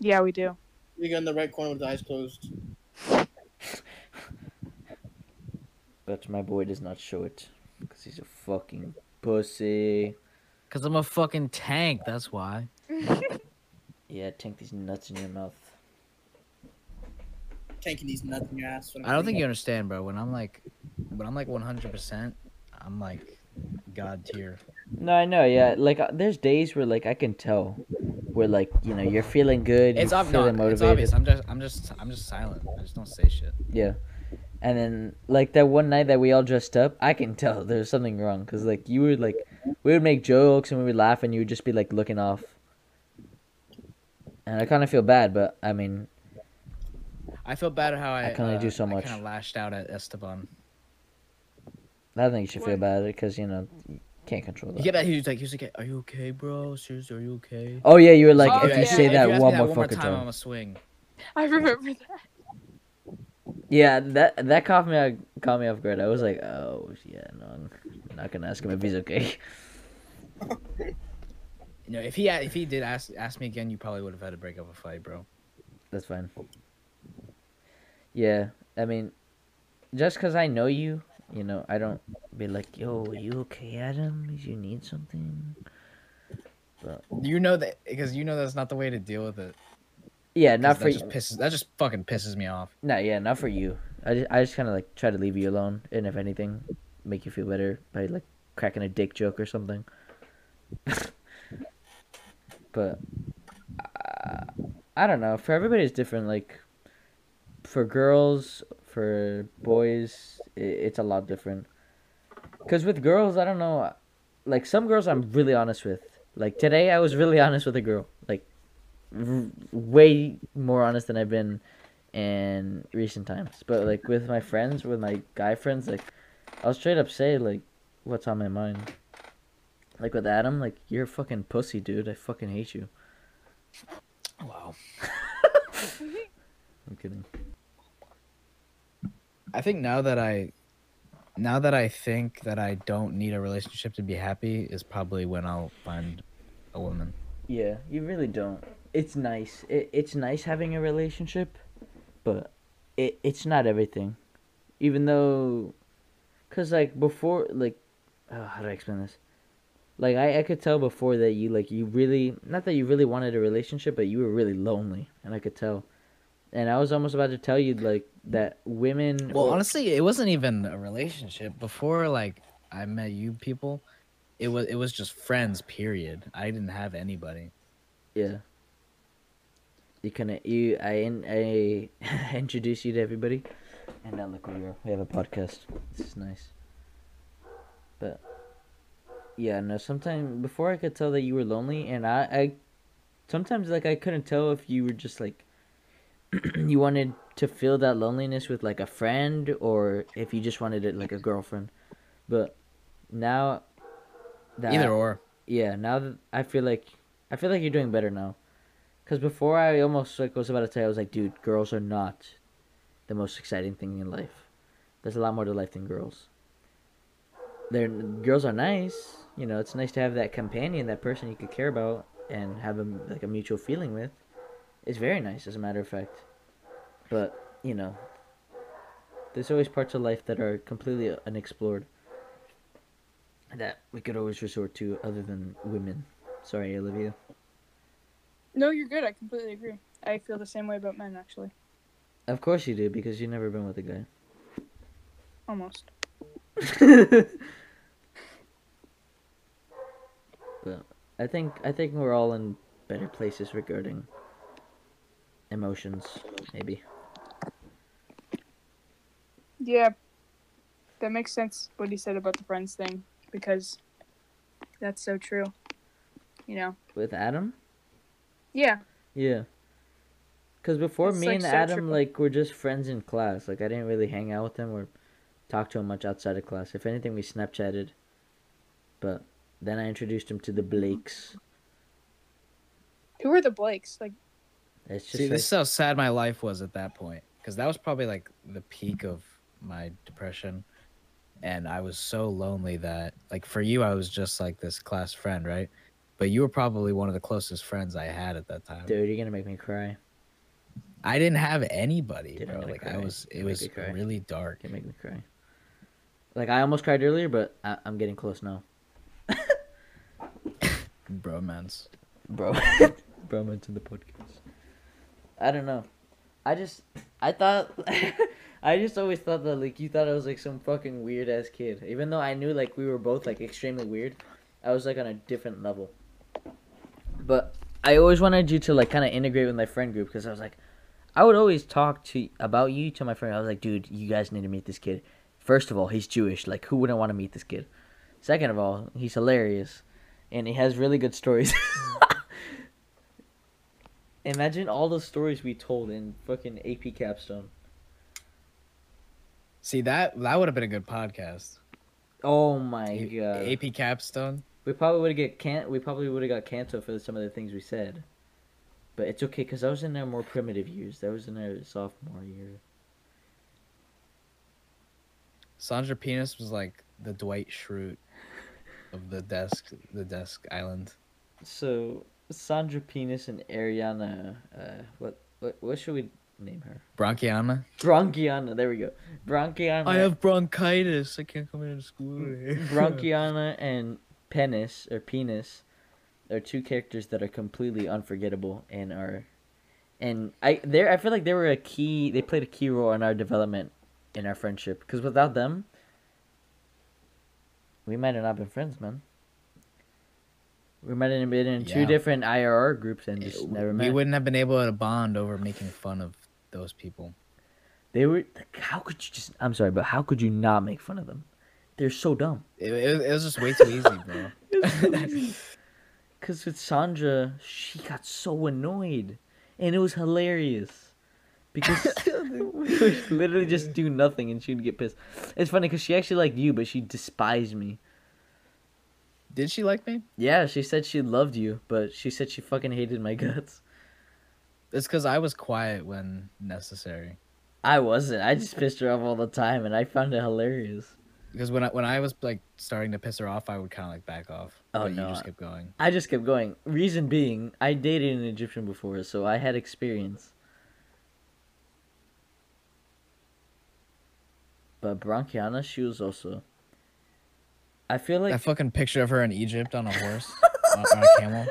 [SPEAKER 6] yeah we do.
[SPEAKER 4] You got in the right corner with the eyes closed.
[SPEAKER 1] But my boy does not show it, cause he's a fucking pussy.
[SPEAKER 3] Cause I'm a fucking tank. That's why.
[SPEAKER 1] Yeah, tank these nuts in your mouth.
[SPEAKER 4] Tanking these nuts in your ass.
[SPEAKER 3] I don't think you understand, bro. When I'm like, when I'm like 100%, I'm like god tier.
[SPEAKER 1] No, I know. Yeah, like uh, there's days where like I can tell, where like you know you're feeling good,
[SPEAKER 3] It's,
[SPEAKER 1] you're
[SPEAKER 3] ob- no,
[SPEAKER 1] feeling
[SPEAKER 3] it's
[SPEAKER 1] motivated,
[SPEAKER 3] obvious. I'm just, I'm just, I'm just silent. I just don't say shit.
[SPEAKER 1] yeah. And then like that one night that we all dressed up, I can tell there's something wrong because like you would like we would make jokes and we would laugh and you would just be like looking off. And I kind of feel bad, but I mean,
[SPEAKER 3] I feel bad how I,
[SPEAKER 1] I can only do so much.
[SPEAKER 3] Kind of lashed out at Esteban.
[SPEAKER 1] I don't think you should feel
[SPEAKER 6] What?
[SPEAKER 1] bad because you know you can't control that.
[SPEAKER 3] Yeah, but he was like, he was like, "Are you okay, bro? Seriously, are you okay?"
[SPEAKER 1] Oh yeah, you were like,
[SPEAKER 6] Oh,
[SPEAKER 1] if you
[SPEAKER 6] yeah,
[SPEAKER 1] say
[SPEAKER 6] if
[SPEAKER 1] that
[SPEAKER 3] ask me
[SPEAKER 1] one
[SPEAKER 3] that
[SPEAKER 1] more fucking
[SPEAKER 3] time,
[SPEAKER 1] time.
[SPEAKER 3] I'm a swing.
[SPEAKER 6] I remember that.
[SPEAKER 1] Yeah, that that caught me out- caught me off guard. I was like, oh yeah, no, I'm not gonna ask him if he's okay.
[SPEAKER 3] No, if he had, if he did ask ask me again, you probably would have had to break up a fight, bro.
[SPEAKER 1] That's fine. Yeah, I mean, just 'cause I know you, you know, I don't be like, yo, are you okay, Adam? Do you need something?
[SPEAKER 3] You know that because you know that's not the way to deal with it.
[SPEAKER 1] Yeah,
[SPEAKER 3] 'Cause
[SPEAKER 1] not
[SPEAKER 3] that
[SPEAKER 1] for
[SPEAKER 3] just
[SPEAKER 1] you.
[SPEAKER 3] pisses that just fucking pisses me off.
[SPEAKER 1] No, yeah, not for you. I just, I just kind of like try to leave you alone, and if anything, make you feel better by like cracking a dick joke or something. [laughs] but uh, I don't know. For everybody, it's different. Like for girls, for boys, i it's a lot different. Cause with girls, I don't know. uh, Like some girls, I'm really honest with. Like today, I was really [laughs] honest with a girl. Like r- way more honest than I've been in recent times. But like with my friends, with my guy friends, like I'll straight up say like what's on my mind. Like with Adam, like you're a fucking pussy, dude. I fucking hate you.
[SPEAKER 3] Wow.
[SPEAKER 1] [laughs] I'm kidding.
[SPEAKER 3] I think now that I now that I think that I don't need a relationship to be happy is probably when I'll find a woman.
[SPEAKER 1] Yeah, you really don't. It's nice. It, it's nice having a relationship, but it it's not everything. Even though, cause like before, like, oh, how do I explain this? Like I, I could tell before that you like you really not that you really wanted a relationship, but you were really lonely, and I could tell. And I was almost about to tell you like that women.
[SPEAKER 3] Well,
[SPEAKER 1] or-
[SPEAKER 3] honestly, it wasn't even a relationship before like I met you people. It was it was just friends, period. I didn't have anybody.
[SPEAKER 1] Yeah. You kind of you I in, I [laughs] introduce you to everybody, and now look where we are. We have a podcast. This is nice. But yeah, no. Sometimes before I could tell that you were lonely, and I I sometimes like I couldn't tell if you were just like [clears throat] you wanted to fill that loneliness with like a friend or if you just wanted it like a girlfriend. But now that
[SPEAKER 3] Either or.
[SPEAKER 1] yeah now that i feel like i feel like you're doing better now because before i almost like was about to tell you i was like dude girls are not the most exciting thing in life there's a lot more to life than girls they're girls are nice you know it's nice to have that companion that person you could care about and have a like a mutual feeling with it's very nice as a matter of fact but you know there's always parts of life that are completely unexplored that we could always resort to other than women. Sorry, Olivia.
[SPEAKER 6] No, you're good. I completely agree. I feel the same way about men actually,
[SPEAKER 1] Of course you do, because you've never been with a guy. [laughs]
[SPEAKER 6] almost.
[SPEAKER 1] But I think I think we're all in better places regarding emotions, maybe.
[SPEAKER 6] Yeah, that makes sense what he said about the friends thing because that's so true. You know?
[SPEAKER 1] With Adam?
[SPEAKER 6] Yeah.
[SPEAKER 1] Yeah. Cause before
[SPEAKER 6] It's,
[SPEAKER 1] me
[SPEAKER 6] like,
[SPEAKER 1] and
[SPEAKER 6] so
[SPEAKER 1] Adam
[SPEAKER 6] true.
[SPEAKER 1] like were just friends in class. Like I didn't really hang out with him or talk to him much outside of class. If anything, we Snapchatted. But then I introduced him to the Blakes.
[SPEAKER 6] Who are the Blakes? Like,
[SPEAKER 1] It's just
[SPEAKER 3] See,
[SPEAKER 1] like,
[SPEAKER 3] this is how sad my life was at that point because that was probably like the peak of my depression, and I was so lonely that like for you I was just like this class friend, right? But you were probably one of the closest friends I had at that time.
[SPEAKER 1] dude, you're gonna make me cry.
[SPEAKER 3] I didn't have anybody,
[SPEAKER 1] Dude, I'm
[SPEAKER 3] bro.
[SPEAKER 1] gonna
[SPEAKER 3] Like
[SPEAKER 1] cry.
[SPEAKER 3] I was, it
[SPEAKER 1] You're
[SPEAKER 3] was
[SPEAKER 1] making me cry.
[SPEAKER 3] really dark.
[SPEAKER 1] You make me cry. Like I almost cried earlier, but I- I'm getting close now,
[SPEAKER 3] Bromance.
[SPEAKER 1] bro. bro, I'm into the podcast. I don't know. I just, I thought, [laughs] I just always thought that like you thought I was like some fucking weird ass kid, even though I knew like we were both like extremely weird. I was like on a different level. But I always wanted you to like kind of integrate with my friend group because I was like, I would always talk to about you to my friend. I was like, dude, you guys need to meet this kid. First of all, he's Jewish. Like, who wouldn't want to meet this kid? Second of all, he's hilarious, and he has really good stories. [laughs] Imagine all the stories we told in fucking AP Capstone.
[SPEAKER 3] See that that would have been a good podcast.
[SPEAKER 1] Oh my
[SPEAKER 3] A-
[SPEAKER 1] god.
[SPEAKER 3] AP Capstone.
[SPEAKER 1] we probably would have get can we probably would have got canceled for some of the things we said. But it's okay cuz I was in their more primitive years. That was in their sophomore year.
[SPEAKER 3] Sandra Penis was like the Dwight Schrute of the desk, the desk island.
[SPEAKER 1] So, Sandra Penis and Ariana uh what what, what should we name her?
[SPEAKER 3] Bronchiana.
[SPEAKER 1] Bronchiana. There we go. Bronchiana.
[SPEAKER 3] bronchitis. I can't come into school. [laughs]
[SPEAKER 1] Bronchiana and Penis or Penis are two characters that are completely unforgettable and are and I there I feel like they were a key they played a key role in our development in our friendship because without them we might have not been friends, man. We might have been in two
[SPEAKER 3] Yeah. Eh,
[SPEAKER 1] different IRR groups and just never
[SPEAKER 3] We
[SPEAKER 1] met.
[SPEAKER 3] wouldn't have been able to bond over making fun of those people.
[SPEAKER 1] They were like, how could you just I'm sorry, but how could you not make fun of them? They're so dumb.
[SPEAKER 3] It, it, was- it was just way too
[SPEAKER 1] [laughs]
[SPEAKER 3] easy, bro.
[SPEAKER 1] Because with Sandra, she got so annoyed. And it was hilarious. Because [laughs] we would literally just do nothing and she would get pissed. It's funny because she actually liked you, but she despised me.
[SPEAKER 3] Did she like me?
[SPEAKER 1] Yeah, she said she loved you, but she said she fucking hated my [laughs] guts.
[SPEAKER 3] It's because I was quiet when necessary.
[SPEAKER 1] I wasn't. I just pissed her off all the time and I found it hilarious.
[SPEAKER 3] Because when I when I was like starting to piss her off, I would kind of like back off.
[SPEAKER 1] Oh,
[SPEAKER 3] But
[SPEAKER 1] no,
[SPEAKER 3] You just
[SPEAKER 1] I-
[SPEAKER 3] kept going.
[SPEAKER 1] I just kept going. Reason being, I dated an Egyptian before, so I had experience. But Bronchiana, she was also. I feel like
[SPEAKER 3] that fucking picture of her in Egypt on a horse,
[SPEAKER 1] [laughs]
[SPEAKER 3] on, on a camel.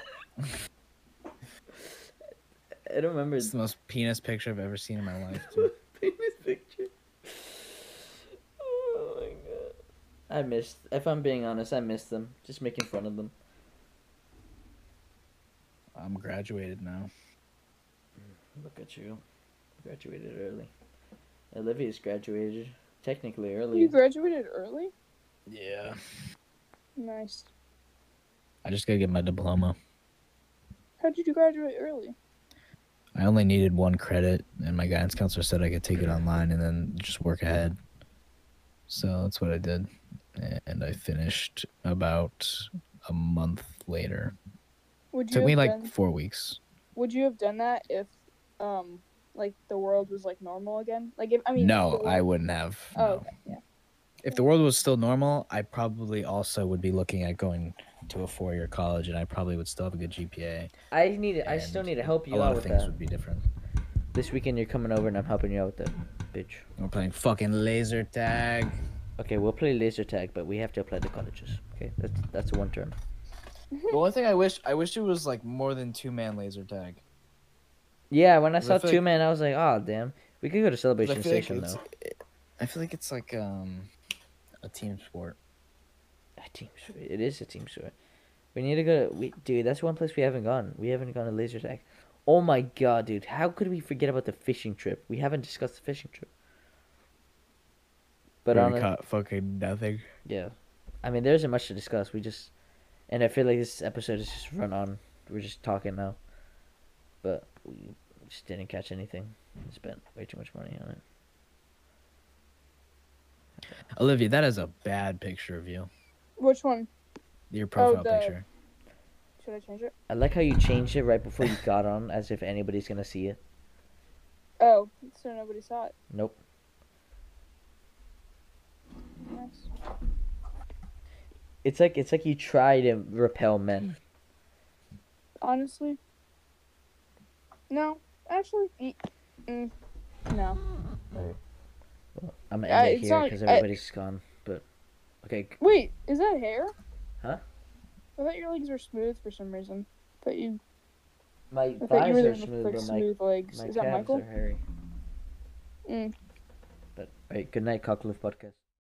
[SPEAKER 1] I don't remember [laughs]
[SPEAKER 3] It's the most penis picture I've ever seen in my life. Too.
[SPEAKER 1] penis picture. Oh my god! I missed. If I'm being honest, I missed them. Just making fun of them.
[SPEAKER 3] I'm graduated now.
[SPEAKER 1] Look at you, graduated early. Olivia's graduated technically early.
[SPEAKER 6] you graduated early?
[SPEAKER 3] Yeah.
[SPEAKER 6] Nice.
[SPEAKER 3] I just gotta get my diploma.
[SPEAKER 6] How did you graduate early?
[SPEAKER 3] I only needed one credit, and my guidance counselor said I could take it online and then just work ahead. So that's what I did, and I finished about a month later.
[SPEAKER 6] Would you
[SPEAKER 3] took
[SPEAKER 6] have
[SPEAKER 3] me like
[SPEAKER 6] done,
[SPEAKER 3] four weeks.
[SPEAKER 6] Would you have done that if, um, like the world was like normal again? Like if I mean.
[SPEAKER 3] No,
[SPEAKER 6] the
[SPEAKER 3] I
[SPEAKER 6] world-
[SPEAKER 3] wouldn't have.
[SPEAKER 6] Oh,
[SPEAKER 3] no.
[SPEAKER 6] okay, yeah.
[SPEAKER 3] If the world was still normal, I probably also would be looking at going to a four-year college, and I probably would still have a good GPA.
[SPEAKER 1] I need. I still
[SPEAKER 3] and
[SPEAKER 1] need to help
[SPEAKER 3] a
[SPEAKER 1] you out
[SPEAKER 3] lot of
[SPEAKER 1] with
[SPEAKER 3] things
[SPEAKER 1] that.
[SPEAKER 3] would be different.
[SPEAKER 1] This weekend you're coming over and I'm helping you out with that, bitch.
[SPEAKER 3] We're playing fucking laser tag.
[SPEAKER 1] Okay, we'll play laser tag, but we have to apply to colleges. Okay, that's that's one term.
[SPEAKER 3] the one thing I wish I wish it was like more than two man laser tag.
[SPEAKER 1] Yeah, when I
[SPEAKER 3] Cause I
[SPEAKER 1] saw
[SPEAKER 3] feel
[SPEAKER 1] two
[SPEAKER 3] like-
[SPEAKER 1] man, I was like, oh damn, we could go to
[SPEAKER 3] But
[SPEAKER 1] Celebration Station
[SPEAKER 3] it's,
[SPEAKER 1] though.
[SPEAKER 3] I feel like it's like um a team sport.
[SPEAKER 1] A team sport. It is a team sport. We need to go to we dude, that's one place we haven't gone. We haven't gone to laser tag. Oh my god, dude. How could we forget about the fishing trip? We haven't discussed the fishing trip. But
[SPEAKER 2] We
[SPEAKER 1] on a,
[SPEAKER 2] caught fucking nothing.
[SPEAKER 1] yeah. I mean there isn't much to discuss. We just and I feel like this episode is just run on. We're just talking now. But we just didn't catch anything. Spent way too much money on it.
[SPEAKER 2] Olivia, that is a bad picture of you.
[SPEAKER 6] Which one?
[SPEAKER 2] Your profile
[SPEAKER 6] the-
[SPEAKER 2] picture.
[SPEAKER 6] Should I change it?
[SPEAKER 1] I like how you changed it right before you got on as if anybody's gonna see it.
[SPEAKER 6] Oh, so nobody saw it.
[SPEAKER 1] Nope.
[SPEAKER 6] Nice.
[SPEAKER 1] It's like it's like you try to repel men.
[SPEAKER 6] Honestly. No, actually, e- mm, no.
[SPEAKER 1] I'm gonna
[SPEAKER 6] Yeah,
[SPEAKER 1] end it
[SPEAKER 6] it's
[SPEAKER 1] here
[SPEAKER 6] not-
[SPEAKER 1] because
[SPEAKER 6] I-
[SPEAKER 1] everybody's gone. But okay, g-
[SPEAKER 6] Wait, is that hair?
[SPEAKER 1] Huh?
[SPEAKER 6] I thought your legs were smooth for some reason. But you,
[SPEAKER 1] my
[SPEAKER 6] I thought
[SPEAKER 1] thighs
[SPEAKER 6] you were
[SPEAKER 1] are
[SPEAKER 6] just
[SPEAKER 1] smooth,
[SPEAKER 6] like
[SPEAKER 1] but my
[SPEAKER 6] smooth legs.
[SPEAKER 1] my calves
[SPEAKER 6] Is that
[SPEAKER 1] are
[SPEAKER 6] Michael?
[SPEAKER 1] hairy.
[SPEAKER 6] Mm.
[SPEAKER 1] But all right, good night, Cockliff podcast.